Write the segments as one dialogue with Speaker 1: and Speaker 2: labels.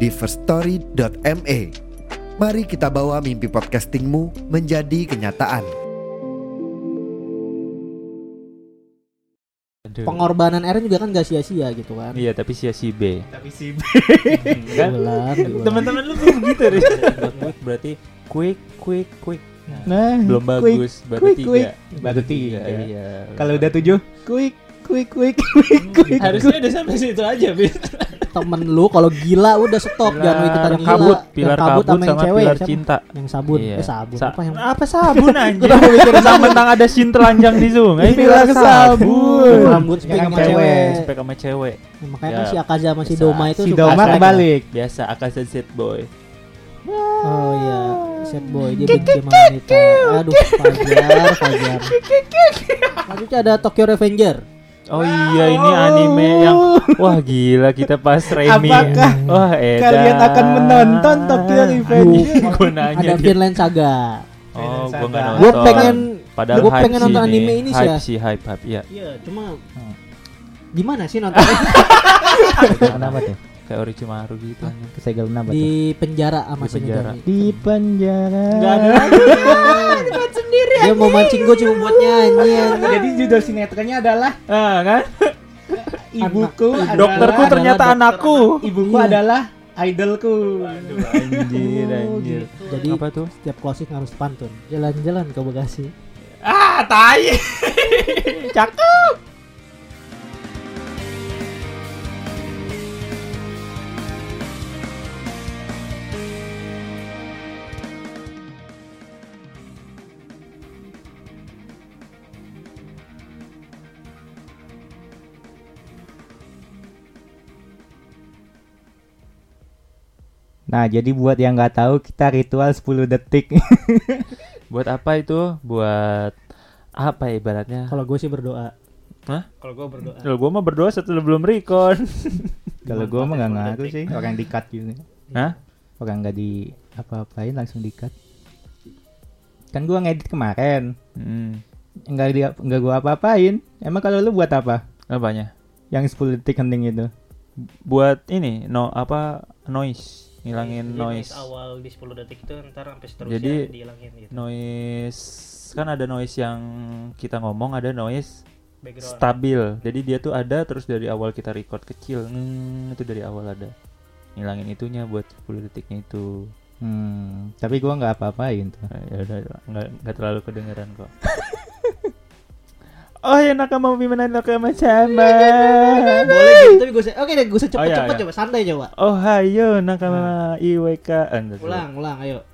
Speaker 1: di firststory.me. Mari kita bawa mimpi podcastingmu menjadi kenyataan.
Speaker 2: Aduh.
Speaker 3: pengorbanan Eren juga kan gak sia-sia gitu kan
Speaker 2: Iya tapi sia si B
Speaker 4: Tapi sih
Speaker 2: kan?
Speaker 3: Diulang, diulang.
Speaker 4: teman-teman lu tuh begitu deh.
Speaker 2: Buat berarti quick quick quick
Speaker 4: Nah,
Speaker 2: belum
Speaker 4: quick.
Speaker 2: bagus baru
Speaker 4: quick, quick.
Speaker 2: tiga
Speaker 4: Baru tiga,
Speaker 2: iya
Speaker 4: Kalau udah tujuh, quick, quick, quick, quick, quick.
Speaker 5: Hmm, Harusnya udah sampai situ aja, Bin.
Speaker 3: temen lu kalau gila udah stop jangan
Speaker 2: pilar
Speaker 3: ikutan gila
Speaker 2: kabut
Speaker 3: Yang
Speaker 2: pilar kabut sama,
Speaker 3: yang cewek
Speaker 2: pilar
Speaker 3: ya, siapa?
Speaker 2: cinta
Speaker 3: yang sabun
Speaker 2: Iya.
Speaker 3: eh sabun
Speaker 2: Sa-
Speaker 3: apa yang
Speaker 4: Apa sabun anjir?
Speaker 2: Kenapa mikirin mentang-mentang ada sin telanjang di sungai
Speaker 4: Pilar sabun.
Speaker 3: rambut spek
Speaker 4: Yang
Speaker 3: sama
Speaker 4: cewek.
Speaker 3: cewek
Speaker 2: Spek sama cewek
Speaker 3: Ya, makanya kan
Speaker 2: Ya.
Speaker 3: si Akaza sama si
Speaker 2: Bisa.
Speaker 3: Doma itu
Speaker 4: Si
Speaker 3: suka
Speaker 4: Doma
Speaker 3: spek.
Speaker 4: kebalik.
Speaker 2: Biasa Akaza Z Boy
Speaker 3: oh iya set boy dia benci sama wanita aduh Fajar Fajar selanjutnya ada Tokyo Revenger
Speaker 2: Oh iya ini anime yang Wah gila kita pas Remy
Speaker 4: Apakah
Speaker 2: Wah edan
Speaker 4: Kalian akan menonton Tokyo Revenger.
Speaker 2: Gue nanya
Speaker 3: ada
Speaker 2: dia.
Speaker 3: Vinland Saga
Speaker 2: Oh
Speaker 4: Vinland
Speaker 2: gue gak
Speaker 4: Saga.
Speaker 2: nonton
Speaker 3: gue pengen
Speaker 2: Padahal
Speaker 3: gua
Speaker 2: hype
Speaker 3: pengen
Speaker 2: sih
Speaker 3: nonton anime ini sih
Speaker 2: Hype
Speaker 3: ya.
Speaker 2: sih hype hype Iya
Speaker 3: iya cuma gimana sih nontonnya
Speaker 5: Kenapa tuh?
Speaker 2: Kayak Orochimaru gitu anjing.
Speaker 5: Kesegel kenapa tuh?
Speaker 3: di penjara sama
Speaker 2: Di penjara.
Speaker 3: Shinigami.
Speaker 5: Di penjara.
Speaker 3: Enggak ada lagi. sendiri. Dia mau mancing gue cuma buat nyanyi. anjing.
Speaker 4: Jadi judul sinetronnya adalah
Speaker 2: Ah kan
Speaker 4: Ibuku adalah
Speaker 2: Dokterku
Speaker 3: Adalah
Speaker 2: ternyata
Speaker 3: dokter.
Speaker 2: anakku
Speaker 4: Ibuku
Speaker 3: Iya.
Speaker 4: adalah idolku.
Speaker 2: Anjir anjir
Speaker 3: Jadi
Speaker 2: Oh, gitu. Apa tuh?
Speaker 3: setiap closing harus pantun. Jalan-jalan ke Bekasi.
Speaker 4: Ah, tai.
Speaker 5: Nah, jadi buat yang nggak tahu kita ritual 10 detik.
Speaker 2: Buat apa itu? Buat apa ibaratnya?
Speaker 3: Kalau gue sih berdoa.
Speaker 4: Kalau gua berdoa.
Speaker 2: Kalau gue mah berdoa setelah belum record.
Speaker 5: Kalau gua mah nggak ngaruh sih, orang dikat gitu.
Speaker 3: Hmm.
Speaker 2: Hah?
Speaker 5: Orang nggak di apa-apain langsung dikat. Kan gua ngedit kemarin,
Speaker 2: Hmm.
Speaker 5: nggak dia nggak gua apa-apain. Emang kalau lu buat apa?
Speaker 2: Apanya?
Speaker 5: Yang 10 detik hening itu.
Speaker 2: Buat ini no apa noise, ngilangin
Speaker 6: Jadi
Speaker 2: noise.
Speaker 6: Iya, awal di 10 detik itu ntar sampai seterusnya
Speaker 2: Jadi-
Speaker 6: dihilangin gitu.
Speaker 2: Noise kan ada noise yang kita ngomong, ada noise
Speaker 6: Background.
Speaker 2: stabil. Jadi dia tuh ada terus dari awal kita record kecil. Hmm, itu dari awal ada. Ngilangin itunya buat 10 detiknya itu.
Speaker 5: Hmm, tapi gua nggak apa-apain tuh.
Speaker 2: Nah, ya udah nggak nggak terlalu kedengeran kok. oh ya nakama bimana nakama sama.
Speaker 3: Boleh gitu, tapi gue se- Oke deh, gue se-
Speaker 2: Oh, iya,
Speaker 3: cepet-cepet
Speaker 2: iya.
Speaker 3: coba santai coba.
Speaker 2: Ohayo
Speaker 6: Nah.
Speaker 2: nakama iwk. Ah, nggak tahu.
Speaker 3: Ulang, ulang, ayo.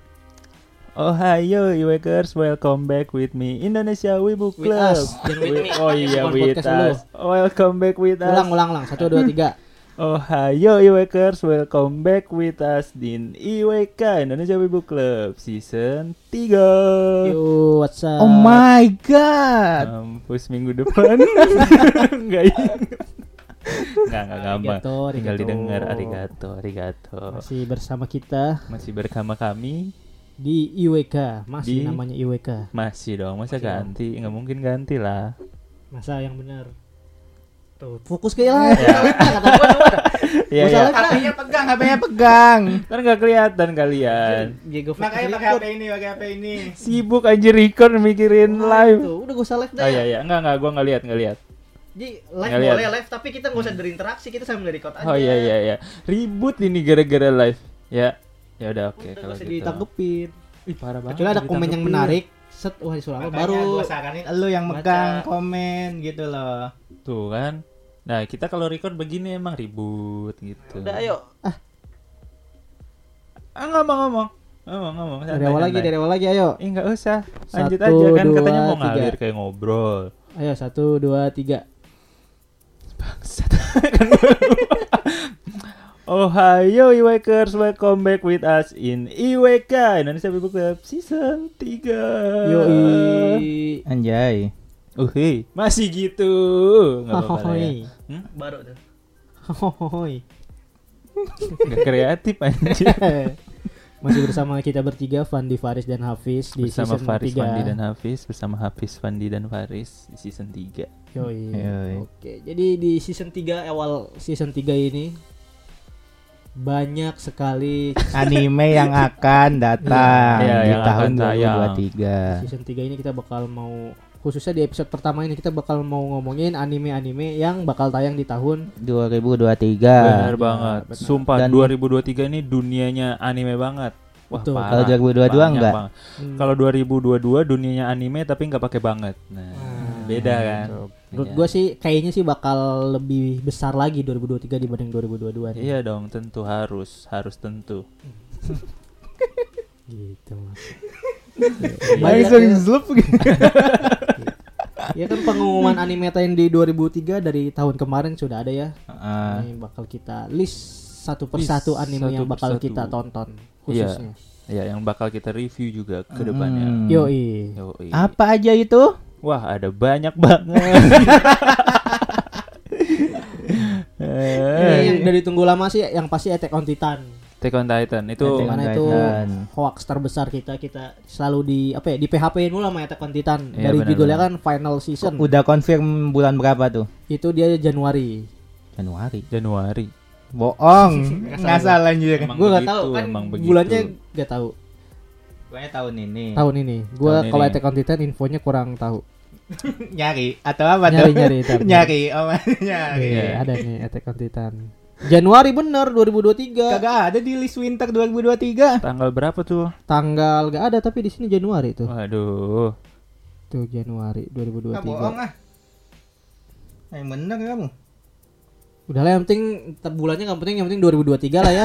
Speaker 2: Oh, Ohayo iwakers welcome back with me Indonesia Wibu
Speaker 3: With
Speaker 2: Club.
Speaker 3: us, jangan with
Speaker 2: Wi-
Speaker 3: me.
Speaker 2: Oh iya
Speaker 3: Bukan
Speaker 2: with
Speaker 3: podcast lu.
Speaker 2: us. Welcome back with us. Oh,
Speaker 3: Ulang, ulang, ulang. Satu, dua, tiga.
Speaker 2: Ohayo iwakers welcome back with us di IWK Indonesia Wibu Club season 3.
Speaker 3: Yo, what's up?
Speaker 5: Oh my god.
Speaker 2: Kampus minggu depan. Enggak ingat. Enggak enggak gampang.
Speaker 3: Arigato, arigato.
Speaker 2: Tinggal didengar arigato arigato.
Speaker 3: Masih bersama kita
Speaker 2: Masih bersama kami
Speaker 3: di IWK.
Speaker 2: Di-
Speaker 3: Masih namanya IWK.
Speaker 2: masih dong masa ganti nggak mungkin ganti lah
Speaker 3: Masa yang benar. Tuh, fokus ke Ilham. Kata gue,
Speaker 2: Iya, iya.
Speaker 3: salah
Speaker 4: HP-nya pegang,
Speaker 5: ya,
Speaker 4: HP-nya pegang.
Speaker 2: Ntar nggak kelihatan kalian.
Speaker 4: Makanya pakai HP ini, pakai HP ini.
Speaker 2: Sibuk anjir record mikirin live.
Speaker 3: Tuh, udah gue usah live
Speaker 2: Oh
Speaker 3: dah.
Speaker 2: iya iya, enggak enggak gua enggak lihat, enggak lihat.
Speaker 3: Jadi live
Speaker 2: Nggak lihat.
Speaker 3: boleh live, tapi kita nggak usah berinteraksi, kita sambil record aja.
Speaker 2: Oh iya iya iya. Ribut ini gara-gara live. Ya. Ya udah oke
Speaker 3: Udah
Speaker 2: kalau
Speaker 3: nggak usah
Speaker 2: gitu.
Speaker 3: ditanggepin.
Speaker 2: Ih, parah banget.
Speaker 3: Kecuali ada komen yang
Speaker 2: ditanggepin.
Speaker 3: menarik, set wah disuruh apa
Speaker 4: Makanya
Speaker 3: baru.
Speaker 4: gua saranin lu yang
Speaker 3: Baca.
Speaker 4: megang komen gitu loh.
Speaker 2: Tuh kan. Nah, kita kalau record begini emang ribut gitu.
Speaker 3: Udah ayo.
Speaker 2: Ah, ngomong ngomong. Ngomong ngomong.
Speaker 3: Dari awal lagi, dari awal lagi ayo.
Speaker 2: Eh enggak usah. Lanjut
Speaker 3: Satu,
Speaker 2: aja kan katanya
Speaker 3: dua,
Speaker 2: mau
Speaker 3: tiga.
Speaker 2: ngalir kayak ngobrol.
Speaker 3: Ayo satu dua tiga.
Speaker 2: Bangsat. Kan gua- Ohio Iwakers, welcome back with us in IWK Indonesia Bibu Club Season 3
Speaker 3: Yoi.
Speaker 5: Anjay.
Speaker 2: Uhi, Oh, masih gitu Nggak apa-apa lah ya.
Speaker 3: Hohoi.
Speaker 6: Baru tuh.
Speaker 3: Hohoi.
Speaker 2: Nggak kreatif anjir
Speaker 3: Masih bersama kita bertiga Fandi Faris dan Hafiz di
Speaker 2: Bersama
Speaker 3: season
Speaker 2: Faris
Speaker 3: 3.
Speaker 2: Fandi dan Hafiz Bersama Hafiz Fandi dan Faris di season 3
Speaker 3: Yoi.
Speaker 5: Yoi.
Speaker 3: Oke, jadi di season 3 awal season 3 ini banyak sekali
Speaker 5: Anime yang akan datang
Speaker 2: Iya,
Speaker 5: di
Speaker 2: yang
Speaker 5: tahun
Speaker 2: akan tayang.
Speaker 5: 2023.
Speaker 3: season 3 ini kita bakal mau khususnya di episode pertama ini kita bakal mau ngomongin anime-anime yang bakal tayang di tahun
Speaker 5: 2023.
Speaker 2: Bener banget
Speaker 3: benar.
Speaker 2: Sumpah
Speaker 5: Dan-
Speaker 2: 2023 ini dunianya anime banget Wah
Speaker 3: Betul.
Speaker 2: parah
Speaker 5: Kalau 2022
Speaker 2: Banyak
Speaker 5: enggak?
Speaker 2: banget.
Speaker 3: Hmm,
Speaker 2: Kalau 2022 dunianya anime tapi nggak pakai banget Nah
Speaker 3: Hmm.
Speaker 2: beda kan
Speaker 3: menurut
Speaker 2: Iya.
Speaker 3: gua sih kayaknya sih bakal lebih besar lagi 2023 dibanding 2022 nih.
Speaker 2: Iya dong, tentu harus, harus tentu.
Speaker 3: Gitu Mas. Banyak
Speaker 4: Langsung
Speaker 3: ya.
Speaker 4: zlup
Speaker 3: ya kan pengumuman anime tayang di 2003 dari tahun kemarin sudah ada ya. Ini
Speaker 5: Heeh.
Speaker 3: bakal kita list satu
Speaker 2: List
Speaker 3: persatu anime
Speaker 2: satu
Speaker 3: yang bakal
Speaker 2: persatu.
Speaker 3: kita tonton khususnya.
Speaker 2: Ya, yang bakal kita review juga ke depannya.
Speaker 5: Hmm.
Speaker 3: Yoi.
Speaker 2: Yoi.
Speaker 5: Apa aja itu?
Speaker 2: Wah, ada banyak banget. Eh.
Speaker 3: Ini yang dari tunggu lama sih yang pasti Attack on Titan.
Speaker 2: Take on Titan itu
Speaker 5: Attack on
Speaker 3: Mana itu
Speaker 5: Titan.
Speaker 3: hoax terbesar kita kita selalu di apa ya di PHP mulu sama Attack on Titan.
Speaker 2: Iya,
Speaker 3: dari
Speaker 2: benar,
Speaker 3: judulnya
Speaker 2: benar.
Speaker 3: kan Final Season.
Speaker 5: Udah confirm bulan berapa tuh?
Speaker 3: Itu dia Januari.
Speaker 5: Januari.
Speaker 2: Januari.
Speaker 5: Bohong. Nggak salah anjir.
Speaker 2: Emang
Speaker 3: Gue nggak
Speaker 2: begitu,
Speaker 3: tahu kan
Speaker 2: emang begitu.
Speaker 3: bulannya nggak tahu
Speaker 5: Pokoknya tahun ini.
Speaker 3: tahun ini. Gue
Speaker 2: Tahun
Speaker 3: kalau
Speaker 2: ini.
Speaker 3: Attack on Titan infonya kurang tahu.
Speaker 5: Nyari atau apa
Speaker 3: Nyari
Speaker 5: tuh?
Speaker 3: nyari ntar.
Speaker 5: Nyari. Oh, nyari.
Speaker 3: Iya, ada nih Attack on Titan. Januari bener 2023.
Speaker 5: Kagak ada di list winter 2023.
Speaker 2: Tanggal berapa tuh?
Speaker 3: Tanggal gak ada tapi di sini Januari tuh.
Speaker 2: Waduh.
Speaker 3: Tuh Januari
Speaker 5: Nggak bohong
Speaker 3: 2023.
Speaker 5: ah. Yang bener kamu.
Speaker 3: Udah lah yang penting te- bulannya yang penting yang penting 2023 lah ya.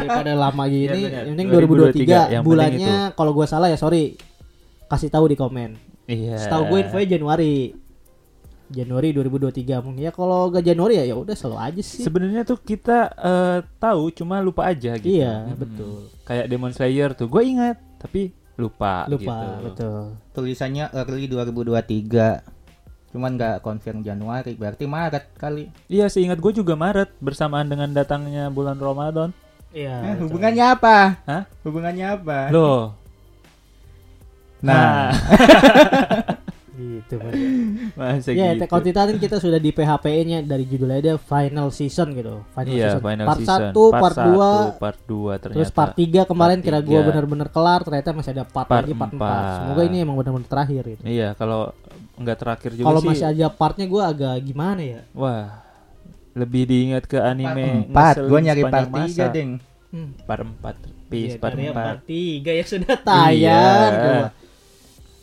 Speaker 3: Daripada lama
Speaker 5: Iya,
Speaker 3: gini,
Speaker 2: benar.
Speaker 3: yang penting
Speaker 2: 2023,
Speaker 3: 2023.
Speaker 2: yang penting
Speaker 3: bulannya kalau gua salah ya sorry. Kasih tahu di komen.
Speaker 2: Iya.
Speaker 3: Setahu gue infonya Januari. Januari 2023 mungkin ya kalau gak Januari ya ya udah selalu aja sih.
Speaker 2: Sebenarnya tuh kita eh, tahu cuma lupa aja gitu.
Speaker 3: Iya,
Speaker 2: Hmm.
Speaker 3: betul.
Speaker 2: Kayak Demon Slayer tuh gue ingat tapi lupa
Speaker 3: Lupa,
Speaker 2: gitu.
Speaker 3: betul.
Speaker 5: Tulisannya early 2023. Cuman nggak confirm Januari, berarti Maret kali.
Speaker 2: Iya, seingat gue juga Maret bersamaan dengan datangnya bulan Ramadan.
Speaker 6: Iya.
Speaker 5: Eh,
Speaker 6: betul.
Speaker 5: hubungannya apa?
Speaker 2: Hah?
Speaker 5: Hubungannya apa?
Speaker 2: Loh.
Speaker 5: Nah.
Speaker 3: Gitu Mas.
Speaker 2: Masa gitu.
Speaker 3: Ya, Attack on Titan ini kita sudah di PHP-nya dari judulnya dia final season gitu. Final
Speaker 2: iya,
Speaker 3: season.
Speaker 2: final
Speaker 3: part
Speaker 2: season.
Speaker 3: 1, part 2,
Speaker 2: 1, part 2 ternyata.
Speaker 3: terus part 3 kemarin
Speaker 2: Part
Speaker 3: kira gua
Speaker 2: tiga.
Speaker 3: benar-benar kelar, ternyata masih ada part,
Speaker 2: Part
Speaker 3: lagi part 4.
Speaker 2: empat.
Speaker 3: Semoga ini emang benar-benar terakhir gitu.
Speaker 2: Iya, kalau nggak terakhir juga
Speaker 3: Kalau
Speaker 2: sih.
Speaker 3: masih ada partnya gua agak gimana ya?
Speaker 2: Wah. Lebih diingat ke anime
Speaker 5: Empat,
Speaker 2: nah, ngeselin
Speaker 5: gue nyari part
Speaker 2: sepanjang masa.
Speaker 5: 3 deng.
Speaker 3: Hmm.
Speaker 2: Part 4. Peace,
Speaker 3: Iya,
Speaker 2: part
Speaker 3: dari
Speaker 2: 4.
Speaker 6: Part 3 yang sudah
Speaker 3: ya, Tayang
Speaker 2: Iya.
Speaker 3: gua.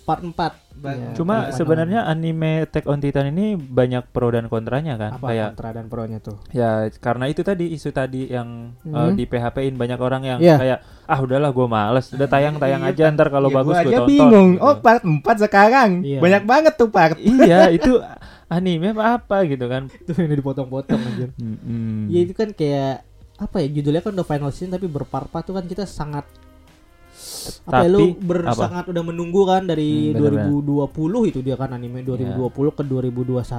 Speaker 3: Part Iya, 4.
Speaker 5: Ba-
Speaker 2: Cuma sebenarnya anime Attack on Titan ini banyak pro dan kontranya kan.
Speaker 3: apa
Speaker 2: Kayak
Speaker 3: kontra dan pro-nya tuh?
Speaker 2: Ya karena itu tadi isu tadi yang eh,
Speaker 3: Mhm.
Speaker 5: Hmm.
Speaker 2: di PHP-in banyak orang yang
Speaker 3: Iya.
Speaker 2: kayak ah udahlah gue males udah tayang tayang
Speaker 5: Iya,
Speaker 2: aja ntar kalau
Speaker 5: Ya,
Speaker 2: bagus
Speaker 5: gua
Speaker 2: gue
Speaker 5: aja
Speaker 2: tonton.
Speaker 5: bingung.
Speaker 2: gitu.
Speaker 5: Oh, part 4 sekarang.
Speaker 3: Iya.
Speaker 5: Banyak banget tuh part.
Speaker 2: iya itu anime apa apa gitu kan. Iya,
Speaker 3: Tuh ini dipotong-potong anjir.
Speaker 2: Mm-mm.
Speaker 3: Ya itu kan kayak apa ya judulnya kan udah final season tapi berpart-part tuh kan kita sangat apa
Speaker 2: Tapi,
Speaker 3: ya, lu ber-
Speaker 2: apa?
Speaker 3: sangat udah menunggu kan dari
Speaker 2: Hmm, benar-benar. Iya.
Speaker 3: 2020 itu dia kan anime 2020 ke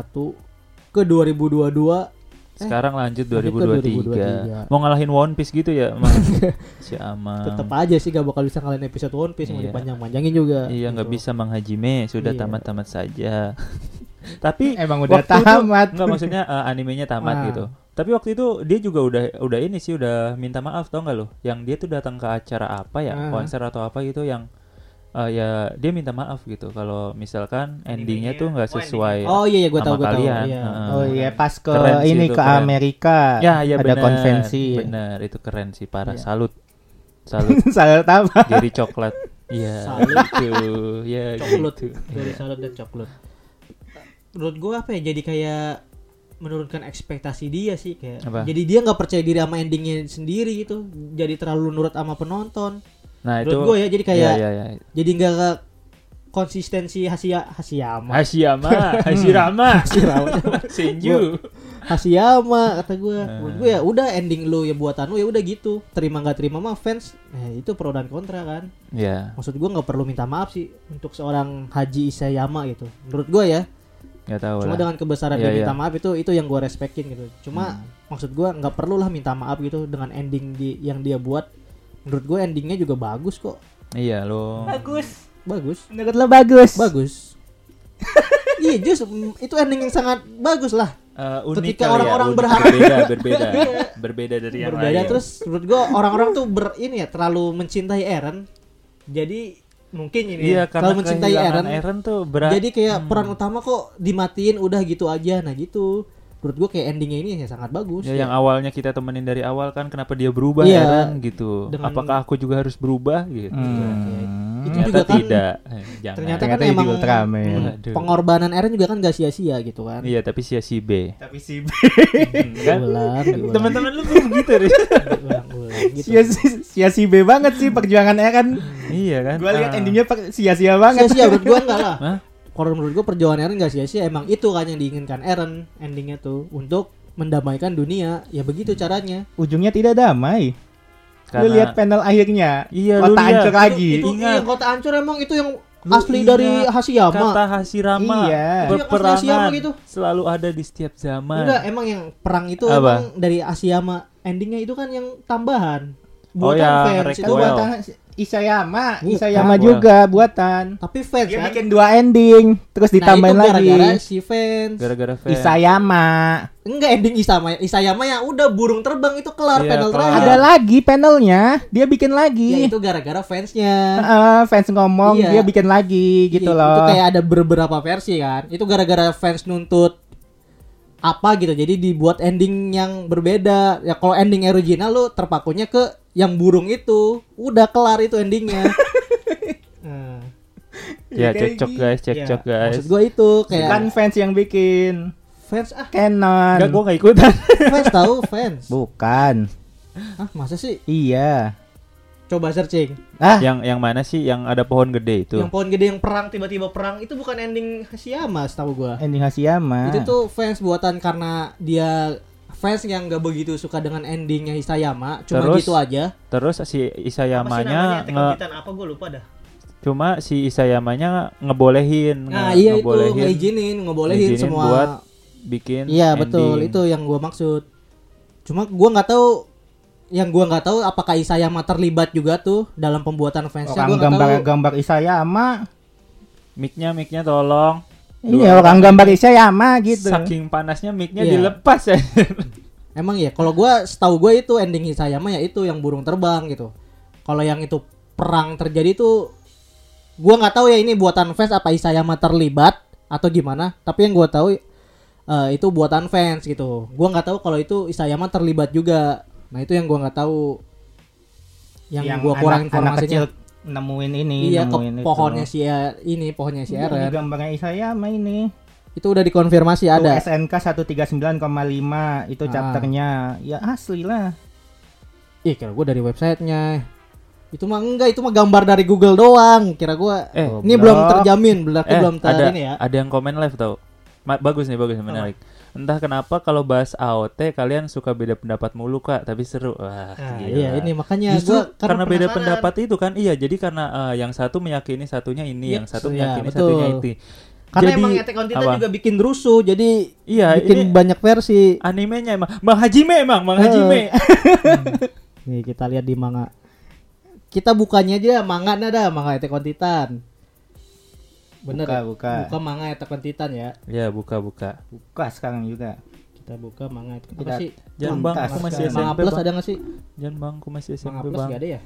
Speaker 3: 2021 ke 2022
Speaker 2: Sekarang lanjut
Speaker 3: lanjut ke
Speaker 2: 2023. Mau ngalahin One Piece gitu ya, Mas. si Amang.
Speaker 3: tetap aja sih gak bakal bisa ngalahin episode One Piece mau
Speaker 2: Hmm. Iya.
Speaker 3: dipanjang-panjangin juga.
Speaker 2: Iya nggak
Speaker 3: Gitu.
Speaker 2: bisa menghajime sudah
Speaker 3: Iya.
Speaker 2: tamat-tamat saja. Tapi
Speaker 5: Emang udah
Speaker 2: waktu itu-
Speaker 5: tamat.
Speaker 2: nggak maksudnya eh, animenya tamat
Speaker 3: Nah.
Speaker 2: gitu. Tapi waktu itu dia juga udah udah ini sih udah minta maaf tau nggak lo? Yang dia tuh datang ke acara apa ya
Speaker 3: Ah.
Speaker 2: konser atau apa gitu yang eh, ya dia minta maaf gitu kalau misalkan
Speaker 6: Animenya.
Speaker 2: endingnya tuh nggak
Speaker 6: Oh,
Speaker 2: sesuai.
Speaker 3: Oh iya iya gua tahu
Speaker 2: Sama
Speaker 3: gua tahu.
Speaker 2: kalian.
Speaker 3: Iya.
Speaker 2: Heeh.
Speaker 5: Oh iya, pas ke
Speaker 2: Keren sih
Speaker 5: ini
Speaker 2: itu,
Speaker 5: ke
Speaker 2: keren.
Speaker 5: Amerika.
Speaker 2: Ya ya
Speaker 5: ada
Speaker 2: benar.
Speaker 5: konvensi.
Speaker 2: Benar itu keren sih
Speaker 3: Iya.
Speaker 2: parah salut salut
Speaker 5: Salah apa?
Speaker 2: Gary coklat. Iya
Speaker 3: Salut.
Speaker 2: gitu ya
Speaker 3: Coklat
Speaker 2: gitu.
Speaker 3: dari salad dan coklat. Menurut gua apa ya jadi kayak menurunkan ekspektasi dia sih kayak.
Speaker 2: Apa?
Speaker 3: Jadi dia nggak percaya diri sama endingnya sendiri gitu. Jadi terlalu nurut sama penonton.
Speaker 2: Nah
Speaker 3: Menurut
Speaker 2: itu
Speaker 3: gua ya, jadi kayak-
Speaker 2: Iya, iya, iya.
Speaker 3: Jadi nggak ke konsistensi hasia hasiama.
Speaker 2: Hashiyama, Hashirama,
Speaker 3: Hasirawa.
Speaker 2: Senju.
Speaker 3: Hasiyama kata gue menurut gue ya udah ending lu ya buatan lu ya udah gitu terima nggak terima mah fans eh, itu pro dan kontra kan
Speaker 2: ya
Speaker 3: maksud gue nggak perlu minta maaf sih untuk seorang Haji Isayama gitu menurut gue ya
Speaker 2: nggak tahu
Speaker 3: cuma
Speaker 2: lah
Speaker 3: dengan kebesaran
Speaker 2: Iya,
Speaker 3: dia minta
Speaker 2: iya. Hmm.
Speaker 3: maaf itu itu yang gue respekin gitu cuma maksud gue nggak perlu lah minta maaf gitu dengan ending di yang dia buat menurut gue endingnya juga bagus kok
Speaker 2: iya lo
Speaker 6: Bagus.
Speaker 3: bagus
Speaker 4: Menurut lo bagus.
Speaker 3: bagus iya justru mm, itu ending yang sangat bagus lah
Speaker 2: Eh, unik kali ya,
Speaker 3: Ketika orang-orang
Speaker 2: unik,
Speaker 3: berharap-
Speaker 2: berbeda berbeda berbeda dari yang
Speaker 3: berbeda
Speaker 2: lain
Speaker 3: terus menurut gua orang-orang tuh ber ini ya terlalu mencintai Aaron jadi mungkin ini
Speaker 2: iya
Speaker 3: ya, terlalu
Speaker 2: karena
Speaker 3: mencintai Aaron,
Speaker 2: kehilangan Aaron tuh berat Hmm.
Speaker 3: jadi kayak peran utama kok dimatiin udah gitu aja nah gitu menurut gua kayak endingnya ini ya sangat bagus
Speaker 2: Ya, yang awalnya kita temenin dari awal kan kenapa dia berubah
Speaker 3: Iya.
Speaker 2: Aaron gitu
Speaker 3: Dengan-
Speaker 2: apakah aku juga harus berubah gitu
Speaker 5: Hmm.
Speaker 3: itu
Speaker 2: ternyata
Speaker 3: juga kan
Speaker 2: tidak Eh, jangan
Speaker 3: ternyata kan
Speaker 5: Ternyata jadi
Speaker 3: emang
Speaker 5: Ultraman.
Speaker 3: hmm,
Speaker 2: Aduh.
Speaker 3: pengorbanan Aaron juga kan gak sia-sia gitu kan
Speaker 2: iya tapi sia si B
Speaker 5: Tapi si
Speaker 2: kan
Speaker 3: Diulang, diulang,
Speaker 2: teman-teman lu tuh begitu deh
Speaker 3: diulang, diulang, gitu.
Speaker 5: sia-sia sia-sia ya, B banget sih perjuangan Aaron.
Speaker 2: iya kan
Speaker 5: Gua lihat
Speaker 2: Ah.
Speaker 5: endingnya pak- sia-sia banget.
Speaker 3: sia-sia menurut gua enggak lah
Speaker 2: Hah?
Speaker 3: kalau menurut gua perjuangan Eren gak sia-sia emang itu kan yang diinginkan Eren endingnya tuh untuk mendamaikan dunia ya begitu caranya
Speaker 5: Ujungnya tidak damai. Lu
Speaker 2: Karena-
Speaker 5: lihat panel akhirnya.
Speaker 2: Iya, lu
Speaker 5: kota
Speaker 2: lihat.
Speaker 5: hancur lagi.
Speaker 3: itu
Speaker 2: ingat.
Speaker 3: yang kota hancur emang itu yang
Speaker 2: Lu
Speaker 3: asli
Speaker 2: ingat
Speaker 3: dari Hashiyama
Speaker 2: kata Hashirama
Speaker 3: Itu
Speaker 5: Iya.
Speaker 3: yang
Speaker 2: berperangan
Speaker 3: asli Hashirama gitu.
Speaker 2: selalu ada di setiap zaman
Speaker 3: enggak emang yang perang itu
Speaker 2: Apa?
Speaker 3: emang dari Hashiyama endingnya itu kan yang tambahan
Speaker 2: Oh,
Speaker 3: Buatan
Speaker 2: ya,
Speaker 3: fans
Speaker 2: mereka
Speaker 3: itu kan.
Speaker 5: Itu
Speaker 2: Well.
Speaker 5: buatan Kan Isayama,
Speaker 3: Bukan,
Speaker 5: Isayama
Speaker 2: well.
Speaker 5: juga buatan.
Speaker 3: tapi fans
Speaker 5: Dia
Speaker 3: kan
Speaker 5: bikin dua ending, terus ditambahin
Speaker 3: nah, itu
Speaker 5: lagi.
Speaker 3: gara-gara si fans
Speaker 2: gara-gara fans
Speaker 5: Isayama.
Speaker 3: enggak ending Isayama Isayama yang udah burung terbang itu kelar
Speaker 2: Iya,
Speaker 3: panel
Speaker 2: kelar.
Speaker 5: Ada
Speaker 3: terakhir
Speaker 5: lagi panelnya, dia bikin
Speaker 3: ya
Speaker 5: lagi.
Speaker 3: itu gara-gara fansnya
Speaker 5: Heeh, fans ngomong,
Speaker 3: Iya.
Speaker 5: dia bikin lagi Ah,
Speaker 3: Iya,
Speaker 5: gitu
Speaker 3: Itu
Speaker 5: loh.
Speaker 3: kayak ada beberapa versi kan. Itu gara-gara fans nuntut apa gitu. Jadi dibuat ending yang berbeda. Ya kalau ending original lu terpakunya ke yang burung itu. Udah kelar itu endingnya. Hmm.
Speaker 2: ya
Speaker 5: Kayak
Speaker 2: cekcok
Speaker 5: gini.
Speaker 2: guys cekcok guys
Speaker 3: iya. Ya, Maksud gua itu kayak
Speaker 5: Bukan fans yang bikin.
Speaker 3: fans ah
Speaker 5: Canon.
Speaker 2: Enggak, gue gak ikutan
Speaker 3: fans tahu fans.
Speaker 5: Bukan.
Speaker 3: Ah masa sih?
Speaker 5: Iya.
Speaker 3: Coba searching.
Speaker 5: Ah,
Speaker 2: yang yang mana sih yang ada pohon gede itu
Speaker 3: Yang pohon gede yang perang tiba-tiba perang itu bukan ending Siyama tahu gua.
Speaker 2: Eh,
Speaker 5: ending
Speaker 2: nah.
Speaker 5: Hashiyama.
Speaker 3: Itu tuh fans buatan karena dia fans yang gak begitu suka dengan endingnya Isayama, cuma
Speaker 2: Terus?
Speaker 3: gitu aja.
Speaker 2: terus si
Speaker 6: namanya?
Speaker 2: Isayamanya
Speaker 6: Attack on
Speaker 2: nge-
Speaker 6: Titan apa gue lupa dah.
Speaker 2: cuma si Isayamanya ngebolehin nge-
Speaker 3: Nah, iya itu
Speaker 2: ngebolehin,
Speaker 3: ngeizinin, ngebolehin
Speaker 2: ngizinin
Speaker 3: semua.
Speaker 2: buat bikin
Speaker 3: Iya, betul.
Speaker 2: ending.
Speaker 3: Itu yang gua maksud. Cuma gua nggak tahu yang gua nggak tahu apakah Isayama terlibat juga tuh dalam pembuatan fansnya
Speaker 5: orang
Speaker 3: gua nggak tahu.
Speaker 5: gambar-gambar Isayama.
Speaker 2: mic-nya mic-nya tolong
Speaker 5: Iya, orang gambar Isayama gitu.
Speaker 2: saking panasnya mic-nya
Speaker 3: kan. Iya.
Speaker 2: dilepas ya
Speaker 3: Emang ya, kalau gua setahu gua itu ending Isayama ya itu yang burung terbang gitu. Kalau yang itu perang terjadi tuh gua nggak tahu ya ini buatan fans apa Isayama terlibat atau gimana, tapi yang gua tahu eh, itu buatan fans gitu. Gua nggak tahu kalau itu Isayama terlibat juga. Nah, itu yang gua nggak tahu. Yang, gua kurang
Speaker 5: anak, anak
Speaker 3: informasinya.
Speaker 5: kecil nemuin ini,
Speaker 3: iya, ke
Speaker 5: nemuin itu. Iya,
Speaker 3: pohonnya si eh, ini, pohonnya si
Speaker 5: Ini
Speaker 3: Eren.
Speaker 5: gambarnya Isayama ini.
Speaker 3: Itu udah dikonfirmasi ada.
Speaker 5: Ada. SNK 139,5 itu
Speaker 3: Ah.
Speaker 5: chapternya. Ya asli lah.
Speaker 3: Ih, kira gua dari websitenya. Itu mah enggak, itu mah gambar dari Google doang. Kira gua
Speaker 2: eh
Speaker 5: Goblok.
Speaker 3: Ini belum terjamin, berarti
Speaker 2: eh
Speaker 3: belum ter
Speaker 2: ada
Speaker 3: ini ya.
Speaker 2: ada yang komen live tau Ma- bagus nih bagus nih, menarik entah kenapa kalau bahas AOT kalian suka beda pendapat mulu kak tapi seru wah
Speaker 3: Nah,
Speaker 2: gila.
Speaker 3: iya, ini makanya
Speaker 2: gitu. Justru
Speaker 3: gua
Speaker 2: karena, beda
Speaker 6: penasaran.
Speaker 2: pendapat itu kan iya jadi karena eh, yang satu meyakini satunya ini
Speaker 3: Iya,
Speaker 2: yang satu
Speaker 3: iya,
Speaker 2: meyakini
Speaker 3: betul.
Speaker 2: satunya itu
Speaker 3: karena
Speaker 2: jadi,
Speaker 3: emang Attack on Titan
Speaker 2: apa?
Speaker 3: juga bikin rusuh, jadi
Speaker 2: iya
Speaker 3: bikin
Speaker 2: ini
Speaker 3: banyak versi.
Speaker 2: animenya emang Bang Hajime emang Bang
Speaker 3: Eh.
Speaker 2: Hajime
Speaker 3: Nih kita lihat di manga. Kita bukanya aja manga ada manga Attack on Titan. Bener
Speaker 5: Buka,
Speaker 3: ya?
Speaker 5: buka.
Speaker 3: buka manga Attack on Titan ya.
Speaker 2: ya buka buka
Speaker 5: Buka sekarang juga.
Speaker 3: Kita buka manga Attack- apa
Speaker 5: Tidak.
Speaker 3: sih?
Speaker 2: jangan
Speaker 5: Mantap
Speaker 2: bang aku masih
Speaker 5: sekali.
Speaker 3: Manga
Speaker 2: SMP
Speaker 3: Plus
Speaker 2: bang
Speaker 3: kan? ada nggak sih?
Speaker 2: jangan bang aku masih
Speaker 3: Manga
Speaker 2: SMP
Speaker 3: Plus
Speaker 2: bang
Speaker 3: nggak ada ya?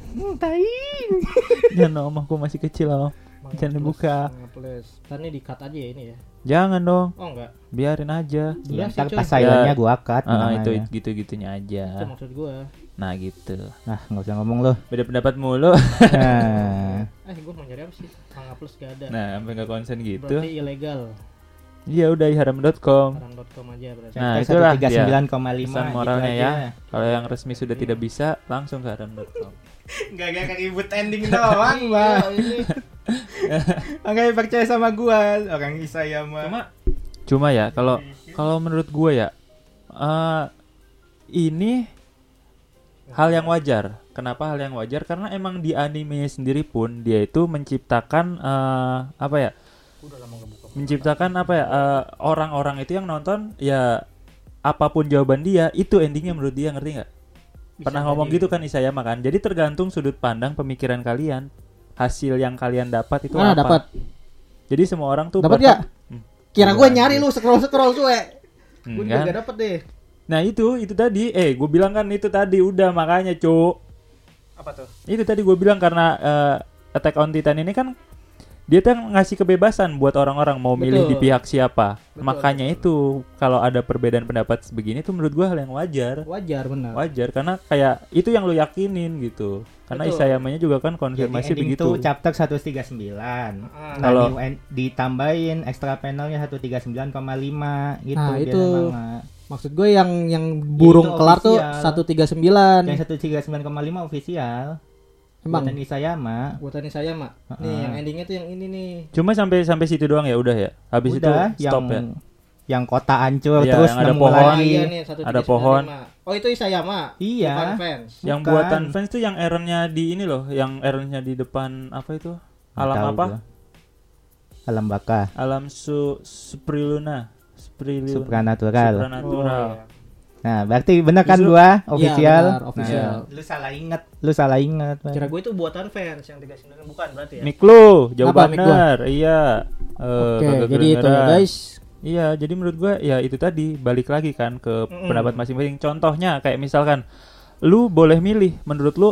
Speaker 2: jangan om aku masih kecil om
Speaker 3: Manga
Speaker 2: Jangan
Speaker 3: Plus,
Speaker 2: dibuka.
Speaker 3: Manga Plus. Ntar nih di cut aja ya ini ya.
Speaker 2: jangan dong
Speaker 3: Oh enggak.
Speaker 2: biarin aja
Speaker 3: Iya sih,
Speaker 5: Ntar
Speaker 3: coy.
Speaker 5: pas sayurnya
Speaker 2: Ya.
Speaker 5: gua cut
Speaker 2: Ah, itu
Speaker 5: namanya.
Speaker 2: gitu gitunya
Speaker 3: Itu
Speaker 2: aja
Speaker 3: maksud gua.
Speaker 2: nah gitu
Speaker 5: Nah, nggak usah ngomong loh.
Speaker 2: beda pendapat mulu
Speaker 5: Nah.
Speaker 3: Eh gua mau nyari apa sih? Manga Plus nggak ada.
Speaker 2: nah sampai nggak konsen gitu
Speaker 3: Berarti ilegal.
Speaker 2: iya udah iharam.com
Speaker 3: Orang.com aja berarti.
Speaker 2: Nah,
Speaker 5: Nah,
Speaker 2: itulah
Speaker 5: itulah 39,5
Speaker 2: pesan
Speaker 5: gitu
Speaker 2: moralnya
Speaker 5: aja.
Speaker 2: ya kalau yang resmi sudah tidak bisa langsung ke haram.com
Speaker 5: Gak gak ribut ending doang,
Speaker 2: Iya.
Speaker 5: Bang.
Speaker 2: Nah,
Speaker 5: Enggak percaya sama gua, orang Isayama.
Speaker 2: cuma ya kalau kalau menurut gue ya eh, ini hal yang wajar. Kenapa hal yang wajar? Karena emang di anime sendiri pun dia itu menciptakan eh, apa ya? Menciptakan apa ya? eh, Orang-orang itu yang nonton ya apapun jawaban dia itu endingnya menurut dia ngerti nggak? Pernah ngomong gitu kan Isayama kan. Jadi tergantung sudut pandang pemikiran kalian, hasil yang kalian dapat itu apa.
Speaker 3: Nah,
Speaker 2: Hmm.
Speaker 3: dapat.
Speaker 2: Jadi semua orang tuh
Speaker 3: Dapat
Speaker 2: bakal-
Speaker 3: nggak? Kira gue nyari lu scroll scroll cuy. Gue
Speaker 2: Enggak.
Speaker 3: gak dapet deh.
Speaker 2: Nah itu, itu tadi, eh gue bilang kan itu tadi udah makanya cuk
Speaker 6: Apa tuh?
Speaker 2: Itu tadi gue bilang karena eh, Attack on Titan ini kan dia tuh ngasih kebebasan buat orang-orang mau milih di
Speaker 3: Betul.
Speaker 2: pihak siapa
Speaker 3: Betul,
Speaker 2: Makanya itu kalau ada perbedaan pendapat sebegini itu menurut gue hal yang wajar
Speaker 3: Wajar benar.
Speaker 2: Wajar karena kayak itu yang lo yakinin gitu Karena
Speaker 3: Betul.
Speaker 2: Isayamanya juga kan konfirmasi
Speaker 5: ending
Speaker 2: begitu
Speaker 5: Iya, tuh chapter 139. Nah,
Speaker 2: Kalau-
Speaker 5: new en- ditambahin extra panelnya 139,5 gitu
Speaker 3: Nah,
Speaker 5: biar
Speaker 3: itu.
Speaker 5: lama.
Speaker 3: Maksud gue yang yang burung
Speaker 5: Itu
Speaker 3: kelar tuh
Speaker 5: official.
Speaker 3: 139.
Speaker 5: Yang 139,5 official.
Speaker 3: Emang
Speaker 5: buatan Isayama.
Speaker 3: buatannya saya mak. Nih
Speaker 5: Heeh.
Speaker 3: yang endingnya tuh yang ini nih.
Speaker 2: Cuma sampai sampai situ doang ya udah ya Habis
Speaker 5: udah
Speaker 2: itu stop ya
Speaker 5: yang yang kota hancur
Speaker 2: Iya,
Speaker 5: terus
Speaker 2: yang ada
Speaker 5: nemu
Speaker 2: pohon.
Speaker 3: Ah,
Speaker 5: lagi.
Speaker 3: iya nih, 139.
Speaker 2: Ada pohon.
Speaker 3: Oh itu Isayama.
Speaker 5: Iya.
Speaker 3: Bukan fans.
Speaker 2: Yang
Speaker 5: Bukan.
Speaker 2: buatan fans tuh yang errornya di ini loh, yang errornya di depan apa itu?
Speaker 5: Nggak
Speaker 2: Alam
Speaker 5: tahu
Speaker 2: apa?
Speaker 5: gua. Alam baka,
Speaker 2: Alam su Supriluna. Supriluna.
Speaker 5: Iya. supranatural.
Speaker 2: Supranatural.
Speaker 5: Nah, berarti bener kan
Speaker 2: Justru-
Speaker 5: gua
Speaker 3: Iya,
Speaker 5: official.
Speaker 3: benar, official.
Speaker 5: Lu salah inget, lu salah inget.
Speaker 3: Kira
Speaker 6: Gue itu buatan fans yang 39 bukan berarti
Speaker 3: iya.
Speaker 6: ya.
Speaker 2: Mik lu, jauh
Speaker 3: Apa mic gua?
Speaker 2: bener. Iya. Eh,
Speaker 3: Oke,
Speaker 2: kagak
Speaker 3: jadi itu ya
Speaker 2: kedengeran.
Speaker 3: guys.
Speaker 2: Iya, jadi menurut gua ya itu tadi balik lagi kan ke pendapat masing-masing. Contohnya kayak misalkan lu boleh milih menurut lu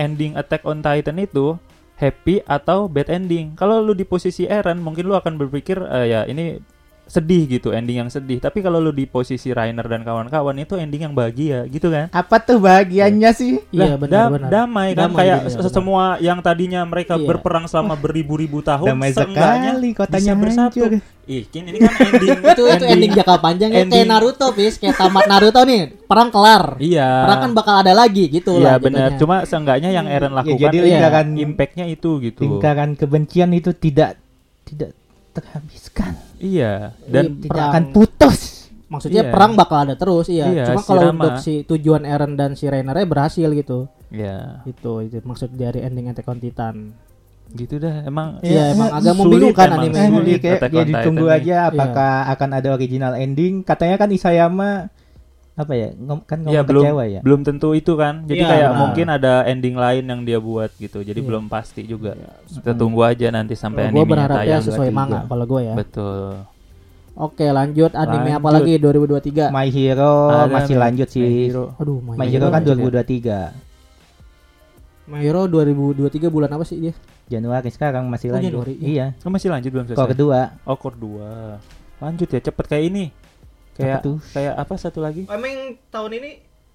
Speaker 2: ending Attack on Titan itu happy atau bad ending. Kalau lu di posisi Eren mungkin lu akan berpikir "Eh, ya ini sedih gitu, ending yang sedih. Tapi kalau lu di posisi Rainer dan kawan-kawan itu ending yang bahagia gitu kan.
Speaker 5: Apa tuh bahagiannya sih?
Speaker 3: Iya
Speaker 2: Lah,
Speaker 3: benar
Speaker 2: dam-
Speaker 3: benar.
Speaker 2: damai kan
Speaker 3: Damai
Speaker 2: kayak
Speaker 3: jadinya,
Speaker 2: se-
Speaker 3: benar.
Speaker 2: semua yang tadinya mereka
Speaker 3: Iya.
Speaker 2: berperang selama beribu-ribu tahun
Speaker 5: Damai
Speaker 2: seenggaknya
Speaker 5: sekali, kotanya
Speaker 2: bisa bersatu.
Speaker 5: hancur.
Speaker 2: Ih, Kin, ini kan ending
Speaker 3: itu itu ending jangka panjang ya kayak
Speaker 2: ending-
Speaker 3: Naruto bis kayak tamat Naruto nih perang kelar
Speaker 2: Iya.
Speaker 3: perang kan bakal ada lagi gitu
Speaker 2: Iya
Speaker 3: lah
Speaker 2: benar.
Speaker 3: jatuhnya.
Speaker 2: Cuma seenggaknya yang Eren lakukan
Speaker 5: Ya, jadi kan
Speaker 2: iya,
Speaker 5: lingkaran-
Speaker 2: impactnya itu gitu.
Speaker 5: Lingkaran kebencian itu tidak tidak terhabiskan.
Speaker 2: Iya. Dan
Speaker 3: Iya,
Speaker 5: Tidak
Speaker 3: Perang.
Speaker 5: akan putus.
Speaker 3: maksudnya
Speaker 2: iya.
Speaker 3: perang bakal ada terus iya,
Speaker 2: Iya,
Speaker 3: cuma
Speaker 2: si
Speaker 3: kalau
Speaker 2: Rama.
Speaker 3: untuk si tujuan Eren dan si Rainer berhasil gitu
Speaker 2: ya
Speaker 3: itu itu maksud dari ending Attack on Titan
Speaker 2: gitu dah. Emang
Speaker 3: Iya, emang agak
Speaker 2: sulit
Speaker 3: membingungkan
Speaker 2: emang,
Speaker 3: anime.
Speaker 5: Eh,
Speaker 2: Sulit
Speaker 5: ini kayak
Speaker 2: Attack
Speaker 5: ya
Speaker 2: on
Speaker 5: ditunggu
Speaker 2: Titan
Speaker 3: Iya.
Speaker 5: aja apakah akan ada original ending. Katanya kan Isayama apa ya? ngom- kan
Speaker 2: ini.
Speaker 5: ngomong
Speaker 2: Iya, belum
Speaker 5: kecewa ya.
Speaker 2: belum tentu itu kan. Jadi
Speaker 3: Iya,
Speaker 2: kayak
Speaker 3: benar.
Speaker 2: mungkin ada ending lain yang dia buat gitu. Jadi
Speaker 3: Iya.
Speaker 2: belum pasti juga. Kita tunggu aja nanti sampai
Speaker 3: gue
Speaker 2: animenya
Speaker 3: berharap ya
Speaker 2: tayang
Speaker 3: sesuai
Speaker 2: 23.
Speaker 3: manga kalau gue ya
Speaker 2: Betul.
Speaker 3: oke lanjut anime apa
Speaker 2: Lanjut.
Speaker 3: lagi 2023
Speaker 5: My Hero
Speaker 2: Ada
Speaker 5: masih
Speaker 2: My-
Speaker 5: lanjut
Speaker 2: My
Speaker 5: sih.
Speaker 2: Hero.
Speaker 3: aduh My, ya,
Speaker 5: My Hero kan 2023.
Speaker 3: My Hero 2023 bulan apa sih dia
Speaker 5: Januari sekarang masih
Speaker 3: Oh,
Speaker 5: lanjut.
Speaker 3: Januari,
Speaker 5: Iya.
Speaker 2: Lu masih lanjut belum
Speaker 5: Kok
Speaker 2: selesai?
Speaker 5: kedua
Speaker 2: Oh, kor 2. Lanjut ya cepet kayak ini. Kayak
Speaker 5: tuh?
Speaker 2: kayak apa satu lagi?
Speaker 6: Emang yang tahun ini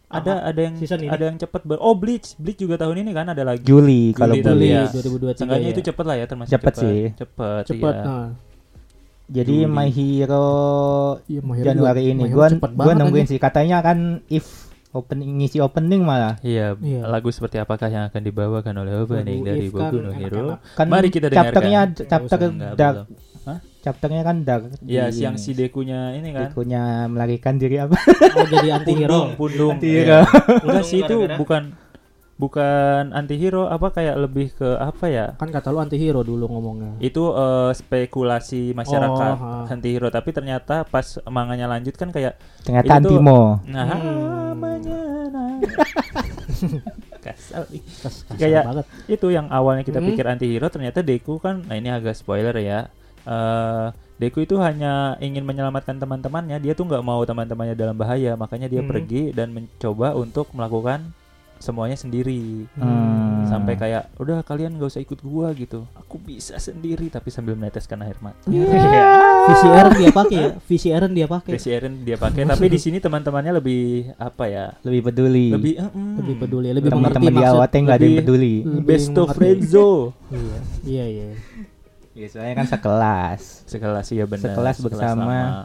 Speaker 2: Ada ada yang
Speaker 3: Season ini?
Speaker 2: ada yang cepet. ber- Oh, Bleach. Bleach juga tahun ini kan ada lagi.
Speaker 5: Juli kalau
Speaker 2: Juli
Speaker 5: boleh.
Speaker 2: tadi.
Speaker 3: Juli
Speaker 2: Iya.
Speaker 3: 2023
Speaker 2: Seenggaknya
Speaker 3: ya.
Speaker 2: itu cepet lah ya termasuk
Speaker 5: Cepet sih.
Speaker 2: Cepet,
Speaker 3: cepet
Speaker 2: iya.
Speaker 3: nah
Speaker 5: Jadi
Speaker 2: Juli.
Speaker 5: My Hero
Speaker 3: Iya, My Hero
Speaker 5: Januari
Speaker 3: juga-
Speaker 5: ini
Speaker 3: My Hero
Speaker 5: gua
Speaker 3: cepet
Speaker 5: gua
Speaker 3: banget
Speaker 5: nungguin
Speaker 3: anjing.
Speaker 5: sih katanya kan if opening ngisi opening malah.
Speaker 2: Iya,
Speaker 3: Iya.
Speaker 2: lagu seperti apakah yang akan dibawakan oleh opening
Speaker 3: Lagu
Speaker 2: dari
Speaker 3: If
Speaker 2: Boku
Speaker 3: kan
Speaker 2: no
Speaker 3: enak-enak.
Speaker 2: Hero?
Speaker 5: Kan
Speaker 2: Mari kita
Speaker 5: chapternya
Speaker 2: dengarkan.
Speaker 5: chapter
Speaker 2: Enggak,
Speaker 5: dark
Speaker 2: belum. Hah?
Speaker 5: chapternya kan dark.
Speaker 2: Ya,
Speaker 5: di-
Speaker 2: siang si Dekunya ini kan.
Speaker 5: Dekunya melarikan diri apa?
Speaker 3: mau jadi anti hero
Speaker 2: Pundung, pundung.
Speaker 5: Anti-hero.
Speaker 2: iya. Enggak sih itu
Speaker 6: Gara-gara.
Speaker 2: bukan bukan anti hero apa kayak lebih ke apa ya?
Speaker 3: kan kata lu anti hero dulu ngomongnya
Speaker 2: Itu eh, spekulasi masyarakat
Speaker 3: Oh, ha.
Speaker 2: anti hero tapi ternyata pas manganya lanjut kan kayak
Speaker 5: Ternyata
Speaker 2: Itu tuh-
Speaker 5: Antimo.
Speaker 2: nah
Speaker 3: Hmm.
Speaker 2: namanya nah.
Speaker 3: Eh,
Speaker 2: Kasar ih. Kayak-
Speaker 3: banget
Speaker 2: itu yang awalnya kita
Speaker 3: Mm.
Speaker 2: pikir anti hero ternyata Deku kan nah ini agak spoiler ya Eh, Deku itu hanya ingin menyelamatkan teman-temannya dia tuh nggak mau teman-temannya dalam bahaya makanya dia
Speaker 3: Mm.
Speaker 2: pergi dan mencoba untuk melakukan semuanya sendiri
Speaker 5: Hmm.
Speaker 2: sampai kayak udah kalian nggak usah ikut gua gitu aku bisa sendiri tapi sambil meneteskan air mata
Speaker 3: Iya. visi Eren dia pakai ya visi Eren dia pakai
Speaker 2: Tracy Aaron dia pakai tapi di sini teman-temannya lebih apa ya
Speaker 5: lebih peduli.
Speaker 2: lebih eh, mm,
Speaker 3: lebih peduli lebih mengerti
Speaker 5: Teman-teman di
Speaker 3: maksud
Speaker 5: Awateng nggak ada yang
Speaker 2: lebih-
Speaker 5: peduli.
Speaker 3: lebih
Speaker 2: best of
Speaker 3: mengerti.
Speaker 2: friendzo
Speaker 3: iya iya iya
Speaker 5: Biasanya kan sekelas.
Speaker 2: sekelas ya benar
Speaker 5: Sekelas bersama.
Speaker 2: sama.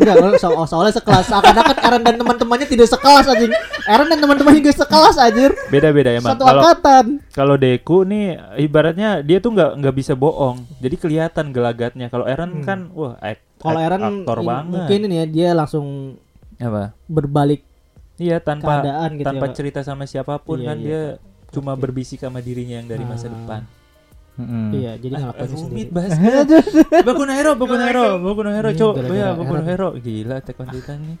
Speaker 3: enggak kalau so oh, soalnya sekelas seakan-akan Eren dan teman-temannya tidak sekelas anjing Eren dan teman-temannya juga sekelas anjir
Speaker 2: beda-beda emang
Speaker 3: satu
Speaker 2: kalau
Speaker 3: angkatan
Speaker 2: Kalau Deku nih ibaratnya dia tuh nggak nggak bisa bohong. Jadi kelihatan gelagatnya. Kalau Eren kan wah ak-
Speaker 3: Hmm. kalau
Speaker 2: ak-
Speaker 3: Eren
Speaker 2: aktor
Speaker 3: ini-
Speaker 2: banget.
Speaker 3: mungkin ini ya dia langsung
Speaker 2: apa
Speaker 3: berbalik
Speaker 2: iya tanpa
Speaker 3: keadaan gitu
Speaker 2: tanpa
Speaker 3: ya, Pak.
Speaker 2: cerita sama siapapun
Speaker 3: Iya,
Speaker 2: kan
Speaker 3: iya.
Speaker 2: dia cuma berbisik sama dirinya yang dari masa
Speaker 3: Ah.
Speaker 2: depan
Speaker 5: Mm-mm.
Speaker 3: Iya, jadi ngelakuin
Speaker 2: Eh, rumit
Speaker 3: sendiri.
Speaker 2: bahasnya Boku no Hero Boku no Hero Boku no Hero
Speaker 5: Ini
Speaker 2: coba
Speaker 5: gara-gara
Speaker 2: iya Boku no
Speaker 5: Arab.
Speaker 2: Hero gila Attack on Titan nih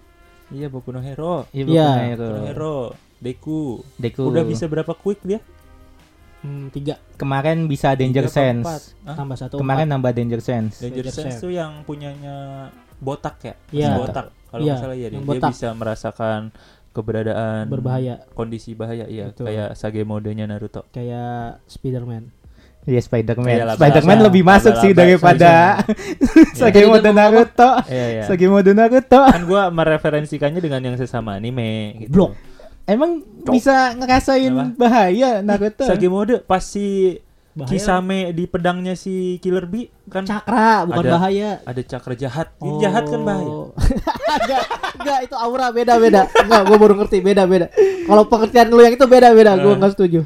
Speaker 2: iya Boku no Hero
Speaker 3: Ah.
Speaker 5: Iya,
Speaker 3: Iya.
Speaker 5: bukan Hero.
Speaker 2: Boku no Hero Deku
Speaker 5: Deku.
Speaker 2: udah bisa berapa quick dia
Speaker 3: Hmm, tiga
Speaker 5: Kemarin bisa Danger
Speaker 2: Tiga apa
Speaker 5: Sense.
Speaker 2: empat? Hah?
Speaker 3: tambah satu.
Speaker 5: Kemarin
Speaker 3: empat.
Speaker 5: nambah Danger Sense.
Speaker 2: Danger
Speaker 3: Danger
Speaker 2: Sense
Speaker 3: Sense.
Speaker 2: tuh yang punyanya botak ya
Speaker 3: Iya.
Speaker 2: Masih botak kalau
Speaker 3: Iya,
Speaker 2: nggak salah ya dia,
Speaker 3: yang
Speaker 2: dia
Speaker 3: botak.
Speaker 2: bisa merasakan keberadaan
Speaker 3: berbahaya
Speaker 2: kondisi bahaya iya
Speaker 3: Betul.
Speaker 2: kayak sage modenya Naruto
Speaker 3: kayak Spiderman.
Speaker 5: Iya Spider-Man.
Speaker 2: Iya, laba-laba.
Speaker 5: Spider-Man lebih
Speaker 2: Laba-laba,
Speaker 5: masuk sih daripada Sagemo dan Naruto.
Speaker 2: iya iya
Speaker 5: Sagemo dan Naruto.
Speaker 2: kan gua mereferensikannya dengan yang sesama anime gitu.
Speaker 3: Blok.
Speaker 5: Emang bisa ngerasain
Speaker 2: Apa?
Speaker 5: bahaya Naruto.
Speaker 2: Sage mode pas si
Speaker 3: Bahaya.
Speaker 2: Kisame di pedangnya si Killer Bee kan
Speaker 3: Cakra bukan
Speaker 2: Ada.
Speaker 3: bahaya.
Speaker 2: ada cakra jahat. Ini jahat kan
Speaker 3: Oh.
Speaker 2: bahaya.
Speaker 3: Enggak, enggak itu aura beda-beda. Enggak, gua baru ngerti beda-beda. Kalau pengertian lu yang itu beda-beda, gua
Speaker 2: Eh.
Speaker 3: enggak setuju.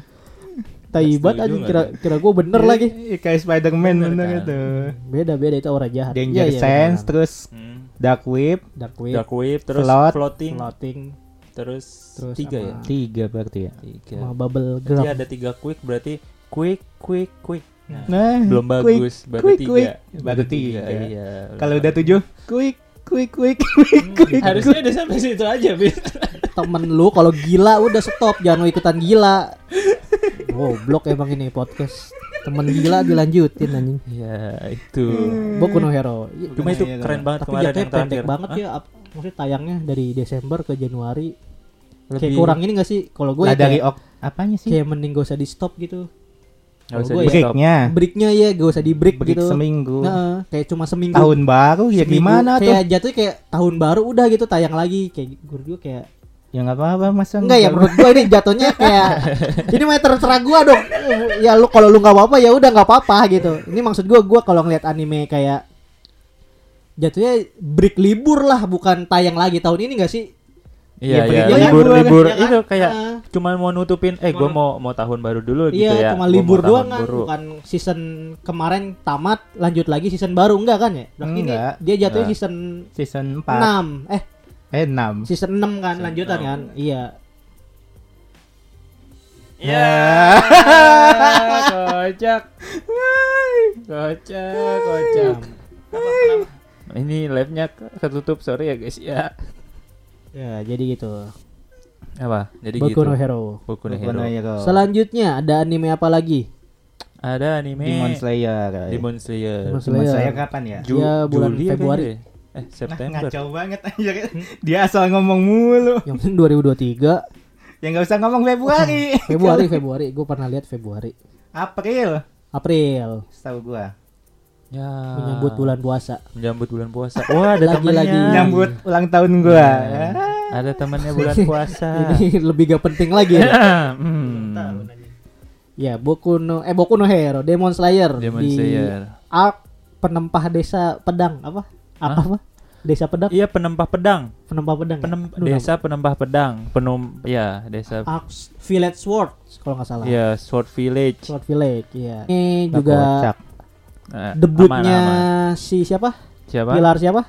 Speaker 3: Taibat
Speaker 2: setuju
Speaker 3: anjing
Speaker 2: nggak
Speaker 3: kira kira gua bener lagi.
Speaker 5: Iya, kayak Spider-Man
Speaker 2: Bener
Speaker 5: bener,
Speaker 2: kan?
Speaker 5: itu.
Speaker 3: Beda-beda itu aura jahat.
Speaker 5: Danger
Speaker 3: Iya, iya,
Speaker 5: Sense,
Speaker 3: beneran.
Speaker 5: terus
Speaker 2: Hmm.
Speaker 5: Dark Whip,
Speaker 3: dark wave,
Speaker 2: Dark Wave terus
Speaker 5: Float.
Speaker 2: floating
Speaker 3: floating,
Speaker 2: terus,
Speaker 3: Terus
Speaker 2: tiga
Speaker 3: apa?
Speaker 2: ya.
Speaker 5: tiga berarti ya.
Speaker 2: Tiga.
Speaker 3: sama bubble
Speaker 2: Jadi
Speaker 3: gum.
Speaker 2: Iya, ada tiga quick berarti quick quick quick. Nah,
Speaker 5: Nah,
Speaker 2: belum
Speaker 5: quick,
Speaker 2: bagus baru
Speaker 5: quick,
Speaker 2: tiga.
Speaker 5: quick. Baru tiga.
Speaker 2: Iya.
Speaker 5: Kalau udah tujuh,
Speaker 4: Quick, quick, quick, quick, quick.
Speaker 2: harusnya udah sampai situ aja, Bin.
Speaker 3: Temen lu kalau gila udah stop, jangan lu ikutan gila. Goblok emang ini podcast. Temen gila dilanjutin anjing.
Speaker 2: ya, itu.
Speaker 3: Boku no Hero. Ya,
Speaker 2: Cuma itu keren banget
Speaker 3: Tapi
Speaker 2: kemarin
Speaker 3: jatuhnya
Speaker 2: yang terakhir.
Speaker 3: pendek banget ya. ap- Maksudnya tayangnya dari Desember ke Januari. Kayak
Speaker 2: Lebih-
Speaker 3: kurang ini gak sih? Kalau gue ya
Speaker 5: lah dari
Speaker 3: kayak,
Speaker 5: ok apanya sih?
Speaker 3: kayak mending gak usah di stop gitu.
Speaker 2: Nggak usah
Speaker 3: Gua ya.
Speaker 2: di-stop.
Speaker 5: Breaknya,
Speaker 3: Breaknya ya gak usah di break,
Speaker 5: break
Speaker 3: gitu.
Speaker 5: seminggu,
Speaker 3: Nah, kayak cuma seminggu.
Speaker 5: tahun baru ya
Speaker 3: Seminggu.
Speaker 5: gimana tuh?
Speaker 3: Kayak jatuhnya kayak tahun baru udah gitu tayang lagi. Kayak gue juga kayak
Speaker 5: Ya nggak apa-apa masa
Speaker 3: Enggak ya
Speaker 5: nggak-
Speaker 3: menurut gua ini jatuhnya kayak ini mah terserah gua dong. Ya lu kalau lu nggak apa-apa ya udah nggak apa-apa gitu. Ini maksud gua gua kalau ngeliat anime kayak jatuhnya break libur lah bukan tayang lagi tahun ini gak sih?
Speaker 2: Iya,
Speaker 5: Ya,
Speaker 2: iya,
Speaker 5: breaknya
Speaker 2: libur
Speaker 5: kan gua-
Speaker 2: libur
Speaker 3: Ya kan?
Speaker 2: itu kayak
Speaker 3: Ah.
Speaker 2: cuman mau nutupin eh gua mau mau tahun baru dulu gitu ya.
Speaker 3: Iya, cuma
Speaker 2: Gua mau
Speaker 3: libur
Speaker 2: tahun
Speaker 3: doang kan,
Speaker 2: baru.
Speaker 3: bukan season kemarin tamat lanjut lagi season baru enggak kan ya? Berarti ini
Speaker 5: Enggak.
Speaker 3: dia jatuhnya
Speaker 2: Enggak.
Speaker 3: season
Speaker 5: season 4
Speaker 3: 6. Eh,
Speaker 5: eh 6
Speaker 3: season 6 kan lanjutan kan? Iya.
Speaker 2: Ya, kocak. Kocak, kocak. Ini live-nya ke- ketutup, sorry ya guys ya.
Speaker 3: Ya, jadi gitu.
Speaker 2: Apa? Jadi
Speaker 3: Boku no
Speaker 2: gitu.
Speaker 3: Hero.
Speaker 2: Boku no
Speaker 5: Boku
Speaker 2: Hero.
Speaker 5: no Hero.
Speaker 3: Selanjutnya ada anime apa lagi?
Speaker 2: Ada anime
Speaker 5: Demon Slayer
Speaker 2: Demon Slayer.
Speaker 3: Demon
Speaker 5: Demon
Speaker 3: Slayer.
Speaker 5: Slayer kapan ya? Nah,
Speaker 2: Ju-
Speaker 3: Iya, bulan
Speaker 2: Juli apa
Speaker 3: Februari.
Speaker 2: ini? Eh, September.
Speaker 5: Ngacau banget anjir. Dia asal ngomong mulu.
Speaker 3: Yang penting 2023
Speaker 5: Ya nggak usah ngomong Februari.
Speaker 3: Februari Februari gue pernah lihat Februari
Speaker 5: April.
Speaker 3: April
Speaker 5: Setahu gua.
Speaker 2: Ya.
Speaker 3: menyambut bulan puasa
Speaker 2: menyambut bulan puasa. Wah, ada
Speaker 3: Lagi-lagi.
Speaker 2: temannya.
Speaker 5: Nyambut ulang tahun gua.
Speaker 2: Iya.
Speaker 5: Ah.
Speaker 2: Ada temannya bulan puasa.
Speaker 3: ini lebih gak penting lagi ya.
Speaker 2: Hmm.
Speaker 3: ya Boku no eh Boku no Hero Demon Slayer
Speaker 2: Demon
Speaker 3: di
Speaker 2: Slayer.
Speaker 3: Ark penempah desa pedang apa apa apa desa pedang
Speaker 2: Iya, penempah pedang.
Speaker 3: penempah pedang ya?
Speaker 2: Penem-
Speaker 3: Aduh,
Speaker 2: desa penempah pedang. Penum ya, desa
Speaker 3: nama- Ark Village Sword kalau nggak salah
Speaker 2: ya Sword Village.
Speaker 3: Sword Village ya ini
Speaker 5: Lah,
Speaker 3: juga
Speaker 5: kocak.
Speaker 2: Eh,
Speaker 3: debutnya
Speaker 2: aman, aman.
Speaker 3: si siapa
Speaker 2: siapa? Pilar,
Speaker 3: Pilar siapa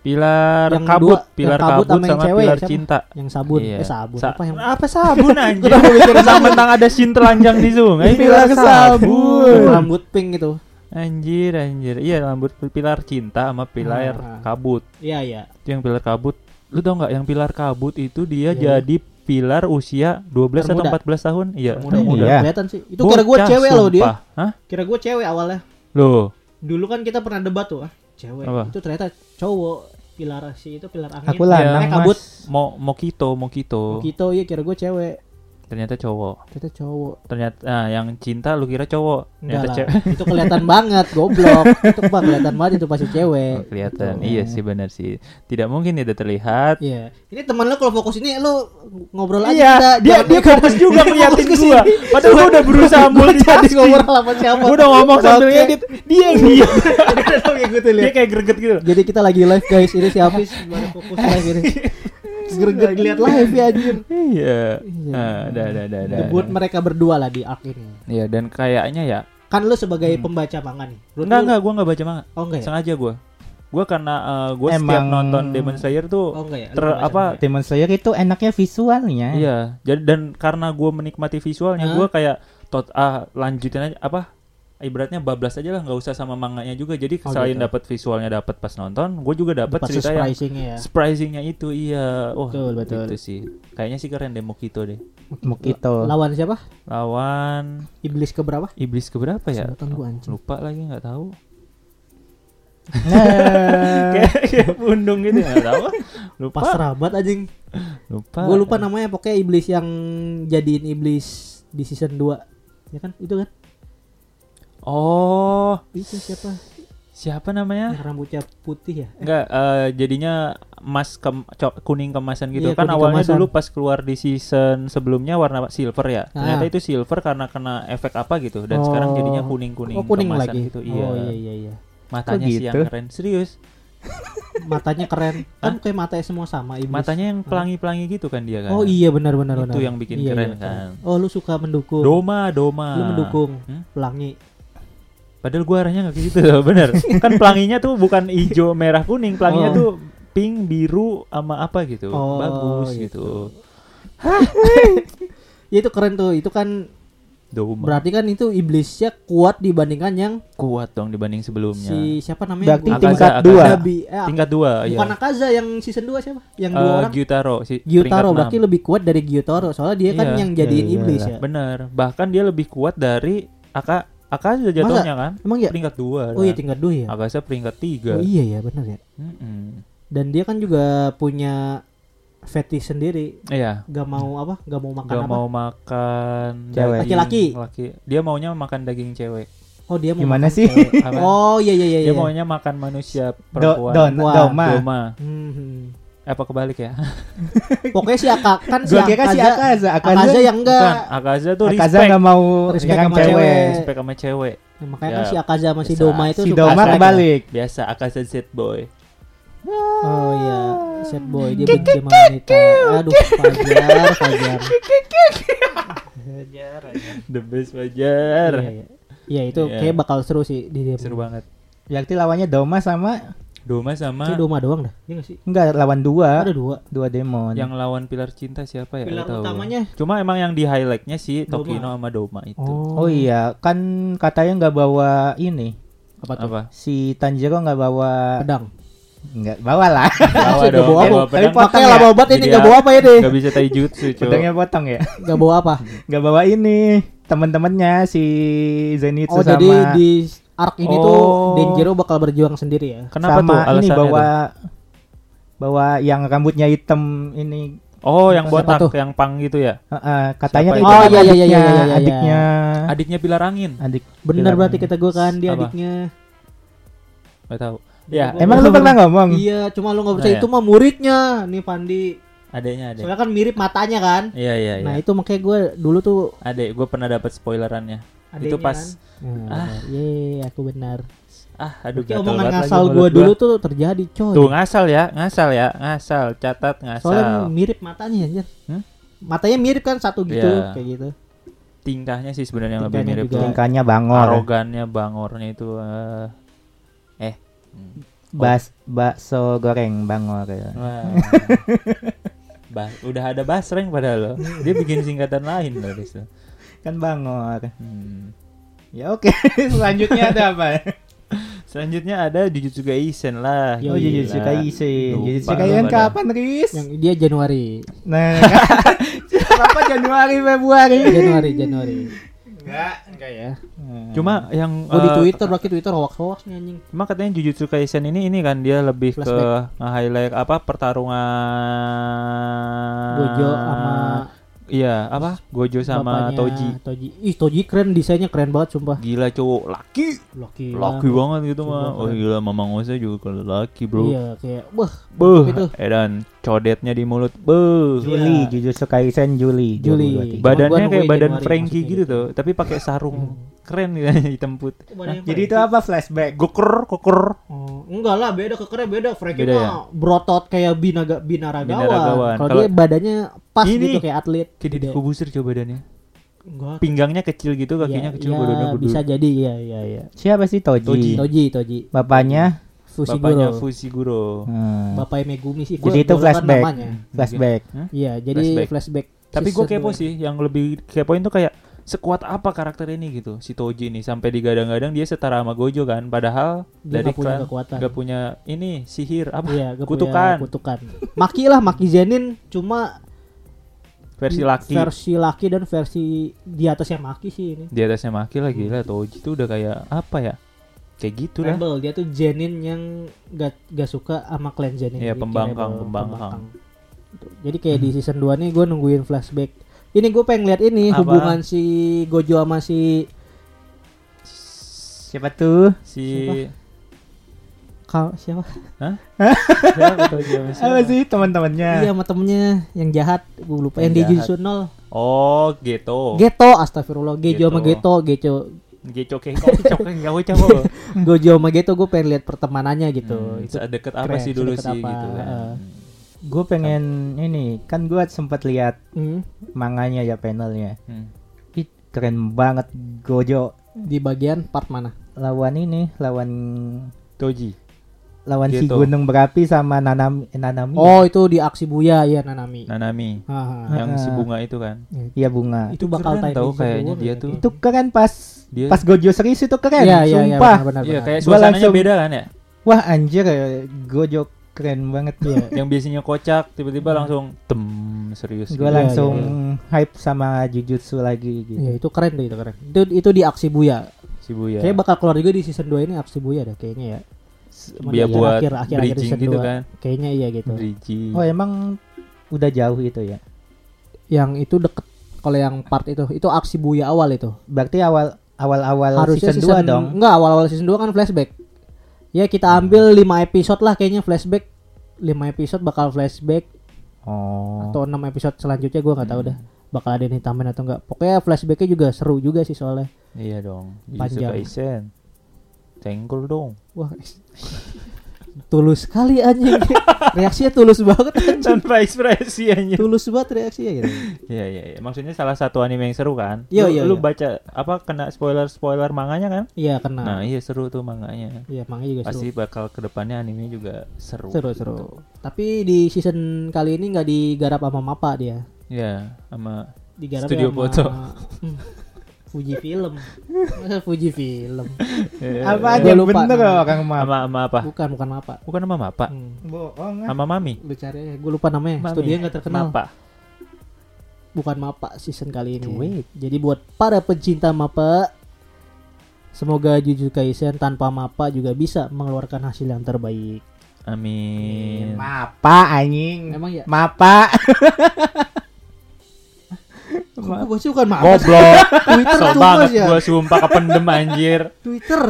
Speaker 3: yang
Speaker 2: kabut,
Speaker 3: dua,
Speaker 2: pilar
Speaker 3: yang
Speaker 2: kabut
Speaker 3: kabut
Speaker 2: sama,
Speaker 3: sama yang cewek
Speaker 2: pilar
Speaker 3: ya, siapa?
Speaker 2: cinta.
Speaker 3: yang sabun
Speaker 2: Iya.
Speaker 3: eh sabun
Speaker 2: Sa-
Speaker 3: apa yang
Speaker 2: apa sabun anjir?
Speaker 3: Kenapa mikir sabun?
Speaker 2: Mentang-mentang ada sin telanjang di sungai, pilar sabun.
Speaker 3: rambut pink gitu
Speaker 2: Anjir, anjir. Iya, rambut pilar cinta sama pilar
Speaker 3: Ah.
Speaker 2: kabut.
Speaker 3: Iya iya.
Speaker 2: Itu yang pilar kabut. Lu tau nggak yang pilar kabut itu dia
Speaker 3: Iya.
Speaker 2: jadi pilar usia 12 atau
Speaker 3: Termuda.
Speaker 2: 14 tahun? Iya,
Speaker 3: Muda,
Speaker 2: termuda.
Speaker 5: Iya.
Speaker 3: Kelihatan sih. Itu kira gue
Speaker 2: Bocah,
Speaker 3: cewek loh dia.
Speaker 2: sumpah. Hah?
Speaker 3: Kira gue cewek awalnya.
Speaker 2: Loh,
Speaker 3: Dulu kan kita pernah debat tuh ah cewek.
Speaker 2: Apa?
Speaker 3: Itu ternyata cowok. Pilar si itu pilar angin.
Speaker 5: Aku lanang
Speaker 3: Namanya kabut.
Speaker 2: Iya,
Speaker 5: Mas.
Speaker 2: Mo Mokito, Mokito.
Speaker 3: Gitu iya kira gue cewek.
Speaker 2: Ternyata cowok.
Speaker 3: Ternyata cowok.
Speaker 2: Ternyata ah, yang cinta lu kira cowok,
Speaker 3: Enggak
Speaker 2: ternyata
Speaker 3: lah.
Speaker 2: cewek.
Speaker 3: itu kelihatan banget goblok. Itu pak kelihatan banget itu pasti
Speaker 2: Oh,
Speaker 3: cewek.
Speaker 2: kelihatan.
Speaker 3: Gitu.
Speaker 2: Iya sih benar sih. Tidak mungkin tidak terlihat.
Speaker 3: Iya. Ini teman lo kalau fokus ini lo ngobrol aja
Speaker 2: Iya, dia- dia fokus juga ngeliatin gua. Padahal gua udah berusaha
Speaker 3: mulai
Speaker 2: multitasking.
Speaker 3: ngobrol sama siapa.
Speaker 2: Gua udah ngomong sambil Iya.
Speaker 3: Oke.
Speaker 2: edit, dia yang dia.
Speaker 3: Ngikutin liat.
Speaker 2: dia kayak greget gitu.
Speaker 3: Jadi kita lagi live guys, ini si Hafiz baru fokus live ini. Greget lihat live ya anjir.
Speaker 2: Iya. Ah, dah dah dah dah.
Speaker 3: Debut mereka berdua lah di arc ini.
Speaker 2: Iya, dan kayaknya ya.
Speaker 3: Kan lu sebagai pembaca manga nih. Menurut
Speaker 2: Hmm. Enggak
Speaker 3: lu-
Speaker 2: enggak, gua enggak baca manga.
Speaker 3: Oh enggak ya?
Speaker 2: Sengaja gua. Gue karena gue setiap
Speaker 5: Emang-
Speaker 2: nonton Demon Slayer
Speaker 3: Oh
Speaker 2: tuh
Speaker 3: enggak ya. Lu
Speaker 2: ter
Speaker 3: nggak
Speaker 2: apa
Speaker 3: baca.
Speaker 5: Demon Slayer itu enaknya visualnya.
Speaker 2: iya jadi dan karena gue menikmati visualnya
Speaker 3: Hmm. Hah?
Speaker 2: gue kayak tot ah lanjutin aja apa ibaratnya bablas aja lah nggak usah sama manganya juga jadi
Speaker 3: Oh,
Speaker 2: selain
Speaker 3: gitu.
Speaker 2: dapat visualnya dapat pas nonton gue juga dapat
Speaker 3: Dapat
Speaker 2: cerita yang
Speaker 3: surprising-nya ya.
Speaker 2: surprisingnya itu iya oh
Speaker 5: Betul, betul.
Speaker 2: itu sih kayaknya sih keren demo Mokito deh
Speaker 5: Mokito.
Speaker 3: Lawan siapa?
Speaker 2: lawan
Speaker 3: Iblis keberapa?
Speaker 2: iblis keberapa ya
Speaker 3: Sebutan gua anjing.
Speaker 2: lupa lagi nggak tahu
Speaker 5: Nah,
Speaker 2: kayak kayak bundung gitu nggak tahu lupa
Speaker 3: ya, Pasrah banget anjing.
Speaker 2: lupa
Speaker 3: Gue lupa namanya pokoknya iblis yang jadiin iblis di season 2. Ya kan? Itu kan?
Speaker 2: oh
Speaker 3: Itu siapa?
Speaker 2: siapa namanya
Speaker 3: Yang rambutnya putih ya?
Speaker 2: Enggak, eh, jadinya emas kem, co- kuning kemasan gitu
Speaker 3: Iya,
Speaker 2: kan
Speaker 3: kuning
Speaker 2: awalnya
Speaker 3: kemasan.
Speaker 2: dulu pas keluar di season sebelumnya warna silver ya. Ternyata
Speaker 3: Ah.
Speaker 2: itu silver karena kena efek apa gitu dan sekarang
Speaker 3: Oh.
Speaker 2: jadinya kuning-kuning
Speaker 3: Oh, kuning
Speaker 2: kemasan
Speaker 3: lagi.
Speaker 2: gitu. Iya.
Speaker 3: Oh iya iya iya.
Speaker 2: Matanya
Speaker 5: Kok
Speaker 2: sih yang
Speaker 5: gitu?
Speaker 2: keren. Serius.
Speaker 3: Matanya keren. kan kayak matanya semua sama iblis.
Speaker 2: Matanya yang pelangi-pelangi gitu kan dia kan.
Speaker 3: Oh iya benar benar
Speaker 2: Itu
Speaker 3: benar.
Speaker 2: yang bikin
Speaker 3: Iya,
Speaker 2: keren
Speaker 3: iya,
Speaker 2: kan.
Speaker 3: Oh lu suka mendukung.
Speaker 2: Doma, Doma.
Speaker 3: Lu mendukung
Speaker 2: Hmm?
Speaker 3: pelangi.
Speaker 2: Padahal gua arahnya nggak kayak gitu loh, bener. kan pelanginya tuh bukan hijau, merah, kuning. Pelanginya
Speaker 3: Oh.
Speaker 2: tuh pink, biru, sama apa gitu.
Speaker 3: Oh,
Speaker 2: Bagus gitu.
Speaker 3: gitu. Ya itu keren tuh. Itu kan
Speaker 2: Doma.
Speaker 3: berarti kan itu iblisnya kuat dibandingkan yang
Speaker 2: kuat dong dibanding sebelumnya.
Speaker 3: si siapa namanya?
Speaker 5: berarti
Speaker 3: Gua-
Speaker 2: Akaza,
Speaker 5: tingkat
Speaker 2: Akaza.
Speaker 5: dua.
Speaker 3: Nabi. Eh,
Speaker 2: tingkat dua ya.
Speaker 3: bukan Akaza yang season 2 siapa? Yang dua orang.
Speaker 2: Eh, Gyutaro si
Speaker 3: Gyutaro
Speaker 2: peringkat
Speaker 3: berarti
Speaker 2: enam.
Speaker 3: lebih kuat dari Gyutaro soalnya dia kan
Speaker 2: Iya,
Speaker 3: yang jadiin
Speaker 5: iya,
Speaker 3: iblis
Speaker 5: iya.
Speaker 3: ya.
Speaker 2: Bener. Bahkan dia lebih kuat dari Aka Akaza jatuhnya kan.
Speaker 3: Emang ya?
Speaker 2: Peringkat dua.
Speaker 3: Oh iya
Speaker 2: kan?
Speaker 3: tingkat dua ya.
Speaker 2: Akaza peringkat tiga.
Speaker 3: Oh iya ya benar ya.
Speaker 2: Mm-mm.
Speaker 3: Dan dia kan juga punya fetish sendiri.
Speaker 2: Iya.
Speaker 3: Gak mau apa? Gak mau makan
Speaker 2: Gak
Speaker 3: apa?
Speaker 2: mau makan
Speaker 5: Cewek.
Speaker 2: daging
Speaker 3: Laki-laki.
Speaker 2: Laki. Dia maunya makan daging cewek.
Speaker 3: Oh dia mau
Speaker 5: Gimana
Speaker 3: makan
Speaker 5: sih?
Speaker 3: cewek.
Speaker 2: Apa?
Speaker 3: oh iya iya iya.
Speaker 2: Dia
Speaker 3: iya.
Speaker 2: maunya makan manusia
Speaker 5: Do,
Speaker 2: perempuan.
Speaker 5: don,
Speaker 3: Wah,
Speaker 5: Doma.
Speaker 2: Doma.
Speaker 3: Hmm.
Speaker 2: Apa kebalik ya?
Speaker 3: Pokoknya si Aka kan si
Speaker 5: Gua kira si
Speaker 3: Akaza,
Speaker 5: Akaza, Akaza,
Speaker 3: Akaza yang
Speaker 2: Bukan.
Speaker 3: enggak.
Speaker 2: Akaza tuh
Speaker 5: Akaza
Speaker 2: respect.
Speaker 5: nggak mau
Speaker 3: Respect
Speaker 5: nyerang
Speaker 3: sama
Speaker 5: cewek.
Speaker 3: cewek.
Speaker 2: Respect sama cewek.
Speaker 3: Nah, makanya kan
Speaker 2: Ya,
Speaker 3: si Akaza sama si
Speaker 2: biasa.
Speaker 3: Doma itu
Speaker 5: Si
Speaker 3: suka
Speaker 5: Doma
Speaker 3: sama-
Speaker 5: kebalik.
Speaker 2: Biasa Akaza Z boy.
Speaker 3: Oh iya, sad boy dia benci sama wanita. Aduh, Fajar, Fajar.
Speaker 6: Ajar, ajar.
Speaker 2: The best wajar.
Speaker 3: Iya, iya. Iya, itu
Speaker 2: Iya.
Speaker 3: kayak bakal seru sih di demo.
Speaker 2: Seru banget.
Speaker 5: Berarti lawannya Doma sama
Speaker 2: Doma
Speaker 3: Itu
Speaker 2: sama
Speaker 3: Doma doang dah. Iya nggak sih?
Speaker 5: enggak lawan dua.
Speaker 3: Ada dua.
Speaker 5: Dua demon.
Speaker 2: yang lawan pilar cinta siapa ya?
Speaker 6: Pilar
Speaker 2: Nggak tahu.
Speaker 6: utamanya.
Speaker 2: Cuma emang yang di highlightnya sih
Speaker 3: Doma.
Speaker 2: Tokino sama Doma itu.
Speaker 5: Oh iya, kan katanya nggak bawa ini.
Speaker 3: apa tuh?
Speaker 2: Apa?
Speaker 5: Si Tanjiro nggak bawa
Speaker 3: Pedang.
Speaker 5: nggak bawa lah.
Speaker 2: Bawa
Speaker 3: Nggak
Speaker 2: dong.
Speaker 3: bawa apa?
Speaker 2: Bawa
Speaker 5: Tapi
Speaker 2: pedang.
Speaker 5: potong
Speaker 3: Makanya lah
Speaker 5: ya?
Speaker 3: bawa obat ini
Speaker 2: Jadi
Speaker 3: enggak
Speaker 2: ya,
Speaker 3: bawa apa ini?
Speaker 2: Nggak bisa taijutsu, cuy.
Speaker 5: Pedangnya potong ya.
Speaker 3: Enggak bawa apa?
Speaker 5: Nggak bawa ini teman-temannya si Zenitsu
Speaker 3: Oh,
Speaker 5: sama
Speaker 3: jadi di arc ini tuh
Speaker 2: Oh.
Speaker 3: Denjiro bakal berjuang sendiri ya.
Speaker 2: Kenapa
Speaker 5: sama
Speaker 2: tuh
Speaker 5: ini
Speaker 2: alasannya?
Speaker 5: bawa
Speaker 2: tuh?
Speaker 5: bawa yang rambutnya hitam ini
Speaker 2: Oh, yang
Speaker 3: Siapa
Speaker 2: botak,
Speaker 3: tuh?
Speaker 2: yang pang gitu ya.
Speaker 5: eh, eh, katanya
Speaker 2: Siapa itu?
Speaker 5: itu
Speaker 3: Oh,
Speaker 5: kan
Speaker 3: iya, iya, iya,
Speaker 5: adiknya
Speaker 3: iya, iya, iya.
Speaker 5: adiknya
Speaker 2: Adiknya pilar angin.
Speaker 5: adik Iya.
Speaker 3: Bener
Speaker 5: Bilang.
Speaker 3: berarti kata gue kan dia
Speaker 2: Apa?
Speaker 3: adiknya.
Speaker 2: Nggak tahu. Ya,
Speaker 5: emang lu pernah ngomong
Speaker 3: Iya, cuma lu nggak percaya
Speaker 2: Nah, ya.
Speaker 3: itu mah muridnya nih Pandi.
Speaker 2: adeknya adek.
Speaker 3: Soalnya kan mirip matanya kan.
Speaker 2: Iya, iya, iya.
Speaker 3: Nah itu makanya gue dulu tuh
Speaker 2: Adek, gue pernah dapat spoilerannya.
Speaker 3: Adeknya
Speaker 2: itu pas Hmm.
Speaker 3: nah, Yeay aku benar
Speaker 2: ah aduh
Speaker 3: Oke
Speaker 2: gatel
Speaker 3: omongan
Speaker 2: banget lagi
Speaker 3: ngasal
Speaker 2: mulut
Speaker 3: gue
Speaker 2: gua.
Speaker 3: dulu tuh terjadi coy
Speaker 2: Tuh ngasal ya, ngasal ya, ngasal. Catat ngasal.
Speaker 3: Soalnya mirip matanya anjir
Speaker 2: Hmm?
Speaker 3: Matanya mirip kan satu gitu
Speaker 2: Iya.
Speaker 3: Kayak gitu
Speaker 2: Tingkahnya sih sebenarnya yang lebih
Speaker 3: Tingkahnya
Speaker 2: mirip
Speaker 3: juga.
Speaker 2: tuh.
Speaker 5: tingkahnya
Speaker 3: ya.
Speaker 5: bangor
Speaker 2: arogannya bangornya itu eh, eh
Speaker 5: bas bakso goreng bangor ya.
Speaker 2: wah. Ba- udah ada basreng padahal lo dia bikin singkatan lain loh di situ.
Speaker 5: kan bangor
Speaker 2: Hmm.
Speaker 5: ya oke selanjutnya ada apa
Speaker 2: selanjutnya ada Jujutsu Kaisen lah gila.
Speaker 5: oh Jujutsu Kaisen
Speaker 2: Lupa
Speaker 5: Jujutsu
Speaker 2: gua
Speaker 5: Kaisen
Speaker 2: pada.
Speaker 5: kapan Riz
Speaker 3: Yang dia Januari
Speaker 5: nah kenapa Januari Februari
Speaker 3: Januari Januari
Speaker 4: Enggak, enggak ya.
Speaker 5: Nah,
Speaker 2: Hmm. cuma yang
Speaker 3: Oh di
Speaker 2: eh,
Speaker 3: Twitter berarti Twitter hoax-hoax nih anjing
Speaker 2: cuma katanya Jujutsu Kaisen ini ini kan dia lebih
Speaker 3: Flashback.
Speaker 2: ke highlight apa pertarungan
Speaker 3: Gojo sama
Speaker 2: iya apa Gojo sama
Speaker 3: bapaknya
Speaker 2: Toji
Speaker 3: Toji Ih Toji keren desainnya keren banget sumpah
Speaker 2: gila cowok laki
Speaker 3: Laki
Speaker 2: laki banget gitu
Speaker 3: Cowok
Speaker 2: mah oh
Speaker 3: keren.
Speaker 2: gila Mamang Osa juga kalau laki bro
Speaker 3: Iya kayak Wah gitu.
Speaker 2: Beuh,
Speaker 3: Itu.
Speaker 2: edan codetnya di mulut. Beuh.
Speaker 5: Juli Jujutsu Kaisen Iya. Juli
Speaker 3: Juli.
Speaker 2: Badannya
Speaker 3: Ba- Cuman Iya,
Speaker 5: 2023.
Speaker 3: gua
Speaker 2: kayak
Speaker 3: nungguin
Speaker 2: badan
Speaker 3: Januari
Speaker 2: Frankie gitu
Speaker 3: maksudnya gitu. Iya.
Speaker 2: tuh, tapi pakai sarung keren ya hitam putih.
Speaker 5: jadi itu apa flashback
Speaker 2: Goker, koker.
Speaker 3: Oh, enggak lah, beda kekernya beda. Frankie
Speaker 2: Beda
Speaker 3: mah
Speaker 2: ya?
Speaker 3: berotot kayak binaga binaragawan.
Speaker 2: Binaragawan.
Speaker 3: Kalau
Speaker 2: Kalau-
Speaker 3: dia badannya pas
Speaker 2: Ini.
Speaker 3: gitu kayak atlet.
Speaker 2: Kayak Deddy
Speaker 3: Beda.
Speaker 2: Kobuser coba badannya.
Speaker 3: Enggak.
Speaker 2: Pinggangnya kecil gitu,
Speaker 3: Iya,
Speaker 2: kakinya kecil,
Speaker 3: iya,
Speaker 2: badannya gede.
Speaker 3: bisa jadi ya ya ya.
Speaker 5: siapa sih Toji,
Speaker 3: Toji, Toji.
Speaker 5: bapaknya
Speaker 2: bapaknya Fushiguro.
Speaker 3: Fushiguro.
Speaker 5: Hmm.
Speaker 3: Bapaknya Megumi sih.
Speaker 5: Jadi
Speaker 3: gua-
Speaker 5: itu
Speaker 3: gua lupa
Speaker 5: flashback.
Speaker 3: namanya.
Speaker 5: Flashback.
Speaker 3: Iya, jadi
Speaker 2: Flashback.
Speaker 3: flashback.
Speaker 2: Tapi gue
Speaker 3: Season
Speaker 2: kepo
Speaker 3: dua.
Speaker 2: sih, yang lebih kepoin tuh kayak sekuat apa karakter ini gitu, si Toji ini sampai digadang-gadang dia setara sama Gojo kan, padahal
Speaker 3: Dia
Speaker 2: dari
Speaker 3: nggak punya
Speaker 2: klan
Speaker 3: kekuatan.
Speaker 2: nggak punya ini sihir apa
Speaker 3: Iya, gak
Speaker 2: kutukan
Speaker 3: Punya kutukan. Maki lah, Maki Zenin cuma
Speaker 2: versi laki
Speaker 3: versi laki dan versi di atasnya Maki sih ini.
Speaker 2: di atasnya maki lagi lah Toji tuh udah kayak apa ya kayak gitu lah
Speaker 3: Rebel, dia tuh Zenin yang gak, gak suka sama clan Zenin.
Speaker 2: Iya,
Speaker 3: Jadi
Speaker 2: pembangkang,
Speaker 3: rebel,
Speaker 2: pembangkang.
Speaker 3: Gitu. Jadi kayak di season 2 nih gue nungguin flashback. Ini gue pengen lihat ini
Speaker 2: Apa?
Speaker 3: hubungan si Gojo sama si
Speaker 5: Siapa tuh?
Speaker 2: si
Speaker 3: Kau, siapa?
Speaker 2: siapa Toji sama siapa?
Speaker 5: Apa sih teman-temannya?
Speaker 3: Iya sama temennya yang jahat, gue lupa yang,
Speaker 2: Yang
Speaker 3: di
Speaker 2: jahat.
Speaker 3: Jujutsu nol.
Speaker 2: oh gitu
Speaker 3: Geto, astagfirullah, Gejo sama
Speaker 2: Geto.
Speaker 3: Geto, Gejo,
Speaker 2: Geco kayak kok cok enggak bocah kok.
Speaker 3: Gojo sama Geto gue pengen lihat pertemanannya gitu.
Speaker 2: Hmm,
Speaker 3: itu
Speaker 2: Sedekat apa
Speaker 3: keren,
Speaker 2: sih dulu
Speaker 3: sedekat
Speaker 2: sih
Speaker 3: apa,
Speaker 2: gitu kan.
Speaker 3: eh.
Speaker 5: Gue pengen ini kan gue sempat lihat
Speaker 3: Hmm,
Speaker 5: manganya ya panelnya.
Speaker 2: Hmm.
Speaker 5: Ih, keren banget Gojo
Speaker 3: di bagian part mana?
Speaker 5: lawan ini lawan
Speaker 2: Toji.
Speaker 5: lawan si
Speaker 2: Gitu.
Speaker 5: gunung berapi sama Nanami eh,
Speaker 2: Hmm.
Speaker 5: Nanami ya?
Speaker 3: Oh itu di aksi buya ya Nanami.
Speaker 2: Nanami
Speaker 3: Haha.
Speaker 2: yang si
Speaker 5: Ah.
Speaker 2: bunga itu kan.
Speaker 5: iya bunga
Speaker 3: itu bakal
Speaker 2: Nah. keren
Speaker 3: tayang
Speaker 2: tau
Speaker 3: di
Speaker 2: kayaknya
Speaker 3: Jepang
Speaker 2: dia
Speaker 3: ya,
Speaker 2: tuh.
Speaker 5: itu keren pas
Speaker 2: Dia
Speaker 5: pas Gojo serius itu keren
Speaker 3: Iya iya iya
Speaker 5: sumpah
Speaker 3: benar benar.
Speaker 2: Iya
Speaker 3: benar.
Speaker 2: kayak
Speaker 5: Gua
Speaker 2: suasananya
Speaker 5: langsung-
Speaker 2: beda kan ya.
Speaker 5: wah anjir eh, Gojo keren banget ya
Speaker 2: Yang biasanya kocak tiba-tiba langsung tem serius.
Speaker 5: gue
Speaker 2: gitu.
Speaker 5: langsung
Speaker 3: iya,
Speaker 5: hype sama Jujutsu lagi gitu
Speaker 3: Iya itu keren deh itu keren. Itu itu di aksi buya.
Speaker 2: si Buya.
Speaker 3: Kayaknya bakal keluar juga di season 2 ini aksi buya dah kayaknya ya. Cuman
Speaker 2: Dia
Speaker 3: di
Speaker 2: buat
Speaker 3: akhir- akhir-akhir
Speaker 2: bridging
Speaker 3: season
Speaker 2: gitu
Speaker 3: dua.
Speaker 2: kan.
Speaker 3: Kayaknya iya gitu.
Speaker 2: Bridging.
Speaker 5: oh emang udah jauh itu ya
Speaker 3: Yang itu deket kalau yang part itu itu aksi buya awal itu.
Speaker 5: berarti awal awal awal
Speaker 3: Harusnya
Speaker 5: season 2 dong
Speaker 3: Enggak, awal-awal season 2 kan flashback. Ya kita
Speaker 2: Hmm.
Speaker 3: ambil 5 episode lah kayaknya flashback. 5 episode bakal flashback
Speaker 5: oh
Speaker 3: atau 6 episode selanjutnya gua nggak tahu dah bakal ada yang ditamin atau enggak. Pokoknya flashbacknya juga seru juga sih soalnya.
Speaker 2: Iya dong. Jujutsu
Speaker 3: Panjang.
Speaker 2: Kaisen. Cengkul dong.
Speaker 3: Wah. tulus sekali anjing. Reaksinya tulus banget anjing.
Speaker 2: Tanpa ekspresi aja.
Speaker 3: Tulus banget reaksinya gitu.
Speaker 2: Iya iya iya. Maksudnya salah satu anime yang seru kan?
Speaker 3: Iya,
Speaker 2: Lu-
Speaker 3: iya,
Speaker 2: Lu
Speaker 3: iya.
Speaker 2: baca apa kena spoiler-spoiler manganya kan?
Speaker 3: Iya, kena.
Speaker 2: Nah, iya seru tuh manganya.
Speaker 3: Iya, makanya juga
Speaker 2: Pasti bakal kedepannya anime juga seru.
Speaker 3: seru. Seru,
Speaker 2: gitu.
Speaker 3: seru. Tapi di season kali ini nggak digarap sama Mapa dia.
Speaker 2: Ya, sama
Speaker 3: digarap
Speaker 2: Studio
Speaker 3: sama-
Speaker 2: foto.
Speaker 3: Hmm. Fuji film Masa Fuji film
Speaker 2: Iya,
Speaker 3: Gua
Speaker 5: apa aja
Speaker 3: lupa
Speaker 5: bener
Speaker 3: namanya.
Speaker 5: orang mah
Speaker 2: eh, sama sama apa?
Speaker 3: bukan bukan apa
Speaker 2: Bukan sama Mapa.
Speaker 3: hmm.
Speaker 5: bohong ah.
Speaker 2: Sama Mami.
Speaker 3: lu cari gue lupa namanya
Speaker 2: Mami.
Speaker 3: studio nggak terkenal
Speaker 2: Mapa.
Speaker 3: bukan mapa season kali ini
Speaker 5: Cuek.
Speaker 3: jadi buat para pecinta mapa semoga Jujutsu Kaisen tanpa mapa juga bisa mengeluarkan hasil yang terbaik
Speaker 2: Amin.
Speaker 5: mapa anjing
Speaker 3: emang ya
Speaker 5: mapa
Speaker 3: gue baca bukan mapa sih.
Speaker 2: Goblok.
Speaker 3: Twitter
Speaker 2: So
Speaker 3: tuh
Speaker 2: banget
Speaker 3: Mas, ya
Speaker 2: gua sumpah kependem anjir.
Speaker 3: Twitter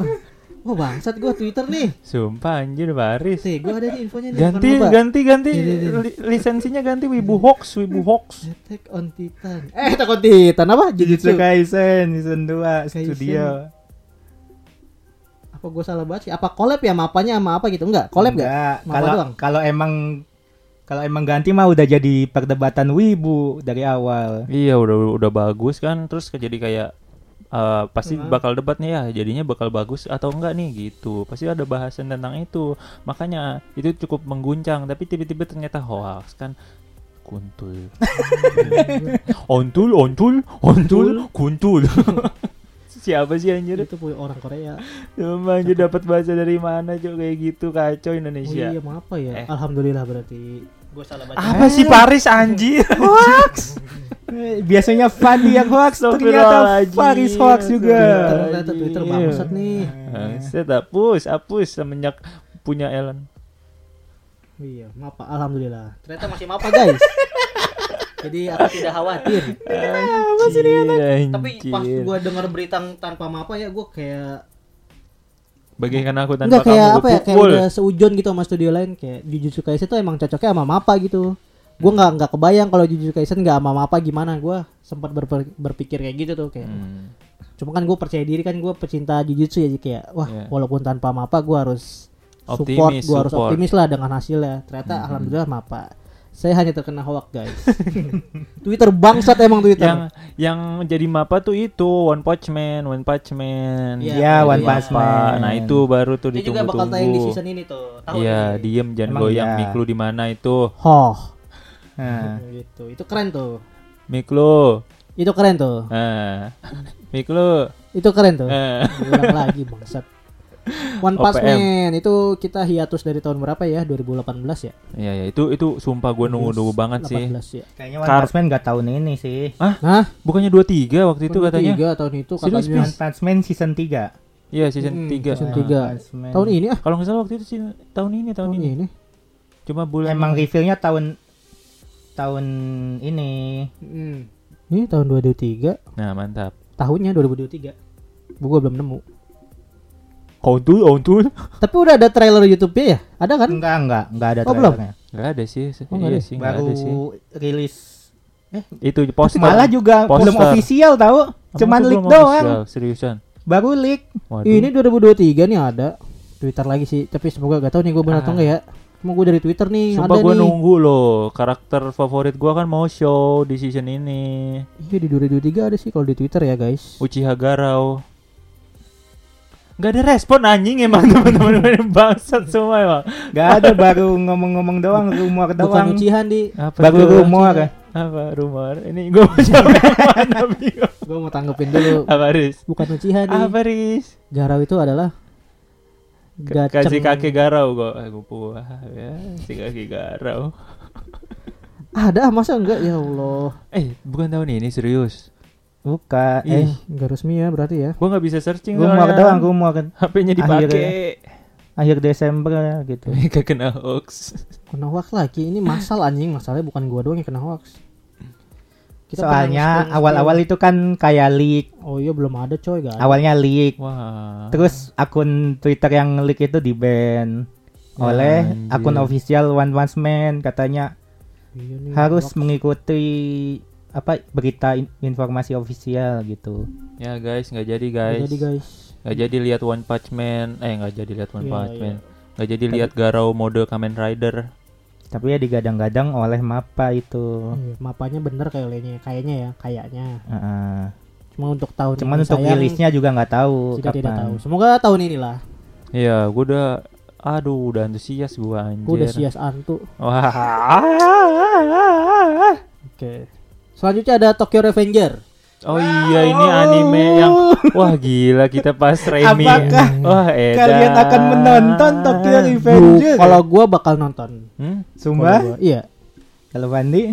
Speaker 3: Wah bangsat gue Twitter nih
Speaker 2: Sumpah anjir baris.
Speaker 3: Sih gue ada nih infonya nih bukan
Speaker 2: Ganti
Speaker 3: mapa.
Speaker 2: ganti ganti
Speaker 3: Iya, iya, iya.
Speaker 2: Li- lisensinya ganti Wibu Hoax, Wibu Hoax.
Speaker 3: Attack on Titan Eh Attack on Titan apa?
Speaker 5: Jujutsu
Speaker 3: Jujutsu
Speaker 5: Kaisen season 2
Speaker 3: Kaisen.
Speaker 5: studio
Speaker 3: apa gue salah baca sih? apa collab ya mapanya sama apa gitu enggak collab enggak
Speaker 5: Enggak.
Speaker 3: Mapa
Speaker 5: Kalau
Speaker 3: doang?
Speaker 5: kalau emang kalau emang ganti mah udah jadi perdebatan wibu dari awal.
Speaker 2: Iya udah udah bagus kan terus ke- jadi kayak eh, pasti
Speaker 3: Hmm.
Speaker 2: bakal debat nih ya jadinya bakal bagus atau enggak nih gitu pasti ada bahasan tentang itu makanya itu cukup mengguncang tapi tiba-tiba ternyata hoax kan kuntul ontul ontul ontul kuntul siapa sih anjir
Speaker 3: itu punya orang Korea
Speaker 2: Cuma anjir dapat bahasa dari mana cok kayak gitu kacau
Speaker 3: oh
Speaker 2: Indonesia
Speaker 3: iya Ah, apa ya
Speaker 2: Eh.
Speaker 3: alhamdulillah berarti
Speaker 6: Gue salah baca.
Speaker 2: apa sih Paris anjir
Speaker 5: Eh, Biasanya Fandi yang hoax ternyata
Speaker 2: Astagfirullahaladzim.
Speaker 5: Faris hoax
Speaker 3: Twitter
Speaker 5: juga.
Speaker 3: ternyata Twitter
Speaker 5: Iya.
Speaker 3: bangsat nih
Speaker 2: saya hapus hapus semenjak punya Ellen
Speaker 3: iya mapa alhamdulillah
Speaker 6: Ternyata masih mapa.
Speaker 3: apa guys jadi aku tidak khawatir
Speaker 2: Anjir,
Speaker 6: Tapi pas gue denger berita tanpa mapa ya gue kayak
Speaker 2: bagaikan aku tanpa
Speaker 3: enggak kayak
Speaker 2: kamu
Speaker 3: apa ya kayak
Speaker 2: kupukul.
Speaker 3: udah seujon gitu sama studio lain kayak Jujutsu Kaisen tuh emang cocoknya sama mapa gitu gue nggak nggak kebayang kalau Jujutsu Kaisen nggak sama mapa gimana gue sempat berper- berpikir kayak gitu tuh kayak
Speaker 2: Hmm.
Speaker 3: Cuma kan gue percaya diri kan gue pecinta jujutsu ya jadi kayak wah
Speaker 2: Iya.
Speaker 3: walaupun tanpa mapa gue harus support
Speaker 2: Optimis,
Speaker 3: gue harus
Speaker 2: support. Mm-hmm.
Speaker 3: optimis lah dengan hasilnya. Ternyata alhamdulillah mapa. Saya hanya terkena hoak guys. Twitter bangsat emang Twitter.
Speaker 2: Hmm. yang yang jadi mapa tuh itu One Punch Man, One Punch Man.
Speaker 3: Iya,
Speaker 5: Ya, One
Speaker 3: iya.
Speaker 5: Punch
Speaker 2: Apa?
Speaker 5: Man.
Speaker 2: Nah itu baru tuh
Speaker 6: Dia juga bakal tayang di season
Speaker 2: ditunggu-tunggu.
Speaker 6: ini tuh. Tahun
Speaker 2: Iya,
Speaker 6: ini.
Speaker 2: diem jangan
Speaker 5: Emang
Speaker 2: goyang
Speaker 5: iya.
Speaker 2: Miklu di mana itu?
Speaker 3: Hoh.
Speaker 5: Nah,
Speaker 3: Gitu. Itu keren tuh.
Speaker 2: Miklu.
Speaker 3: Itu keren tuh.
Speaker 2: Eh. Miklu.
Speaker 3: Itu keren tuh.
Speaker 2: Eh.
Speaker 3: Ulang lagi bangsat. One Punch
Speaker 2: OPM.
Speaker 3: Man itu kita hiatus dari tahun berapa ya? 2018 ya?
Speaker 2: Iya, ya, itu itu sumpah gue nunggu-nunggu banget sih.
Speaker 3: 18 ya.
Speaker 5: kayaknya One
Speaker 2: Kar-
Speaker 5: Punch Man gak tahun ini sih.
Speaker 3: Hah?
Speaker 2: Bukannya 23 waktu itu katanya?
Speaker 3: Tiga tahun itu
Speaker 2: Serius,
Speaker 3: katanya.
Speaker 5: One Punch Man season 3.
Speaker 2: Iya, season
Speaker 3: Hmm,
Speaker 2: 3.
Speaker 3: season
Speaker 5: Ah,
Speaker 2: Nah,
Speaker 3: tiga.
Speaker 5: One Punch Man.
Speaker 3: Tahun ini ah.
Speaker 2: Kalau nggak salah waktu itu sih tahun ini, tahun,
Speaker 3: Tahun
Speaker 2: ini.
Speaker 3: ini.
Speaker 2: Cuma bulan
Speaker 5: Emang reviewnya tahun tahun ini.
Speaker 3: Hmm. Ini tahun 2023,
Speaker 2: Nah, mantap.
Speaker 3: tahunnya 2023. Gua belum nemu.
Speaker 2: Ontul, ontul.
Speaker 3: Tapi udah ada trailer YouTube-nya ya? Ada kan?
Speaker 5: Enggak, enggak, enggak ada
Speaker 3: Oh, belum?
Speaker 5: trailernya.
Speaker 2: Gak ada sih. se-
Speaker 3: Oh, nggak
Speaker 2: iya
Speaker 3: ada.
Speaker 2: sih, nggak
Speaker 5: Baru
Speaker 2: ada sih.
Speaker 5: rilis
Speaker 2: Itu poster.
Speaker 5: malah juga
Speaker 2: Poster.
Speaker 5: belum official tahu.
Speaker 2: Emang
Speaker 5: Cuman
Speaker 2: itu
Speaker 5: leak
Speaker 2: belum
Speaker 5: doang.
Speaker 2: official, seriusan.
Speaker 5: Baru leak.
Speaker 2: Waduh.
Speaker 3: Ini 2023 nih ada. Twitter lagi sih, tapi semoga gak tahu nih gua benar
Speaker 2: Ah.
Speaker 3: atau enggak ya. Cuma gua dari Twitter nih
Speaker 2: Sumpah
Speaker 3: ada
Speaker 2: gue
Speaker 3: nih.
Speaker 2: nunggu loh Karakter favorit gue kan mau show di season ini
Speaker 3: Iya di 2023 ada sih kalau di Twitter ya guys.
Speaker 2: Uchiha Garou Gak ada respon anjing emang teman-teman Bangsat semua emang
Speaker 5: Enggak ada baru ngomong-ngomong doang,
Speaker 2: iya,
Speaker 5: rumor
Speaker 3: Bukan
Speaker 5: doang.
Speaker 3: ucihan di.
Speaker 2: Apa
Speaker 5: Baru
Speaker 2: tuh?
Speaker 5: rumor. kan?
Speaker 2: Apa rumor Ini gue mau sampai mana bingung
Speaker 3: Gua mau tanggepin dulu.
Speaker 2: Apa Riz
Speaker 3: Bukan ucihan di.
Speaker 2: Apa Riz
Speaker 3: Garau itu adalah
Speaker 2: K- Kasih
Speaker 3: gaceng.
Speaker 2: kaki garau gue Eh gue puas ya Si kaki garau
Speaker 3: Ada ah, masa enggak ya Allah.
Speaker 2: Eh bukan tahun ini serius
Speaker 5: Buka.
Speaker 3: Eh,
Speaker 5: Eh,
Speaker 3: enggak resmi ya berarti ya.
Speaker 2: Gue gak bisa searching
Speaker 5: rumor
Speaker 2: soalnya.
Speaker 5: doang, rumor.
Speaker 2: HP-nya dipakai
Speaker 5: Akhir Desember gitu.
Speaker 2: Gak kena hoax
Speaker 3: Kena hoax lagi. Ini masal anjing, masalahnya bukan gua doang yang kena hoax. pernah
Speaker 5: Soalnya
Speaker 3: nge-scroll-
Speaker 5: awal-awal itu kan kayak leak.
Speaker 3: Oh iya belum ada coy guys.
Speaker 5: Awalnya leak.
Speaker 3: Ah.
Speaker 2: Wah
Speaker 5: Terus akun Twitter yang leak itu di ban
Speaker 3: Ya,
Speaker 5: oleh
Speaker 2: anjir.
Speaker 5: akun official One Punch Man katanya
Speaker 3: Iya nih,
Speaker 5: harus
Speaker 3: hoax.
Speaker 5: mengikuti apa berita in- informasi official gitu.
Speaker 2: Ya guys, nggak jadi
Speaker 3: Nggak
Speaker 2: guys.
Speaker 3: Jadi guys.
Speaker 2: Nggak jadi lihat One Punch Man, eh nggak jadi lihat One
Speaker 3: Iya,
Speaker 2: Punch
Speaker 3: iya.
Speaker 2: Man. Nggak jadi lihat Garou mode Kamen Rider.
Speaker 5: Tapi ya digadang-gadang oleh mapa itu.
Speaker 3: Iya, mapanya bener kayaknya, kayaknya ya, kayaknya.
Speaker 5: Heeh.
Speaker 3: Cuma untuk tahun
Speaker 5: Cuman
Speaker 3: ini
Speaker 5: untuk
Speaker 3: sayang,
Speaker 5: rilisnya juga nggak tahu
Speaker 3: kita tidak tahu.
Speaker 5: kapan.
Speaker 3: Semoga tahun inilah.
Speaker 2: Iya, gua udah aduh udah antusias gua anjir.
Speaker 3: Gue udah sias antu.
Speaker 2: Wah.
Speaker 3: Oke. Selanjutnya ada Tokyo Revenger.
Speaker 2: Oh iya ini anime yang wah gila kita pas Remi.
Speaker 5: Apakah
Speaker 2: wah edan.
Speaker 5: Kalian akan menonton Tokyo Revenger.
Speaker 3: Kalau gua bakal nonton.
Speaker 2: Hmm?
Speaker 3: Kalau
Speaker 5: Sumpah,
Speaker 3: gua- Iya.
Speaker 5: kalau Fandi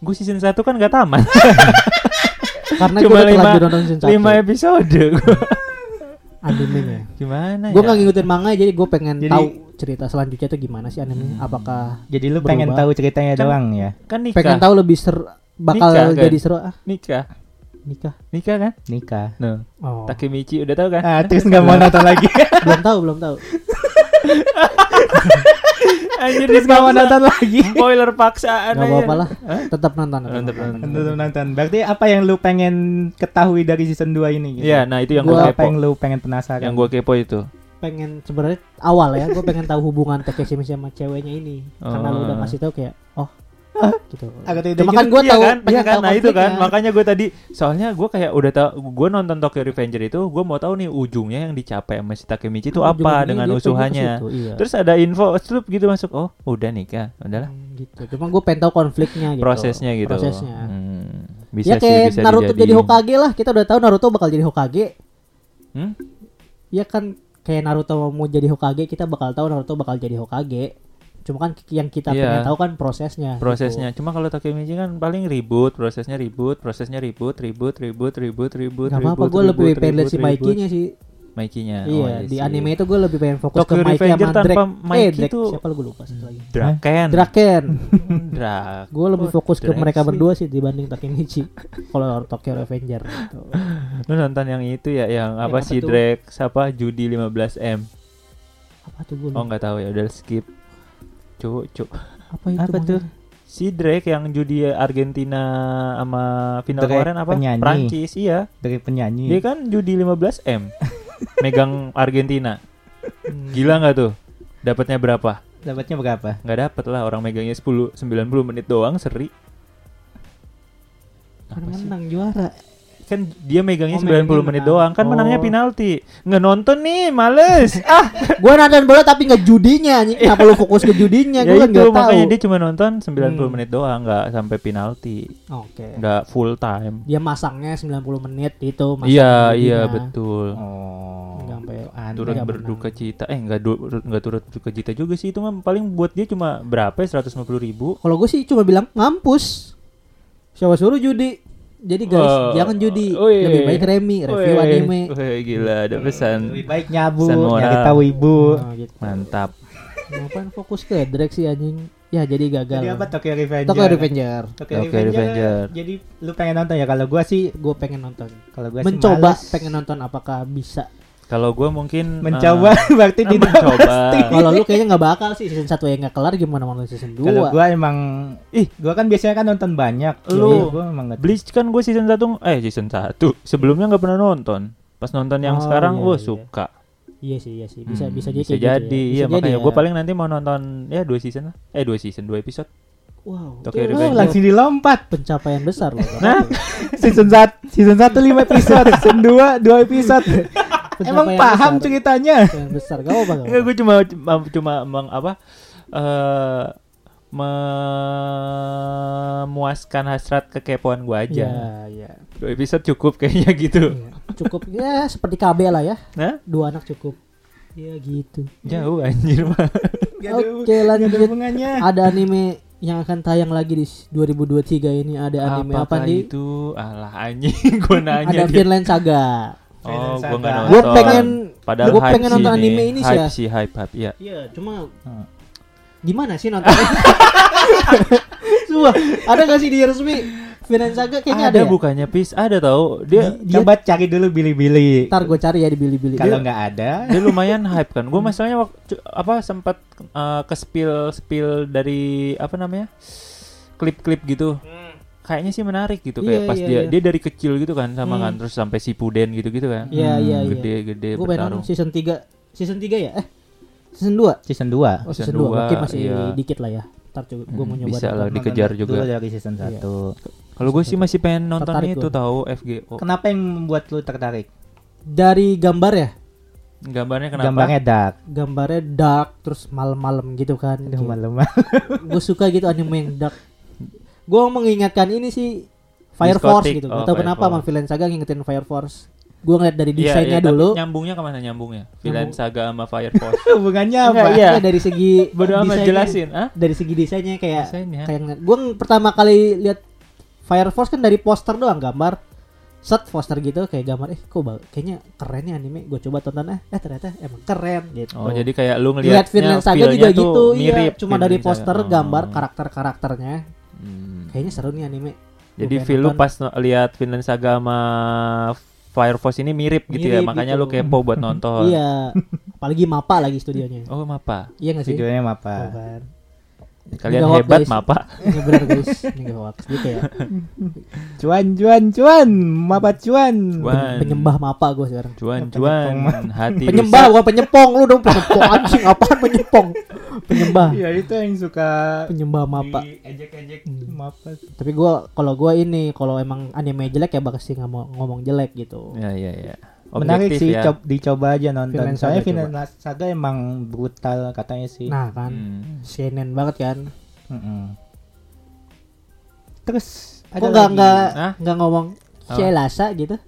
Speaker 2: Gue season 1 kan gak tamat
Speaker 3: Karena gue
Speaker 2: Cuma
Speaker 3: udah
Speaker 2: lima,
Speaker 3: terlanjur nonton season
Speaker 2: 5
Speaker 3: 1
Speaker 2: episode gua.
Speaker 3: animenya.
Speaker 2: Gimana
Speaker 3: Gue
Speaker 2: ya?
Speaker 3: gak ngikutin manga jadi gue pengen
Speaker 5: Iya. Jadi-
Speaker 3: tahu cerita selanjutnya tuh gimana sih animenya.
Speaker 5: Hmm.
Speaker 3: Apakah
Speaker 5: Jadi lu pengen
Speaker 3: Berubah.
Speaker 5: tahu ceritanya
Speaker 2: Kan-
Speaker 5: doang ya.
Speaker 2: Kan nikah
Speaker 3: pengen tahu lebih ser bakal
Speaker 2: Nikah, kan?
Speaker 3: jadi seru ah
Speaker 2: Nikah
Speaker 3: nikah.
Speaker 2: Nikah kan?
Speaker 5: Nikah.
Speaker 2: No.
Speaker 3: Oh.
Speaker 2: Takemichi udah tahu kan?
Speaker 3: Eh,
Speaker 5: Ah, terus nggak mau nonton lagi.
Speaker 3: belum tahu belum tahu.
Speaker 2: Anjir
Speaker 5: terus nggak mau nonton lagi.
Speaker 2: Spoiler paksaan
Speaker 3: Gak apa-apa lah. Tetap nonton.
Speaker 2: Tetep nonton.
Speaker 5: Nonton nonton. Berarti apa yang lu pengen ketahui dari season 2 ini? gitu?
Speaker 2: Iya, nah itu yang gue
Speaker 3: Gua
Speaker 2: kepo.
Speaker 5: Gua apa yang lu pengen penasaran?
Speaker 2: Yang gue kepo itu.
Speaker 3: Pengen sebenarnya awal ya gue pengen tahu hubungan Takeshi sama ceweknya ini. Karena
Speaker 2: Oh.
Speaker 3: lu udah ngasih tahu kayak oh gitu.
Speaker 5: Agak tidak
Speaker 3: Cuma kan gue
Speaker 2: Iya
Speaker 3: tahu
Speaker 2: kan, pengen
Speaker 3: iya,
Speaker 2: kan?
Speaker 3: tahu
Speaker 2: Nah, itu kan.
Speaker 3: konfliknya.
Speaker 2: Makanya gue tadi soalnya gue kayak udah tau gue nonton Tokyo Revenger itu gue mau tahu nih ujungnya yang dicapai sama si Takemichi itu apa
Speaker 3: Ujung-ujungnya
Speaker 2: dengan
Speaker 3: dia
Speaker 2: usuhannya.
Speaker 3: tunggu ke situ, iya.
Speaker 2: Terus ada info slup gitu masuk. Oh, udah nikah. Udahlah.
Speaker 3: Hmm, gitu. Cuma gue pengen tahu konfliknya gitu.
Speaker 2: Prosesnya gitu.
Speaker 3: Prosesnya.
Speaker 2: Hmm,
Speaker 3: ya
Speaker 2: Bisa sih
Speaker 3: kayak
Speaker 2: bisa
Speaker 3: Naruto jadi
Speaker 2: dijadiin.
Speaker 3: Hokage lah. Kita udah tahu Naruto bakal jadi Hokage.
Speaker 2: Hmm?
Speaker 3: Ya kan kayak Naruto mau jadi Hokage, kita bakal tahu Naruto bakal jadi Hokage. Cuma kan yang kita
Speaker 2: Iya.
Speaker 3: pengen tahu kan prosesnya. gitu.
Speaker 2: prosesnya cuma kalau Takemichi kan paling ribut prosesnya ribut prosesnya ribut ribut ribut ribut ribut
Speaker 3: Gak
Speaker 2: ribut
Speaker 3: apa-apa, gue
Speaker 2: ribut,
Speaker 3: lebih pengen lihat
Speaker 2: ribut,
Speaker 3: si
Speaker 2: ribut.
Speaker 3: Mikey-nya sih.
Speaker 2: Mikey-nya
Speaker 3: iya,
Speaker 2: oh,
Speaker 3: di
Speaker 2: sih.
Speaker 3: anime itu gue lebih pengen fokus
Speaker 2: Tokyo
Speaker 3: ke Mikey
Speaker 2: Revenger
Speaker 3: sama
Speaker 2: tanpa
Speaker 3: Drake. eh,
Speaker 2: Mikey
Speaker 3: Drake
Speaker 2: tuh-
Speaker 3: siapa gue lupa satu lagi.
Speaker 2: Draken Hmm,
Speaker 3: Draken.
Speaker 2: Drak
Speaker 3: gue lebih fokus ke
Speaker 2: Drake
Speaker 3: mereka
Speaker 2: sih.
Speaker 3: berdua sih dibanding Takemichi. Kalau Tokyo Revenger. Gitu.
Speaker 2: lu nonton yang itu ya yang apa
Speaker 3: apa
Speaker 2: si
Speaker 3: tuh?
Speaker 2: Drake siapa judi 15M
Speaker 3: Apa tuh gue?
Speaker 2: oh nggak tahu ya udah skip cuk cuk
Speaker 3: Apa itu?
Speaker 5: Apa tuh?
Speaker 3: maksudnya?
Speaker 2: si Drake yang judi Argentina sama final
Speaker 5: Drake
Speaker 2: kemarin apa
Speaker 5: penyanyi.
Speaker 2: Prancis iya
Speaker 5: dari penyanyi.
Speaker 2: dia kan judi 15M megang Argentina gila nggak tuh dapatnya berapa
Speaker 5: Dapatnya berapa?
Speaker 2: nggak dapat lah orang megangnya 10 90 menit doang seri
Speaker 4: Kan menang juara.
Speaker 2: kan dia megangnya
Speaker 4: Oh, megangnya
Speaker 2: 90
Speaker 4: menang.
Speaker 2: menit doang kan menangnya penalti nggak nonton nih males ah
Speaker 3: Gua nonton bola tapi nggak judinya anjing. Kenapa lu fokus ke judinya?
Speaker 2: Iya. ya
Speaker 3: Gua kan
Speaker 2: itu
Speaker 3: nggak tahu.
Speaker 2: makanya dia cuma nonton 90
Speaker 3: Hmm.
Speaker 2: menit doang nggak sampai penalti
Speaker 3: Oke.
Speaker 2: nggak full time
Speaker 3: Dia masangnya 90 menit itu masang
Speaker 2: iya iya
Speaker 3: judinya.
Speaker 2: betul
Speaker 5: Oh.
Speaker 3: Nggak sampai
Speaker 5: itu aneh.
Speaker 2: turut
Speaker 3: nggak
Speaker 2: berduka cita eh nggak du- nggak turut berduka cita juga sih itu mah paling buat dia cuma berapa ya 150 ribu
Speaker 3: Kalau gue sih cuma bilang ngampus. Siapa suruh judi? Jadi guys,
Speaker 2: Oh.
Speaker 3: jangan judi.
Speaker 2: Wih.
Speaker 3: Lebih baik remi, review
Speaker 2: Wih.
Speaker 3: anime.
Speaker 2: Wih, gila ada pesan
Speaker 5: Lebih baik nyabu,
Speaker 2: Pesan moral.
Speaker 5: nyari tahu ibu.
Speaker 3: Nah, gitu.
Speaker 2: mantap
Speaker 3: Ngapain fokus ke Drake sih anjing? Ya jadi gagal.
Speaker 5: Jadi apa Tokyo Revenger?
Speaker 3: Tokyo Revenger.
Speaker 5: Tokyo
Speaker 2: Tokyo
Speaker 5: Revenger.
Speaker 2: Revenger.
Speaker 5: Jadi lu pengen nonton ya kalau gua sih
Speaker 3: Gue pengen nonton.
Speaker 5: kalau gua sih
Speaker 3: Mencoba
Speaker 5: males.
Speaker 3: pengen nonton apakah bisa.
Speaker 2: kalau gue mungkin
Speaker 5: mencoba
Speaker 2: eh,
Speaker 5: berarti
Speaker 2: ah,
Speaker 5: tidak
Speaker 2: mencoba.
Speaker 5: pasti.
Speaker 3: Kalau lu kayaknya nggak bakal sih season 1 yang nggak kelar gimana mau nonton season 2.
Speaker 5: Kalau gua emang
Speaker 2: Ih.
Speaker 5: ih, gua kan biasanya kan nonton
Speaker 2: Lu-
Speaker 5: banyak. Jadi gua emang nggak-
Speaker 2: Bleach kan gue season 1 eh season 1 sebelumnya nggak pernah nonton pas nonton yang
Speaker 3: Oh,
Speaker 2: sekarang
Speaker 3: iya,
Speaker 2: gue
Speaker 3: iya.
Speaker 2: suka
Speaker 3: Iya sih, iya sih. Bisa
Speaker 2: Hmm,
Speaker 3: bisa jadi
Speaker 2: bisa
Speaker 3: kayak gitu
Speaker 2: jadi
Speaker 3: ya. Bisa
Speaker 2: iya makanya
Speaker 3: ya.
Speaker 2: gue paling nanti mau nonton ya dua season lah eh dua season dua episode
Speaker 3: wow.
Speaker 2: Tokyo
Speaker 3: itu
Speaker 5: Oh,
Speaker 2: Revenger.
Speaker 5: langsung dilompat.
Speaker 3: pencapaian besar loh.
Speaker 5: Nah, season 1 season 1 5 episode, season 2 2 episode. Emang
Speaker 3: Pencapaian
Speaker 5: paham
Speaker 3: besar.
Speaker 5: ceritanya.
Speaker 3: Pencapaian besar. Gak apa-apa.
Speaker 2: Enggak,
Speaker 3: nggak apa-apa.
Speaker 2: gue Eh, cuma cuma, cuma meng, apa eh memuaskan hasrat kekepoan gue aja.
Speaker 3: Iya, iya.
Speaker 2: Dua episode cukup kayaknya gitu.
Speaker 3: Iya. Cukup ya seperti KB lah ya.
Speaker 2: Nah,
Speaker 3: Dua anak cukup. Ya gitu.
Speaker 2: Iya. jauh anjir mah.
Speaker 5: Gak ada-
Speaker 3: Oke,
Speaker 5: gak ada
Speaker 3: lanjut.
Speaker 5: hubungannya.
Speaker 3: Ada anime yang akan tayang lagi di 2023 ini ada anime apa
Speaker 2: Apakah
Speaker 3: nih?
Speaker 2: itu? Alah anjing, gue nanya
Speaker 3: Ada
Speaker 2: dia.
Speaker 3: Vinland Saga.
Speaker 2: Oh,
Speaker 5: Vinland
Speaker 2: gue nggak
Speaker 5: Saga.
Speaker 2: nonton.
Speaker 3: Gua pengen
Speaker 2: Padahal
Speaker 3: gua
Speaker 2: hype
Speaker 3: pengen
Speaker 2: sih
Speaker 3: nonton anime ini sih
Speaker 2: hype
Speaker 3: ya.
Speaker 2: sih hype hype ya.
Speaker 6: Iya, cuma
Speaker 5: Hmm.
Speaker 3: Gimana sih nontonnya? Sumpah, ada gak sih di resmi? Vinland Saga kayaknya ada,
Speaker 2: ada,
Speaker 3: ya?
Speaker 2: bukannya pis ada tau dia
Speaker 5: Coba cari dulu Bilibili.
Speaker 3: Ntar gue cari ya di Bilibili.
Speaker 5: Kalau nggak ada,
Speaker 2: dia lumayan hype kan gue masalahnya waktu apa sempat eh, ke spill spill dari apa namanya klip-klip gitu kayaknya sih menarik gitu kayak
Speaker 3: Iya,
Speaker 2: pas
Speaker 3: iya,
Speaker 2: dia
Speaker 3: iya.
Speaker 2: dia dari kecil gitu kan sama
Speaker 3: Hmm.
Speaker 2: kan terus sampai si puden gitu gitu kan
Speaker 3: Iya, iya, iya.
Speaker 2: gede-gede
Speaker 3: Gue pengen
Speaker 2: bertarung
Speaker 3: nonton season 3. Season 3 ya? Eh, season 2?
Speaker 5: season 2.
Speaker 3: Oh,
Speaker 2: Season
Speaker 3: season 2.
Speaker 2: dua,
Speaker 3: Mungkin masih
Speaker 2: iya.
Speaker 3: dikit lah ya. Ntar coba gue
Speaker 2: Hmm,
Speaker 3: mau nyoba.
Speaker 2: bisa
Speaker 3: dulu.
Speaker 2: lah. dikejar juga.
Speaker 5: dari season 1.
Speaker 2: kalau gue sih masih pengen nonton
Speaker 3: Tertarik
Speaker 2: itu
Speaker 3: gua.
Speaker 2: tahu FGO
Speaker 5: Kenapa yang membuat lu tertarik?
Speaker 3: Dari gambar ya?
Speaker 2: gambarnya kenapa
Speaker 5: Gambarnya dark.
Speaker 3: Gambarnya dark terus malam-malam gitu kan.
Speaker 5: Aduh, malam
Speaker 3: gue suka gitu anime yang dark. Gue mengingatkan ini sih Fire
Speaker 2: Diskotik.
Speaker 3: Force gitu.
Speaker 2: Oh,
Speaker 3: Gak tau
Speaker 2: Fire
Speaker 3: kenapa sama
Speaker 2: Force.
Speaker 3: Villain Saga ngingetin Fire Force. Gue ngeliat dari
Speaker 2: Iya, iya,
Speaker 3: desainnya
Speaker 2: tapi
Speaker 3: dulu.
Speaker 2: nyambungnya kemana nyambungnya Villain
Speaker 3: Nyambung.
Speaker 2: Saga sama Fire Force
Speaker 5: Hubungannya apa?
Speaker 3: Enggak, iya, dari segi
Speaker 2: bodo amat
Speaker 3: desainnya-
Speaker 2: jelasin ah
Speaker 3: Dari segi desainnya kayak
Speaker 2: Desainnya.
Speaker 3: kayak gue pertama kali lihat Fire Force kan dari poster doang gambar set poster gitu kayak gambar eh kok ba- kayaknya keren nih anime gue coba tonton eh, eh ternyata emang keren gitu
Speaker 2: oh jadi kayak lu
Speaker 3: lihat
Speaker 2: ngelihat ya,
Speaker 3: Vinland Saga juga gitu iya cuma dari poster
Speaker 2: Oh.
Speaker 3: gambar karakter karakternya kayaknya seru nih anime
Speaker 2: Hmm. Jadi
Speaker 3: Gua pengen
Speaker 2: feel lu
Speaker 3: nonton.
Speaker 2: pas no- lihat Vinland Saga sama Fire Force ini mirip gitu ya,
Speaker 3: Mirip
Speaker 2: makanya lu
Speaker 3: gitu.
Speaker 2: kepo buat nonton.
Speaker 3: iya apalagi mapa lagi studionya
Speaker 2: Oh, Mapa.
Speaker 3: iya nggak sih
Speaker 5: Videonya
Speaker 3: Oh,
Speaker 5: apa?
Speaker 3: kan.
Speaker 2: Kalian
Speaker 3: Nggak hoax,
Speaker 2: hebat,
Speaker 3: guys.
Speaker 2: Mapa.
Speaker 3: ini benar guys ini nggak ya. hoax dia kayak
Speaker 5: Cuan, cuan, cuan. Mapa cuan.
Speaker 2: Cuan.
Speaker 3: penyembah mapa gue sekarang
Speaker 2: Cuan, cuan, hati
Speaker 3: penyembah
Speaker 2: rusak.
Speaker 3: gua penyepong lu dong penyepong anjing apaan penyepong penyembah
Speaker 5: Iya, itu yang suka
Speaker 3: penyembah mapa
Speaker 5: ejek-ejek
Speaker 3: Hmm.
Speaker 5: mapa.
Speaker 3: tapi gua kalau gua ini kalau emang anime jelek ya pasti nggak mau ngomong jelek gitu
Speaker 2: Ya, ya, ya.
Speaker 5: Menarik
Speaker 2: Objektif
Speaker 5: sih
Speaker 2: ya.
Speaker 5: cob- dicoba aja nonton.
Speaker 3: Vinland
Speaker 5: Soalnya
Speaker 3: Saga
Speaker 5: Vinland Saga emang brutal katanya sih.
Speaker 3: nah kan
Speaker 2: Hmm.
Speaker 3: CNN banget kan
Speaker 5: Mm-mm. Terus
Speaker 3: kok nggak
Speaker 5: lagi.
Speaker 3: nggak
Speaker 2: Hah?
Speaker 3: nggak ngomong
Speaker 2: Apa?
Speaker 3: Celasa gitu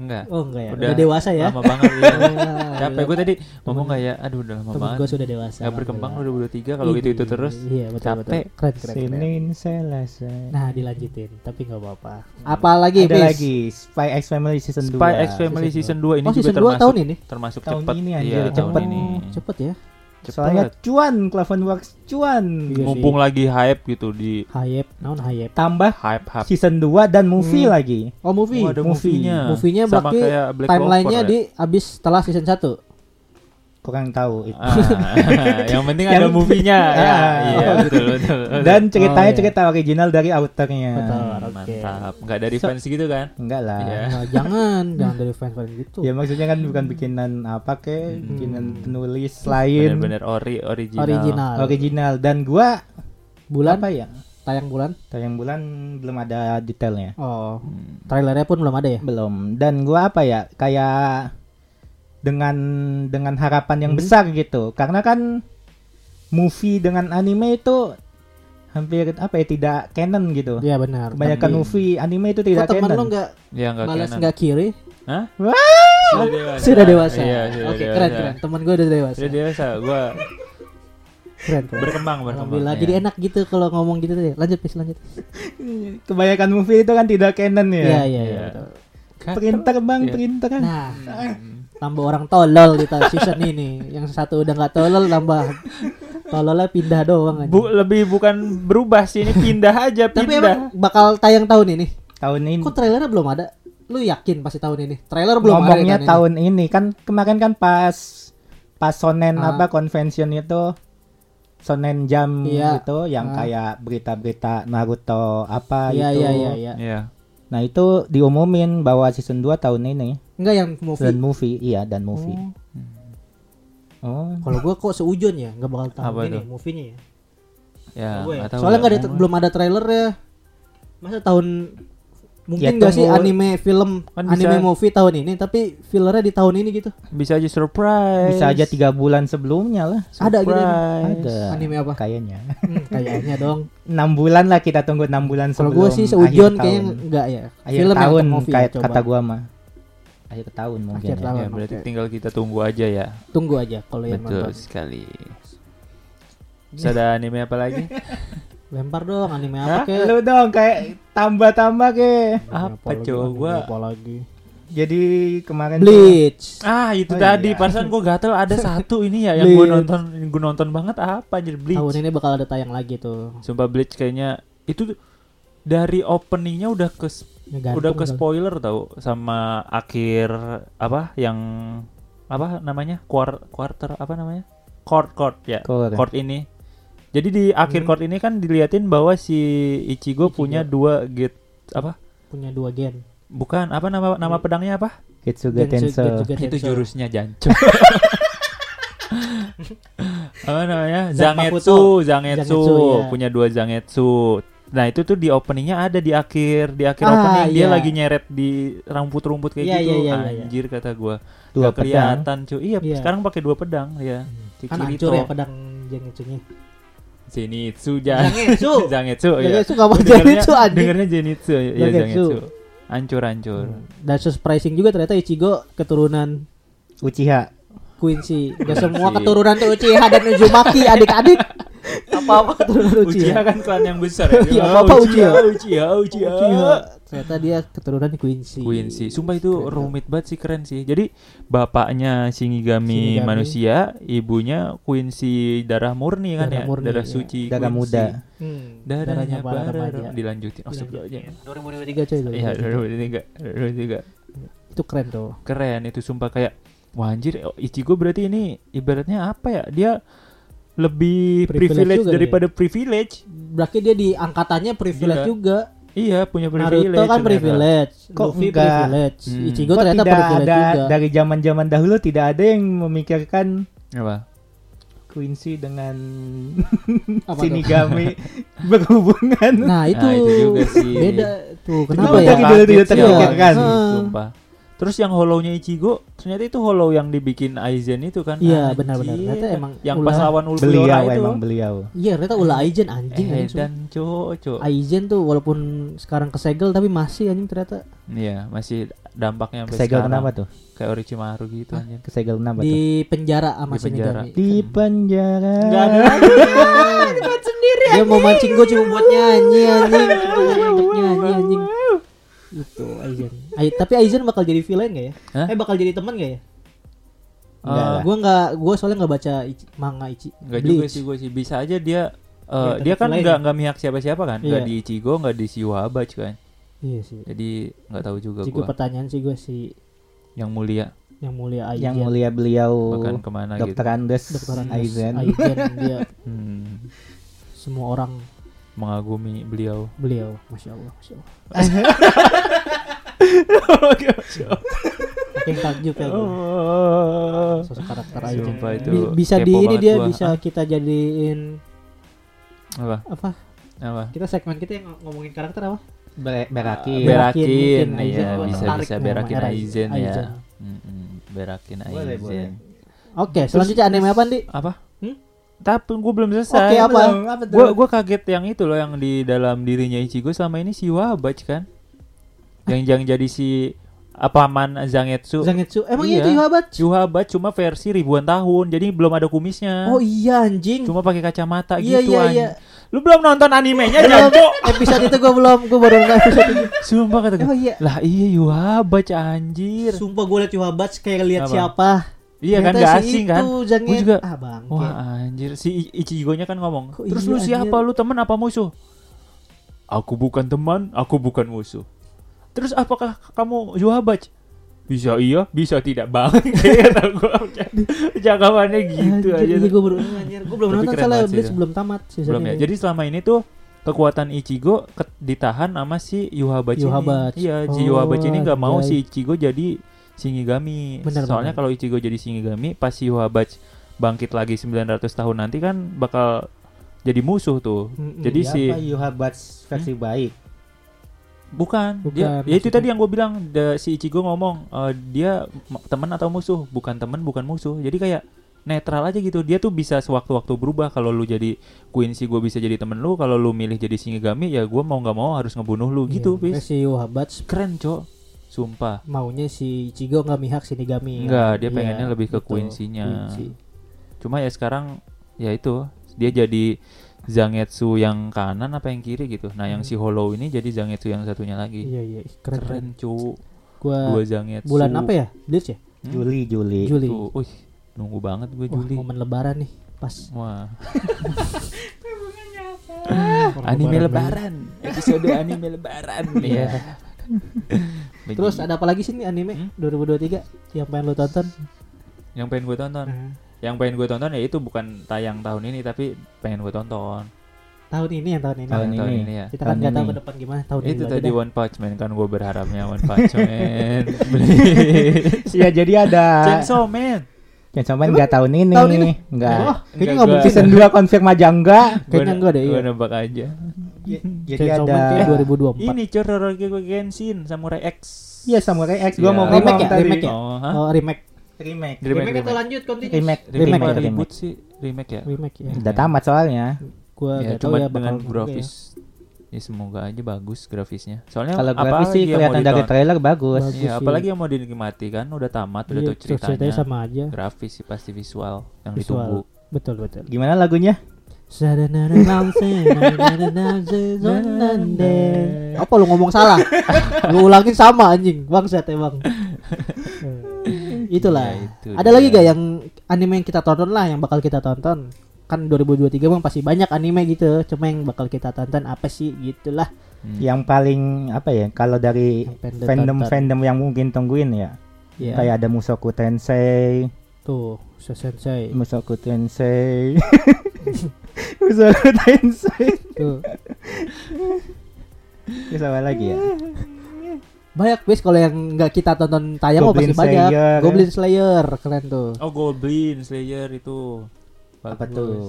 Speaker 2: Enggak.
Speaker 3: oh enggak ya
Speaker 2: Udah.
Speaker 3: udah, dewasa ya
Speaker 2: Lama banget ya.
Speaker 3: Ah,
Speaker 2: Capek gue tadi ngomong kayak ya, aduh udah lama
Speaker 3: temen
Speaker 2: banget.
Speaker 3: gue sudah dewasa
Speaker 2: Gak berkembang
Speaker 3: alhamdulillah.
Speaker 2: 2023 kalau gitu-itu
Speaker 3: Iya,
Speaker 2: terus.
Speaker 3: iya betul
Speaker 2: Capek.
Speaker 3: betul keren keren, keren.
Speaker 5: Senin selasa.
Speaker 3: nah dilanjutin tapi nggak apa-apa
Speaker 2: Hmm.
Speaker 3: apalagi
Speaker 5: Ada
Speaker 3: Fis?
Speaker 5: lagi Spy X Family season 2.
Speaker 2: Spy X Family
Speaker 3: Season
Speaker 2: season 2 ini
Speaker 3: oh
Speaker 2: juga
Speaker 3: season 2
Speaker 2: termasuk
Speaker 3: tahun ini
Speaker 2: termasuk
Speaker 5: Tahun
Speaker 2: cepat
Speaker 5: ini,
Speaker 2: iya,
Speaker 5: anjir,
Speaker 2: tahun
Speaker 5: cepet.
Speaker 2: ini.
Speaker 3: cepet ya
Speaker 5: Soalnya
Speaker 2: Cepet.
Speaker 5: cuan Clovenworks cuan.
Speaker 3: Iya sih.
Speaker 2: Mumpung lagi hype gitu di
Speaker 3: Hayep naon Hayep
Speaker 5: Tambah
Speaker 2: hype hype
Speaker 5: season 2 dan movie
Speaker 3: Hmm.
Speaker 5: lagi.
Speaker 3: oh movie
Speaker 2: Oh, ada
Speaker 5: movie.
Speaker 2: movie-nya.
Speaker 3: Movie-nya
Speaker 2: Sama
Speaker 3: berarti
Speaker 2: kayak Black
Speaker 3: timelinenya
Speaker 2: Clover ya?
Speaker 3: di abis setelah season 1
Speaker 5: kurang tahu itu.
Speaker 2: Ah, yang penting ada
Speaker 5: Yang-
Speaker 2: movie-nya. ya,
Speaker 5: Ah.
Speaker 2: iya,
Speaker 3: gitu.
Speaker 2: betul, betul, betul.
Speaker 5: Dan ceritanya
Speaker 3: Oh, iya.
Speaker 5: cerita original dari authornya.
Speaker 3: Betul. Oke.
Speaker 2: mantap. Enggak dari fans gitu kan?
Speaker 5: Enggak lah.
Speaker 2: Iya.
Speaker 3: Nah, jangan jangan dari fans fans gitu
Speaker 5: Ya maksudnya kan bukan bikinan apa ke,
Speaker 3: Hmm.
Speaker 5: bikinan penulis lain
Speaker 2: Bener-bener ori original.
Speaker 3: original
Speaker 5: original dan gua
Speaker 3: bulan
Speaker 5: apa ya?
Speaker 3: tayang bulan
Speaker 5: Tayang bulan belum ada detailnya.
Speaker 3: oh trailernya pun belum ada ya
Speaker 5: Belum. Dan gua apa ya? Kayak dengan dengan harapan yang
Speaker 3: Hmm.
Speaker 5: besar gitu. Karena kan movie dengan anime itu hampir apa ya tidak canon gitu.
Speaker 3: Iya benar
Speaker 5: Kebanyakan movie anime itu
Speaker 3: Kok
Speaker 5: tidak
Speaker 3: teman lo
Speaker 5: canon.
Speaker 3: nggak
Speaker 2: Ya enggak
Speaker 3: balas
Speaker 2: canon.
Speaker 3: nggak kiri
Speaker 2: Hah?
Speaker 5: Wah!
Speaker 2: Sudah dewasa.
Speaker 3: sudah dewasa
Speaker 2: Iya, sudah
Speaker 3: oke
Speaker 2: dewasa.
Speaker 3: keren keren teman gue udah dewasa
Speaker 2: Sudah dewasa. Gua
Speaker 3: keren keren
Speaker 2: berkembang, berkembang.
Speaker 3: Alhamdulillah
Speaker 2: Iya.
Speaker 3: jadi enak gitu kalau ngomong gitu tadi lanjut bis lanjut
Speaker 5: Kebanyakan movie itu kan tidak canon ya.
Speaker 3: iya iya iya
Speaker 2: Iya.
Speaker 3: betul.
Speaker 5: Printer bang,
Speaker 2: Iya.
Speaker 5: printer kan.
Speaker 3: nah
Speaker 2: Hmm.
Speaker 3: tambah orang tolol kita season ini yang satu udah nggak tolol tambah tololnya pindah doang aja.
Speaker 2: Bu, lebih bukan berubah sih ini pindah aja
Speaker 3: tapi
Speaker 2: pindah.
Speaker 3: emang bakal tayang tahun ini
Speaker 5: Tahun ini.
Speaker 3: kok trailernya belum ada lu yakin pasti tahun ini trailer belum
Speaker 5: ngomongnya
Speaker 3: ada di
Speaker 5: tahun ini. kan kemarin kan pas pas sonen
Speaker 3: Ah.
Speaker 5: apa convention itu sonen jam
Speaker 3: Iya.
Speaker 5: gitu yang
Speaker 3: Ah.
Speaker 5: kayak berita-berita Naruto apa
Speaker 3: Iya
Speaker 5: gitu.
Speaker 3: iya iya iya.
Speaker 2: Iya.
Speaker 5: Nah, itu diumumin bahwa season 2 tahun ini
Speaker 3: Enggak yang movie.
Speaker 5: dan movie, iya dan movie. Oh.
Speaker 3: Kalau gua kok seujon ya, enggak bakal tahu
Speaker 2: Apa
Speaker 3: ini
Speaker 2: tuh?
Speaker 3: movie-nya ya.
Speaker 5: Iya,
Speaker 2: Ya,
Speaker 3: Gua ya.
Speaker 2: nggak tahu
Speaker 3: Soalnya
Speaker 2: ya.
Speaker 3: enggak ada belum ada trailernya. Masa tahun mungkin
Speaker 5: Ya,
Speaker 3: enggak sih
Speaker 5: tunggu.
Speaker 3: anime film
Speaker 2: Kan bisa.
Speaker 3: anime movie tahun ini tapi fillernya di tahun ini gitu.
Speaker 2: bisa aja surprise.
Speaker 5: Oh, Bisa aja tiga bulan sebelumnya lah.
Speaker 3: Ada gitu ya?
Speaker 2: Surprise.
Speaker 5: Ada.
Speaker 3: Anime apa?
Speaker 5: Kayaknya.
Speaker 3: Hmm, kayaknya dong.
Speaker 5: 6 bulan lah kita tunggu 6 bulan
Speaker 3: Kalau
Speaker 5: sebelum.
Speaker 3: gua sih
Speaker 5: akhir
Speaker 3: seujon
Speaker 5: tahun.
Speaker 3: kayaknya enggak ya.
Speaker 5: akhir
Speaker 3: yang
Speaker 5: tahun
Speaker 3: ke movie ya,
Speaker 5: kayak
Speaker 3: coba.
Speaker 5: kata gua mah. Akhir tahun mungkin.
Speaker 3: Akhir
Speaker 5: ya.
Speaker 3: tahun.
Speaker 2: Ya, berarti
Speaker 3: Oke. Iya,
Speaker 2: tinggal kita tunggu aja ya.
Speaker 3: Tunggu aja kalau yang
Speaker 2: Betul
Speaker 3: nonton.
Speaker 2: sekali.
Speaker 3: Iya.
Speaker 2: Terus ada anime apa lagi?
Speaker 3: Lempar dong anime apa
Speaker 5: Hah?
Speaker 3: kek.
Speaker 5: Lu dong kayak tambah-tambah ke.
Speaker 2: apa
Speaker 3: lagi,
Speaker 2: coba
Speaker 3: anime
Speaker 2: gua?
Speaker 3: Apa lagi?
Speaker 5: Jadi kemarin tuh-
Speaker 3: Bleach.
Speaker 2: Ah, itu
Speaker 5: Oh,
Speaker 2: tadi
Speaker 5: iya.
Speaker 2: perasaan gue gatel ada satu ini ya yang gue
Speaker 3: Bleach.
Speaker 2: nonton gue nonton banget apa anjir
Speaker 3: Tahun
Speaker 2: Bleach.
Speaker 3: ini bakal ada tayang lagi tuh.
Speaker 2: Sumpah Bleach kayaknya itu tuh dari openingnya udah ke
Speaker 3: Ngegantung
Speaker 2: udah ke
Speaker 3: kali.
Speaker 2: spoiler tau sama akhir apa yang apa namanya quarter, quarter apa namanya court court ya
Speaker 5: Court.
Speaker 2: court ini jadi di akhir court ini kan diliatin bahwa si Ichigo, punya dua gate apa
Speaker 3: punya dua gen.
Speaker 2: bukan apa nama nama pedangnya apa
Speaker 5: Getsuga Tensei.
Speaker 2: itu jurusnya jancuk apa namanya
Speaker 3: Dan
Speaker 2: Zangetsu
Speaker 3: Makoto.
Speaker 2: Zangetsu
Speaker 3: Zangetsu, iya.
Speaker 2: punya dua Zangetsu nah itu tuh di openingnya ada di akhir di akhir
Speaker 3: Ah,
Speaker 2: opening dia
Speaker 3: iya.
Speaker 2: lagi nyeret di rumput-rumput kayak
Speaker 3: Iya,
Speaker 2: gitu
Speaker 3: iya, iya, iya, iya.
Speaker 2: anjir kata gua
Speaker 5: Dua
Speaker 2: Gak kelihatan cuy iya
Speaker 3: Iya.
Speaker 2: sekarang pakai dua pedang ya
Speaker 3: Kan
Speaker 2: Kikirito
Speaker 3: hancur ya pedang Zenitsunya.
Speaker 2: Zenitsu jangan
Speaker 3: Zangetsu.
Speaker 2: Zangetsu ya
Speaker 3: Zenitsu kamu
Speaker 2: Dengarnya-
Speaker 3: Zenitsu anjing.
Speaker 2: dengarnya Zenitsu ya
Speaker 3: Zangetsu.
Speaker 2: Zangetsu hancur hancur
Speaker 3: Dan surprising juga ternyata Ichigo keturunan
Speaker 5: Uchiha.
Speaker 3: Quincy.
Speaker 2: Quincy.
Speaker 3: Gak semua keturunan tuh Uchiha dan Uzumaki adik-adik. Apa-apa keturunan
Speaker 2: Uchiha
Speaker 3: Uchiha.
Speaker 2: kan klan yang besar ya.
Speaker 3: Iya,
Speaker 2: Oh,
Speaker 3: apa-apa
Speaker 2: Uchiha, Uchiha,
Speaker 3: Uchiha.
Speaker 2: Uchiha.
Speaker 3: Ternyata dia keturunan Quincy.
Speaker 2: Quincy. Sumpah itu rumit banget sih keren sih. Jadi bapaknya Shinigami,
Speaker 3: Shinigami.
Speaker 2: manusia, ibunya Quincy darah murni kan ya,
Speaker 3: Darah murni,
Speaker 2: darah
Speaker 3: iya.
Speaker 2: suci
Speaker 5: Darah
Speaker 2: Quincy.
Speaker 5: muda.
Speaker 3: Hmm,
Speaker 2: Darahnya
Speaker 3: bara
Speaker 2: bara
Speaker 3: remaja.
Speaker 2: dilanjutin. Oh, sebelum aja.
Speaker 3: 2023 coy.
Speaker 2: Iya, darah tiga, darah tiga.
Speaker 3: Itu keren tuh.
Speaker 2: Keren itu sumpah kayak wah anjir oh, Ichigo berarti ini ibaratnya apa ya? Dia lebih
Speaker 3: Privilege
Speaker 2: privilege,
Speaker 3: juga
Speaker 2: daripada privilege.
Speaker 3: Berarti dia di angkatannya privilege
Speaker 2: Gila.
Speaker 3: juga.
Speaker 2: Iya, punya privilege.
Speaker 3: Naruto kan
Speaker 2: ternyata.
Speaker 3: privilege,
Speaker 5: Kok
Speaker 3: Luffy
Speaker 5: enggak?
Speaker 3: privilege,
Speaker 2: Hmm.
Speaker 3: Ichigo
Speaker 5: Kok
Speaker 3: ternyata
Speaker 5: tidak
Speaker 3: privilege
Speaker 5: ada
Speaker 3: juga.
Speaker 5: dari zaman-zaman dahulu tidak ada yang memikirkan
Speaker 2: Apa?
Speaker 5: Quincy dengan
Speaker 3: Apa tuh?
Speaker 5: Shinigami berhubungan.
Speaker 3: Nah itu,
Speaker 2: Nah, itu juga sih.
Speaker 3: beda tuh kenapa
Speaker 5: Kenapa
Speaker 3: ya?
Speaker 5: dari dulu tidak
Speaker 2: Kaget sih awalnya
Speaker 5: terpikirkan?
Speaker 2: sih,
Speaker 3: Hmm.
Speaker 2: Sumpah. Terus yang hollownya Ichigo, ternyata itu hollow yang dibikin Aizen itu kan?
Speaker 3: Iya
Speaker 2: Anjir.
Speaker 3: benar-benar. Ternyata emang
Speaker 2: yang
Speaker 3: ulah-
Speaker 2: pas lawan Ulfiora
Speaker 5: Beliau
Speaker 2: itu.
Speaker 5: emang beliau.
Speaker 3: Iya ternyata ulah Aizen anjing.
Speaker 2: Eh,
Speaker 3: anjing,
Speaker 2: dan cocok.
Speaker 3: sumpah. Aizen tuh walaupun sekarang kesegel tapi masih anjing ternyata
Speaker 2: Iya, masih dampaknya sampai
Speaker 5: Kesegel
Speaker 2: sekarang.
Speaker 5: kenapa tuh?
Speaker 2: Kayak Orochimaru gitu anjing.
Speaker 5: Kesegel kenapa tuh?
Speaker 3: di penjara sama Iya.
Speaker 2: Di penjara.
Speaker 3: Shinigami.
Speaker 5: Di penjara.
Speaker 2: Enggak ada.
Speaker 3: sendiri. Dia mau mancing gue cuma buat nyanyi anjing, Cuma buat nyanyi anjing. Itu Aizen. Ai- tapi Aizen bakal jadi villain gak ya?
Speaker 2: Hah?
Speaker 3: Eh bakal jadi teman gak ya?
Speaker 5: Enggak
Speaker 2: Eh,
Speaker 5: lah.
Speaker 3: Gue nggak, gue soalnya nggak baca ichi, manga ichi.
Speaker 2: Enggak
Speaker 3: Bleach.
Speaker 2: juga sih gue sih. Bisa aja dia eh,
Speaker 3: Ya,
Speaker 2: dia kan
Speaker 3: lain.
Speaker 2: nggak nggak mihak siapa-siapa kan? Nggak
Speaker 3: Iya.
Speaker 2: di Ichigo, nggak di Shiwabash kan.
Speaker 3: Iya sih.
Speaker 2: Jadi nggak tahu juga gua.
Speaker 3: Jika pertanyaan sih gue sih
Speaker 2: Yang mulia.
Speaker 3: yang mulia Aizen.
Speaker 5: yang mulia beliau
Speaker 2: Bukan kemana
Speaker 5: Dr. Andes
Speaker 3: Dr. Andes
Speaker 5: Aizen
Speaker 3: Aizen, dia
Speaker 2: gitu. Hmm,
Speaker 3: semua orang
Speaker 2: mengagumi beliau.
Speaker 3: beliau, masya Allah, masya Allah. Makin takjub ya gue. Sosok karakter Aizen.
Speaker 2: Oh. Sumpah itu
Speaker 3: Bi- bisa
Speaker 2: kepo
Speaker 3: di ini
Speaker 2: banget
Speaker 3: dia
Speaker 2: gua.
Speaker 3: bisa kita jadiin
Speaker 2: Apa?
Speaker 3: apa?
Speaker 2: Apa?
Speaker 3: Kita segmen kita yang ngomongin karakter apa?
Speaker 5: Ber-
Speaker 2: Ah,
Speaker 5: Beraki
Speaker 3: Ber-
Speaker 2: Berakin,
Speaker 3: Berakin,
Speaker 2: iya
Speaker 3: Aizen.
Speaker 2: bisa
Speaker 3: Tarik
Speaker 2: bisa
Speaker 3: nama
Speaker 2: berakin
Speaker 3: Aizen. iya.
Speaker 2: Aizen ya.
Speaker 3: Aizen.
Speaker 2: Mm-mm, Berakin
Speaker 5: Boleh, boleh.
Speaker 2: Aizen.
Speaker 3: Oke, selanjutnya anime apa nih?
Speaker 2: Apa?
Speaker 3: Hmm?
Speaker 2: Tapi gue belum selesai.
Speaker 3: Oke, apa?
Speaker 5: Belum, apa tuh?
Speaker 2: Gue gue kaget yang itu loh yang di dalam dirinya Ichigo selama ini si Wabac kan. Yang yang jadi si apa man Zangetsu.
Speaker 3: Zangetsu. Emang
Speaker 2: Iya.
Speaker 3: itu Yuhabat?
Speaker 2: Si Wabac cuma versi ribuan tahun. Jadi belum ada kumisnya.
Speaker 3: Oh iya anjing.
Speaker 2: Cuma pakai kacamata
Speaker 3: Iya,
Speaker 2: gitu
Speaker 3: iya,
Speaker 2: anj-
Speaker 3: iya.
Speaker 2: Lu belum nonton animenya
Speaker 3: Belum.
Speaker 2: Eh, jago.
Speaker 3: episode itu gue belum, gue baru nonton episode itu.
Speaker 2: Sumpah kata
Speaker 3: Emang
Speaker 2: gue.
Speaker 3: iya.
Speaker 2: Lah iya Wabac anjir.
Speaker 3: Sumpah gue liat Yuhabat kayak liat
Speaker 2: Apa?
Speaker 3: siapa.
Speaker 2: Iya kan
Speaker 3: Ternyata
Speaker 2: gak
Speaker 3: si
Speaker 2: asing kan.
Speaker 3: itu, Zanget.
Speaker 2: Gua juga-
Speaker 3: ah bang.
Speaker 2: Wah anjir si I- Ichigo-nya kan ngomong.
Speaker 3: Kok
Speaker 2: Terus
Speaker 3: iya,
Speaker 2: lu siapa?
Speaker 3: anjir?"
Speaker 2: Lu teman apa musuh? Aku bukan teman, aku bukan musuh. Terus apakah kamu Yuhabac? Bisa iya, bisa tidak bang. Kata gua jangkapannya gitu aja.
Speaker 3: Iya gue baru anjir. Gue belum
Speaker 2: Tapi
Speaker 3: nonton
Speaker 2: keren
Speaker 3: soalnya
Speaker 2: banget sih
Speaker 3: Blitz
Speaker 2: itu.
Speaker 3: belum tamat season
Speaker 2: Belum ya. Jadi selama ini tuh kekuatan Ichigo ket- ditahan sama si Yuhabac ini.
Speaker 3: Yuhabac.
Speaker 2: Iya, si
Speaker 3: Oh,
Speaker 2: Yuhabac ini nggak mau si
Speaker 3: anjay.
Speaker 2: Ichigo jadi Shinigami.
Speaker 3: Bener,
Speaker 2: Soalnya
Speaker 3: bener.
Speaker 2: kalau Ichigo jadi Shinigami, pas si Yuhabac bangkit lagi 900 tahun nanti kan bakal jadi musuh tuh.
Speaker 3: Mm-mm.
Speaker 2: jadi si Hmm?
Speaker 5: Siapa Yuhabats versi baik
Speaker 2: bukan,
Speaker 3: Bukan,
Speaker 2: dia ya itu
Speaker 3: maksudnya.
Speaker 2: tadi yang gue bilang da- si Ichigo ngomong eh, dia ma- teman atau musuh, bukan teman, bukan musuh. Jadi kayak netral aja gitu. Dia tuh bisa sewaktu-waktu berubah. Kalau lu jadi Queen sih gue bisa jadi temen lu. Kalau lu milih jadi Shinigami ya gue mau nggak mau harus ngebunuh lu gitu,
Speaker 3: Iya,
Speaker 2: bis.
Speaker 3: Si Yuhabat
Speaker 2: Keren, Cok. Sumpah.
Speaker 3: maunya si Ichigo nggak mihak Shinigami.
Speaker 2: Enggak, dia
Speaker 3: Iya,
Speaker 2: pengennya lebih ke
Speaker 3: betul.
Speaker 2: Quincy-nya.
Speaker 3: Quincy.
Speaker 2: Cuma ya sekarang ya itu dia jadi Zangetsu yang kanan apa yang kiri gitu. Nah, yang si Hollow ini jadi Zangetsu yang satunya lagi.
Speaker 3: Hmm. Iya iya keren. keren.
Speaker 2: Keren, Cuk. Dua
Speaker 3: Gua
Speaker 2: Zangetsu.
Speaker 3: bulan apa ya? Blitz ya?
Speaker 2: Hmm.
Speaker 5: Juli Juli
Speaker 3: Juli.
Speaker 2: Tuh, wih, nunggu banget gue
Speaker 3: Wah,
Speaker 2: Juli.
Speaker 3: momen lebaran nih pas.
Speaker 2: Wah,
Speaker 3: Momen
Speaker 2: Ah, anime
Speaker 3: Blitz.
Speaker 2: lebaran. Episode anime lebaran. Iya. Begini.
Speaker 3: Terus ada apa lagi sih nih anime
Speaker 2: Hmm?
Speaker 3: 2023 yang pengen lo tonton? Hmm.
Speaker 2: yang pengen gue tonton. Yang pengen gue tonton ya itu bukan tayang tahun ini tapi pengen gue tonton.
Speaker 3: Tahun ini yang tahun ini.
Speaker 5: Tahun
Speaker 2: Tayang
Speaker 5: ini.
Speaker 2: ya.
Speaker 3: Kita kan
Speaker 5: tahun
Speaker 3: nggak tahu
Speaker 5: ini.
Speaker 3: ke depan gimana tahun ini.
Speaker 2: itu
Speaker 3: lagi
Speaker 2: tadi
Speaker 3: dah.
Speaker 2: One Punch Man kan gue berharapnya One Punch Man. Iya.
Speaker 5: ya jadi ada
Speaker 2: Chainsaw Man.
Speaker 5: Chainsaw Man nggak tahun ini
Speaker 3: tahun ini?
Speaker 5: nggak
Speaker 3: Wah, kayaknya
Speaker 2: Enggak,
Speaker 3: nggak
Speaker 2: gua-
Speaker 3: mungkin.
Speaker 5: season 2 konfirm aja enggak
Speaker 3: Kayaknya
Speaker 2: Gua-
Speaker 3: enggak deh,
Speaker 2: Gue
Speaker 3: iya.
Speaker 2: nebak aja.
Speaker 5: jadi
Speaker 3: Chainsaw Man
Speaker 5: ada
Speaker 2: ya?
Speaker 3: kayak 2024.
Speaker 2: Ini Chororoge Genshin Samurai X.
Speaker 5: Iya Samurai X gua
Speaker 2: Iya.
Speaker 5: mau
Speaker 3: Remake
Speaker 5: ngomong
Speaker 3: ya?
Speaker 5: tadi.
Speaker 3: Remake ya?
Speaker 2: Oh, hah?
Speaker 3: Oh, remake.
Speaker 5: Remake.
Speaker 2: Remake, remake.
Speaker 6: atau lanjut continue?
Speaker 5: Remake.
Speaker 2: remake,
Speaker 3: Remake
Speaker 2: apa
Speaker 3: ya,
Speaker 2: reboot sih remake ya
Speaker 3: Remake ya.
Speaker 5: Udah tamat soalnya.
Speaker 3: Gua
Speaker 2: ya,
Speaker 3: nggak tahu
Speaker 2: cuma
Speaker 3: ya bakal
Speaker 2: dengan
Speaker 3: ngomong
Speaker 5: gitu
Speaker 3: ya.
Speaker 2: grafis ya. semoga aja bagus grafisnya soalnya
Speaker 5: Kalau
Speaker 2: Nah, apa
Speaker 5: grafis sih
Speaker 2: lagi yang mau
Speaker 5: kelihatan dari
Speaker 2: diton-
Speaker 5: trailer bagus.
Speaker 3: Bagus
Speaker 2: Iya,
Speaker 3: sih.
Speaker 2: apalagi yang mau dinikmati kan udah tamat udah
Speaker 3: Iya,
Speaker 2: tuh ceritanya,
Speaker 3: sama aja.
Speaker 2: grafis sih pasti visual yang
Speaker 3: Visual.
Speaker 2: ditunggu
Speaker 3: Betul betul.
Speaker 5: Gimana lagunya?
Speaker 3: Apa lu ngomong salah? lu ulangin sama anjing, bangsat emang. Itulah.
Speaker 2: Iya, itu
Speaker 3: Ada
Speaker 2: dia.
Speaker 3: lagi gak yang anime yang kita tonton lah yang bakal kita tonton? Kan 2023 emang pasti banyak anime gitu, cuma yang bakal kita tonton apa sih gitulah.
Speaker 2: Hmm.
Speaker 5: Yang paling apa ya? Kalau dari
Speaker 3: Yang pengen
Speaker 5: fandom-fandom yang mungkin tungguin ya.
Speaker 3: Iya.
Speaker 5: Kayak ada Musoku Tensei,
Speaker 3: tuh, sensei.
Speaker 5: Musoku Tensei. Musoku Tensei.
Speaker 3: Tuh.
Speaker 5: Terus apa lagi ya?
Speaker 3: Banyak wis kalau yang nggak kita tonton tayang mah
Speaker 5: Goblin
Speaker 3: pasti banyak.
Speaker 5: Slayer, ya.
Speaker 3: Goblin Slayer keren tuh.
Speaker 2: oh Goblin Slayer itu
Speaker 5: Apa
Speaker 2: Bagus.
Speaker 5: tuh?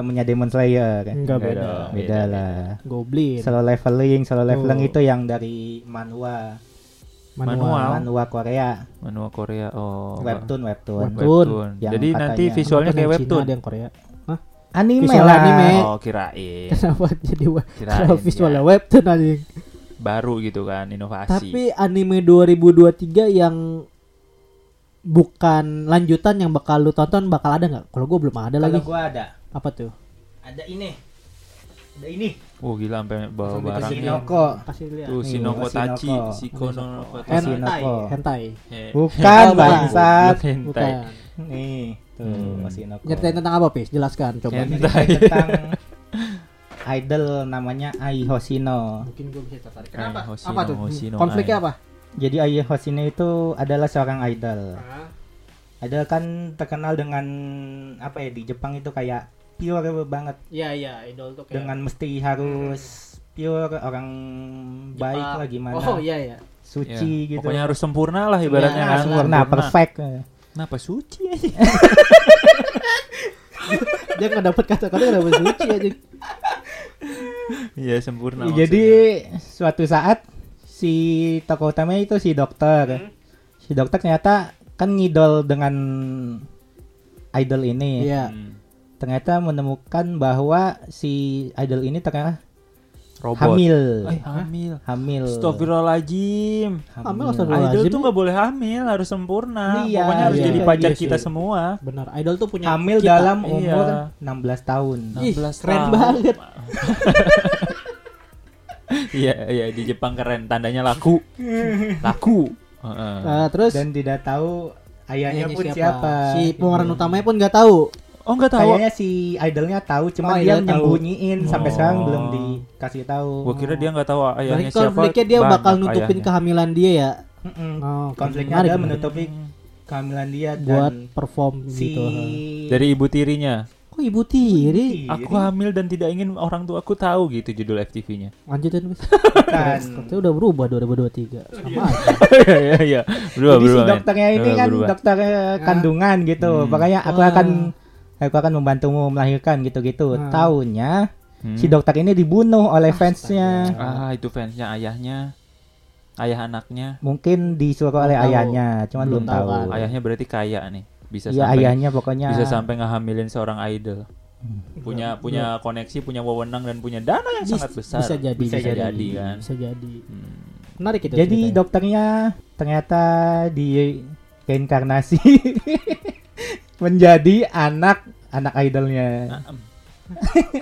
Speaker 5: Temennya Demon Slayer. kan?
Speaker 3: Enggak
Speaker 2: Enggak
Speaker 3: beda.
Speaker 2: dong,
Speaker 5: Beda lah.
Speaker 3: Goblin.
Speaker 5: Solo leveling, solo leveling
Speaker 3: Tuh.
Speaker 5: itu yang dari manhwa,
Speaker 2: Manual.
Speaker 5: manhwa Korea,
Speaker 2: manual Korea oh
Speaker 5: webtoon, webtoon.
Speaker 3: Webtoon.
Speaker 5: Yang
Speaker 2: jadi nanti
Speaker 5: katanya-
Speaker 2: visualnya
Speaker 3: Ada
Speaker 2: kayak
Speaker 3: yang Cina,
Speaker 2: webtoon
Speaker 3: ada yang Korea. Hah?
Speaker 5: Anime
Speaker 3: Visual
Speaker 5: lah.
Speaker 3: anime.
Speaker 2: oh kirain
Speaker 3: Kenapa jadi web?
Speaker 2: Kirain,
Speaker 3: kenapa visualnya
Speaker 2: ya.
Speaker 3: webtoon anjing?
Speaker 2: baru gitu kan inovasi
Speaker 3: Tapi anime 2023 yang bukan lanjutan yang bakal lu tonton bakal ada nggak? Kalau gue belum ada lagi.
Speaker 5: Kalau gua ada,
Speaker 3: Apa tuh?
Speaker 5: ada ini, ada ini.
Speaker 2: oh gila sampai bawa
Speaker 5: Itu
Speaker 2: barangnya
Speaker 5: Shinoko,
Speaker 3: Kasih lihat.
Speaker 2: tuh Shinoko
Speaker 5: Iya. Shinoko.
Speaker 2: Tachi Shiko no
Speaker 3: Hentai.
Speaker 5: Shinoko.
Speaker 3: Hentai.
Speaker 2: Eh,
Speaker 5: Bukan
Speaker 3: Bukan.
Speaker 5: bangsat.
Speaker 2: Hentai.
Speaker 3: Bukan.
Speaker 5: Nih, tuh
Speaker 2: Hmm.
Speaker 5: Shinoko.
Speaker 3: Ceritain tentang apa, Pis? Jelaskan coba.
Speaker 2: Hentai.
Speaker 5: Ceritain tentang idol namanya Ai Hoshino.
Speaker 3: Mungkin gue bisa tertarik.
Speaker 2: Kenapa?
Speaker 3: Apa tuh? Konfliknya apa?
Speaker 5: Jadi Ayu Hosine itu adalah seorang idol. Idol kan terkenal dengan apa ya di Jepang itu kayak pure banget
Speaker 3: Iya iya, idol tuh kayak
Speaker 5: dengan mesti harus pure orang baik lah gimana.
Speaker 3: Oh iya iya.
Speaker 5: Suci gitu.
Speaker 2: Pokoknya harus sempurna lah ibaratnya
Speaker 5: Nah,
Speaker 2: kan.
Speaker 5: sempurna,
Speaker 3: iya.
Speaker 5: perfect.
Speaker 2: Kenapa suci aja?
Speaker 3: Dia nggak dapat kata-kata nggak dapat suci aja.
Speaker 2: Iya sempurna.
Speaker 5: Jadi suatu saat si tokoh utamanya itu si dokter.
Speaker 3: Hmm.
Speaker 5: Si dokter ternyata kan ngidol dengan idol ini.
Speaker 2: maksudnya.
Speaker 3: Iya.
Speaker 2: Hmm.
Speaker 5: Ternyata menemukan bahwa si idol ini ternyata
Speaker 2: robot.
Speaker 5: hamil.
Speaker 2: Eh, hamil.
Speaker 5: Hamil.
Speaker 2: Astagfirullahaladzim.
Speaker 3: Amel
Speaker 2: Idol
Speaker 3: astagfirullahalazim.
Speaker 2: tuh nggak boleh hamil, harus sempurna.
Speaker 5: Iya,
Speaker 2: Pokoknya harus
Speaker 5: iya,
Speaker 2: jadi
Speaker 3: iya
Speaker 2: pacar
Speaker 3: sih.
Speaker 2: kita semua.
Speaker 3: Benar, idol tuh punya
Speaker 5: Hamil
Speaker 3: kita.
Speaker 5: dalam
Speaker 2: Iya.
Speaker 5: umur 16 tahun.
Speaker 3: Ih,
Speaker 2: 16
Speaker 3: keren
Speaker 2: tahun.
Speaker 3: banget.
Speaker 2: Iya, iya di Jepang keren, tandanya laku. laku. Heeh.
Speaker 3: Nah, terus
Speaker 5: Dan tidak tahu ayahnya
Speaker 3: penyanyi
Speaker 5: pun siapa.
Speaker 3: Si pemeran
Speaker 5: Iya.
Speaker 3: utamanya pun nggak tahu.
Speaker 2: Oh, nggak tahu.
Speaker 5: Kayaknya si idolnya tahu, cuman
Speaker 3: Oh,
Speaker 5: dia
Speaker 3: idol tahu.
Speaker 5: nyembunyiin sampai
Speaker 2: Oh.
Speaker 5: sekarang belum dikasih tahu.
Speaker 2: Gua kira dia nggak tahu ayahnya
Speaker 3: Berarti
Speaker 2: siapa.
Speaker 3: konfliknya dia
Speaker 2: banyak
Speaker 3: bakal nutupin
Speaker 2: ayahnya.
Speaker 3: kehamilan dia ya.
Speaker 5: Mm-mm.
Speaker 3: Oh,
Speaker 5: Konfliknya
Speaker 3: menarik
Speaker 5: ada
Speaker 3: nih.
Speaker 5: menutupi kehamilan dia
Speaker 3: buat
Speaker 5: dan
Speaker 3: perform
Speaker 5: si
Speaker 3: gitu.
Speaker 2: dari ibu tirinya.
Speaker 3: Kok ibu tiri?
Speaker 5: Iya,
Speaker 2: Aku hamil dan tidak ingin orang tua aku tahu gitu judul FTV-nya.
Speaker 3: Lanjutin Mas.
Speaker 5: Bukan.
Speaker 3: Katanya udah berubah 2023. Sama aja.
Speaker 2: Iya iya iya. Berubah
Speaker 5: Jadi si
Speaker 2: berubah. men.
Speaker 5: dokternya ini
Speaker 2: Berubah,
Speaker 5: kan
Speaker 2: berubah.
Speaker 5: dokter eh,
Speaker 3: Ya.
Speaker 5: kandungan gitu.
Speaker 2: Hmm.
Speaker 5: Makanya aku
Speaker 3: Wah.
Speaker 5: akan aku akan membantumu melahirkan gitu-gitu.
Speaker 3: Hmm.
Speaker 5: Taunya
Speaker 2: Hmm.
Speaker 5: si dokter ini dibunuh oleh fansnya.
Speaker 2: Ah, itu fansnya ayahnya. Ayah anaknya.
Speaker 5: Mungkin disuruh oleh
Speaker 3: tahu.
Speaker 5: ayahnya, cuman belum,
Speaker 3: Belum tahu
Speaker 5: tahu.
Speaker 3: kan.
Speaker 2: Ayahnya berarti kaya nih. Bisa
Speaker 5: Iya
Speaker 2: sampai
Speaker 5: ayahnya Hmm. pokoknya
Speaker 2: bisa sampai ngehamilin seorang idol. Punya punya
Speaker 5: Iya.
Speaker 2: koneksi, punya wewenang dan punya dana yang sangat besar.
Speaker 3: Bisa jadi,
Speaker 2: bisa, jadi, kan.
Speaker 3: Bisa jadi.
Speaker 2: Hmm.
Speaker 3: Menarik itu.
Speaker 5: Jadi
Speaker 3: ceritanya.
Speaker 5: dokternya ternyata di reinkarnasi menjadi anak anak idolnya.
Speaker 2: Ah.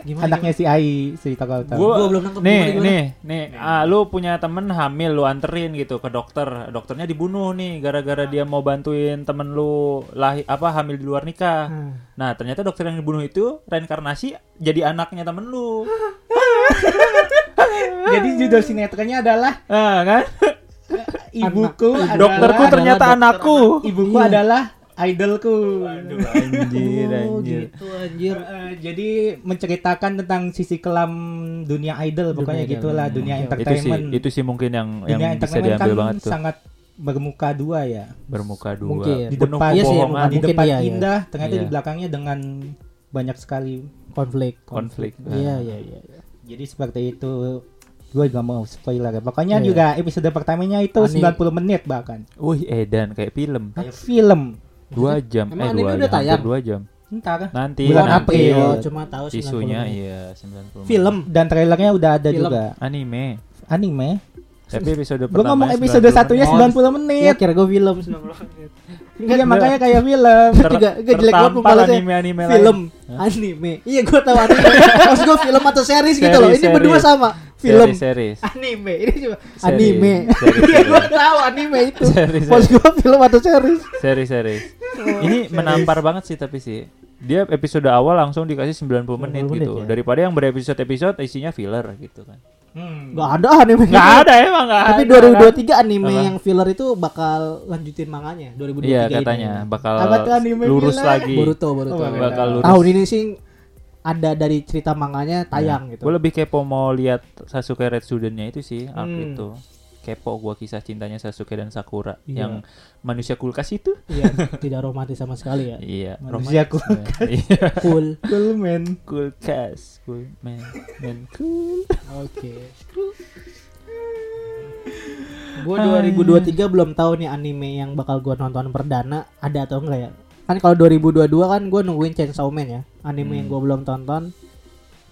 Speaker 3: Gimana,
Speaker 5: Anaknya si Ai, si tokoh utama.
Speaker 2: Gua,
Speaker 3: Gua belum nangkep
Speaker 2: nih,
Speaker 3: gimana, gimana?
Speaker 2: nih, nih, ah, lu punya temen hamil, lu anterin gitu ke dokter, dokternya dibunuh nih, gara-gara dia mau bantuin temen lu lahir apa hamil di luar nikah.
Speaker 3: Hmm.
Speaker 2: Nah ternyata dokter yang dibunuh itu reinkarnasi jadi anaknya temen lu,
Speaker 5: Jadi judul sinetronnya adalah
Speaker 2: ah, kan?
Speaker 5: ibuku adalah
Speaker 2: Dokterku ternyata anakku.
Speaker 5: ibuku adalah idolku.
Speaker 2: Anjir,
Speaker 3: Oh,
Speaker 2: anjir.
Speaker 3: gitu anjir.
Speaker 5: Eh, jadi menceritakan tentang sisi kelam dunia idol Iya. pokoknya
Speaker 3: idol.
Speaker 5: gitulah dunia
Speaker 2: Itu sih,
Speaker 5: entertainment.
Speaker 2: itu sih mungkin yang yang
Speaker 5: dunia
Speaker 2: bisa
Speaker 5: entertainment
Speaker 2: diambil
Speaker 5: kan
Speaker 2: banget tuh.
Speaker 5: sangat bermuka dua ya.
Speaker 2: Bermuka dua,
Speaker 3: Mungkin.
Speaker 5: Di
Speaker 2: penuh
Speaker 5: depan-
Speaker 3: Iya sih,
Speaker 2: kebohongan,
Speaker 5: di
Speaker 3: Mungkin
Speaker 5: depan
Speaker 3: iya, iya.
Speaker 5: indah ternyata
Speaker 2: Iya.
Speaker 5: di belakangnya dengan banyak sekali
Speaker 3: Konflik.
Speaker 2: konflik. ah.
Speaker 3: Iya, iya, iya. iya.
Speaker 5: jadi seperti itu gue gak mau spoiler ya pokoknya
Speaker 3: Iya.
Speaker 5: juga episode pertamanya itu
Speaker 3: Ani-
Speaker 5: 90 menit bahkan
Speaker 2: Wih, edan kayak film.
Speaker 3: Iya.
Speaker 5: Kayak film
Speaker 2: Dua jam, eh
Speaker 3: Emang
Speaker 2: dua,
Speaker 3: anime udah
Speaker 2: hampir
Speaker 3: tayang?
Speaker 2: dua jam.
Speaker 5: ntar
Speaker 3: Nah.
Speaker 2: Nanti,
Speaker 5: Bulan
Speaker 2: nanti.
Speaker 5: April.
Speaker 3: Oh, cuma tahu 90
Speaker 2: Iya, Isunya
Speaker 3: menit.
Speaker 2: iya 90
Speaker 3: Film.
Speaker 5: dan trailernya udah ada
Speaker 3: Film.
Speaker 5: juga
Speaker 2: anime.
Speaker 5: anime
Speaker 2: Tapi episode
Speaker 5: gue
Speaker 2: pertama.
Speaker 5: ngomong episode satunya 90
Speaker 3: Iya,
Speaker 5: menit
Speaker 3: kira gue film.
Speaker 5: iya makanya kayak film
Speaker 3: Ter- Gak jelek banget pembalasnya.
Speaker 2: anime
Speaker 3: film anime. Iya, gue tahu anime. Maksud gue film atau series gitu
Speaker 2: Seri,
Speaker 3: loh. Ini
Speaker 2: seri.
Speaker 3: berdua sama. Film.
Speaker 2: Film series.
Speaker 3: Anime. Ini cuma
Speaker 2: Series.
Speaker 3: anime.
Speaker 2: Series,
Speaker 3: Iya,
Speaker 2: series.
Speaker 3: gue tahu anime itu.
Speaker 2: Series,
Speaker 3: Maksud gue film atau series.
Speaker 2: Series series.
Speaker 3: Oh,
Speaker 2: Ini menampar banget sih tapi sih. Dia episode awal langsung dikasih 90 menit,
Speaker 3: 90 menit
Speaker 2: gitu.
Speaker 3: ya.
Speaker 2: Daripada yang berepisode-episode isinya filler gitu kan.
Speaker 5: Hmm.
Speaker 3: Gak ada anime.
Speaker 2: Enggak ada emang enggak.
Speaker 3: Tapi 2023 anime yang filler itu bakal lanjutin manganya 2023
Speaker 2: Iya
Speaker 3: ini.
Speaker 2: katanya bakal
Speaker 5: Apa tuh anime
Speaker 2: lurus
Speaker 5: filler?
Speaker 2: lagi.
Speaker 3: Boruto Boruto.
Speaker 5: Oh,
Speaker 2: Bakal lurus.
Speaker 3: Tahun ini sih ada dari cerita manganya tayang gitu.
Speaker 2: Gue lebih kepo mau lihat Sasuke Retsuden-nya itu sih, arc
Speaker 3: Hmm.
Speaker 2: itu. Kepo gua kisah cintanya Sasuke dan Sakura yang manusia kulkas itu.
Speaker 3: Iya, tidak romantis sama sekali ya.
Speaker 2: Iya,
Speaker 5: manusia aku
Speaker 2: romantis. Iya,
Speaker 3: Cool.
Speaker 5: cool man
Speaker 2: kulkas, cool man, man cool.
Speaker 3: Oke. Gue 2023 belum tahu nih anime yang bakal gua nonton perdana ada atau enggak ya. Kan kalau 2022 kan gua nungguin Chainsaw Man ya,
Speaker 2: Hmm.
Speaker 3: anime yang gua belum tonton.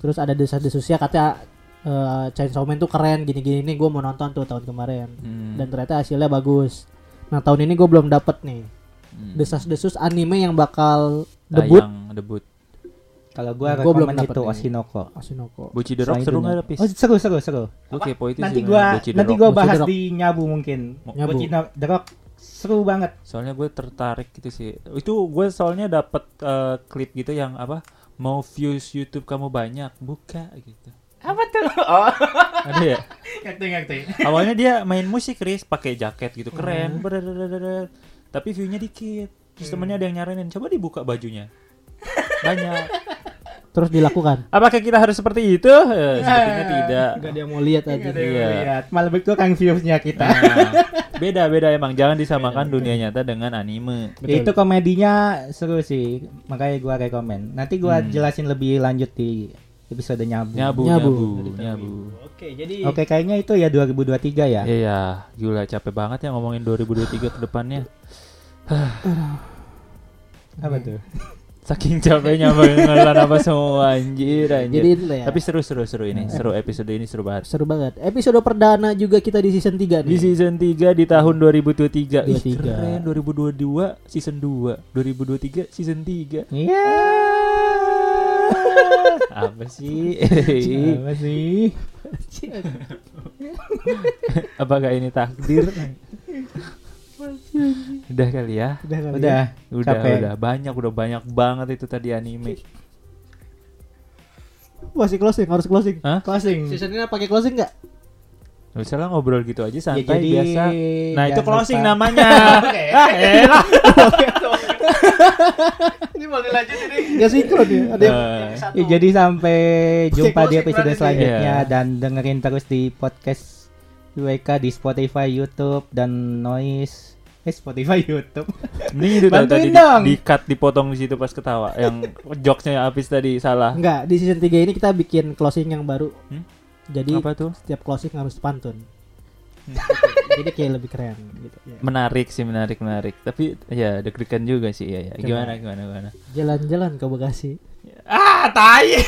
Speaker 3: Terus ada desas-desusnya katanya eh, Chainsaw Man tuh keren gini-gini nih gua mau nonton tuh tahun kemarin.
Speaker 2: Hmm.
Speaker 3: Dan ternyata hasilnya bagus. Nah, tahun ini gua belum dapet nih
Speaker 2: Hmm.
Speaker 3: desas-desus anime yang bakal debut
Speaker 2: Tayang debut.
Speaker 5: kalau gua
Speaker 3: Gua belum
Speaker 5: rekomen
Speaker 3: dapet
Speaker 5: itu
Speaker 3: nih.
Speaker 5: Oshinoko
Speaker 3: Oshinoko.
Speaker 2: Buci The Rock
Speaker 5: Selain
Speaker 2: seru
Speaker 5: dunia.
Speaker 2: nggak ada pis?
Speaker 5: Oh, seru seru seru.
Speaker 2: Lu kepo itu sih
Speaker 5: nanti gua
Speaker 2: sebenarnya, Bocchi The
Speaker 5: nanti
Speaker 2: Rock.
Speaker 5: gua
Speaker 3: Bocchi The
Speaker 5: bahas
Speaker 3: Rock.
Speaker 5: di nyabu mungkin.
Speaker 3: Nyabu.
Speaker 5: Bocchi Na- The Rock seru banget.
Speaker 2: Soalnya gue tertarik gitu sih. Itu gue soalnya dapet eh, klip gitu yang apa? Mau views YouTube kamu banyak, buka gitu.
Speaker 4: Apa tuh? Oh,
Speaker 2: Ada ya?
Speaker 4: acting acting.
Speaker 2: Awalnya dia main musik, Chris, pakai jaket gitu, keren. Bredredredred. Tapi view-nya dikit. Terus temennya ada yang nyaranin, coba dibuka bajunya. Banyak.
Speaker 3: Terus dilakukan.
Speaker 2: Apakah kita harus seperti itu? Eh, sepertinya tidak.
Speaker 3: Gak ada yang mau lihat aja. Nah.
Speaker 2: Iya.
Speaker 5: Lihat, malah berkurang views-nya kita.
Speaker 2: Beda-beda Nah, emang, jangan disamakan dunia nyata dengan anime.
Speaker 5: Ya, itu komedinya seru sih, makanya gua rekomen. Nanti gua
Speaker 2: Hmm.
Speaker 5: jelasin lebih lanjut di episode nyabu.
Speaker 2: Nyabu,
Speaker 3: Nyabu.
Speaker 2: nyabu, nyabu.
Speaker 6: Oke, jadi
Speaker 5: Oke, kayaknya itu ya 2023 ya.
Speaker 2: Iya, gila capek banget ya ngomongin 2023 ke depannya.
Speaker 5: Apa tuh?
Speaker 2: Saking capeknya mengelola apa semua anjir anjir.
Speaker 3: Jadi itu lah ya.
Speaker 2: Tapi seru seru seru ini, seru episode ini seru banget.
Speaker 3: Seru banget. Episode perdana juga kita di season 3
Speaker 2: Di
Speaker 3: nih.
Speaker 2: season 3 di tahun 2023. Ih,
Speaker 3: 23.
Speaker 2: keren 2022 season 2, 2023 season 3.
Speaker 5: Iya.
Speaker 2: Apa sih?
Speaker 5: Apa sih?
Speaker 2: Apakah ini takdir? udah kali ya.
Speaker 5: Udah,
Speaker 2: Udah
Speaker 5: capek.
Speaker 2: udah banyak udah banyak banget itu tadi anime.
Speaker 3: Masih closing, harus closing.
Speaker 2: Hah?
Speaker 5: Closing.
Speaker 3: Season ini pakai closing nggak?
Speaker 2: Nggak usah lah ngobrol gitu aja
Speaker 5: Ya,
Speaker 2: santai
Speaker 5: jadi
Speaker 2: biasa. Nah, itu
Speaker 5: jangan
Speaker 2: closing
Speaker 5: lupa- Iya.
Speaker 2: namanya. ah, elah.
Speaker 6: ini mau dilanjut ini.
Speaker 3: Gak sinkron ya. Ada yang
Speaker 2: Eh,
Speaker 5: Ya, jadi sampai jumpa di episode
Speaker 6: Closing
Speaker 5: selanjutnya
Speaker 2: Iya.
Speaker 5: dan dengerin terus di podcast UWK di Spotify, YouTube dan Noise. Eh Spotify, YouTube.
Speaker 2: Ini itu tadi tadi di,
Speaker 5: Bantuin dong.
Speaker 2: di cut dipotong di situ pas ketawa yang jokesnya habis tadi salah.
Speaker 3: Enggak, di season 3 ini kita bikin closing yang baru.
Speaker 2: Hmm?
Speaker 3: Jadi
Speaker 2: Apa tuh? Hmm.
Speaker 3: setiap closing harus pantun. Jadi kayak lebih keren gitu.
Speaker 2: Menarik sih, menarik, menarik. Tapi ya deg-degan juga sih, ya, ya. Gimana, gimana, gimana.
Speaker 3: Jalan-jalan ke Bekasi.
Speaker 2: Ah, tai.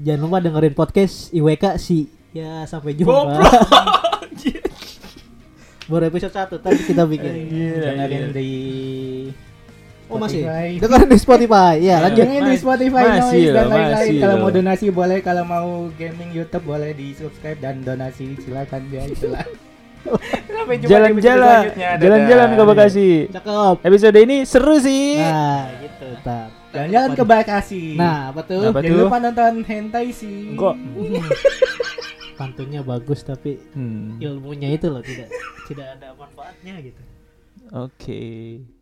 Speaker 3: Jangan lupa dengerin podcast IWK si. Ya, sampai jumpa. Baru episode 1 tadi kita bikin.
Speaker 5: dengerin di
Speaker 3: Oh, masih.
Speaker 5: Spotify.
Speaker 3: Dengerin di Spotify.
Speaker 5: Iya.
Speaker 3: Ya,
Speaker 4: Iya.
Speaker 3: lanjut.
Speaker 5: Dengerin Nah, di
Speaker 2: Mas- iya,
Speaker 5: Spotify
Speaker 2: masih
Speaker 5: Noise dan
Speaker 2: loh,
Speaker 5: lain-lain.
Speaker 2: masih
Speaker 5: Kalau
Speaker 2: loh.
Speaker 5: mau donasi boleh, kalau mau gaming YouTube boleh di subscribe dan donasi silakan ya itulah.
Speaker 4: Sampai jumpa di episode
Speaker 2: Jalan-jalan,
Speaker 4: selanjutnya. Dadah.
Speaker 2: jalan-jalan ke Bekasi.
Speaker 3: Cakep.
Speaker 2: Episode ini seru sih.
Speaker 3: Nah, gitu. Tar.
Speaker 5: Jangan ke Bekasi.
Speaker 3: Nah, apa tuh? Hmm.
Speaker 2: Apa
Speaker 5: jangan
Speaker 2: tuh?
Speaker 5: lupa nonton hentai sih.
Speaker 2: Kok
Speaker 3: Pantunnya bagus tapi
Speaker 2: Hmm,
Speaker 3: ilmunya itu loh tidak tidak ada manfaatnya gitu.
Speaker 2: Oke.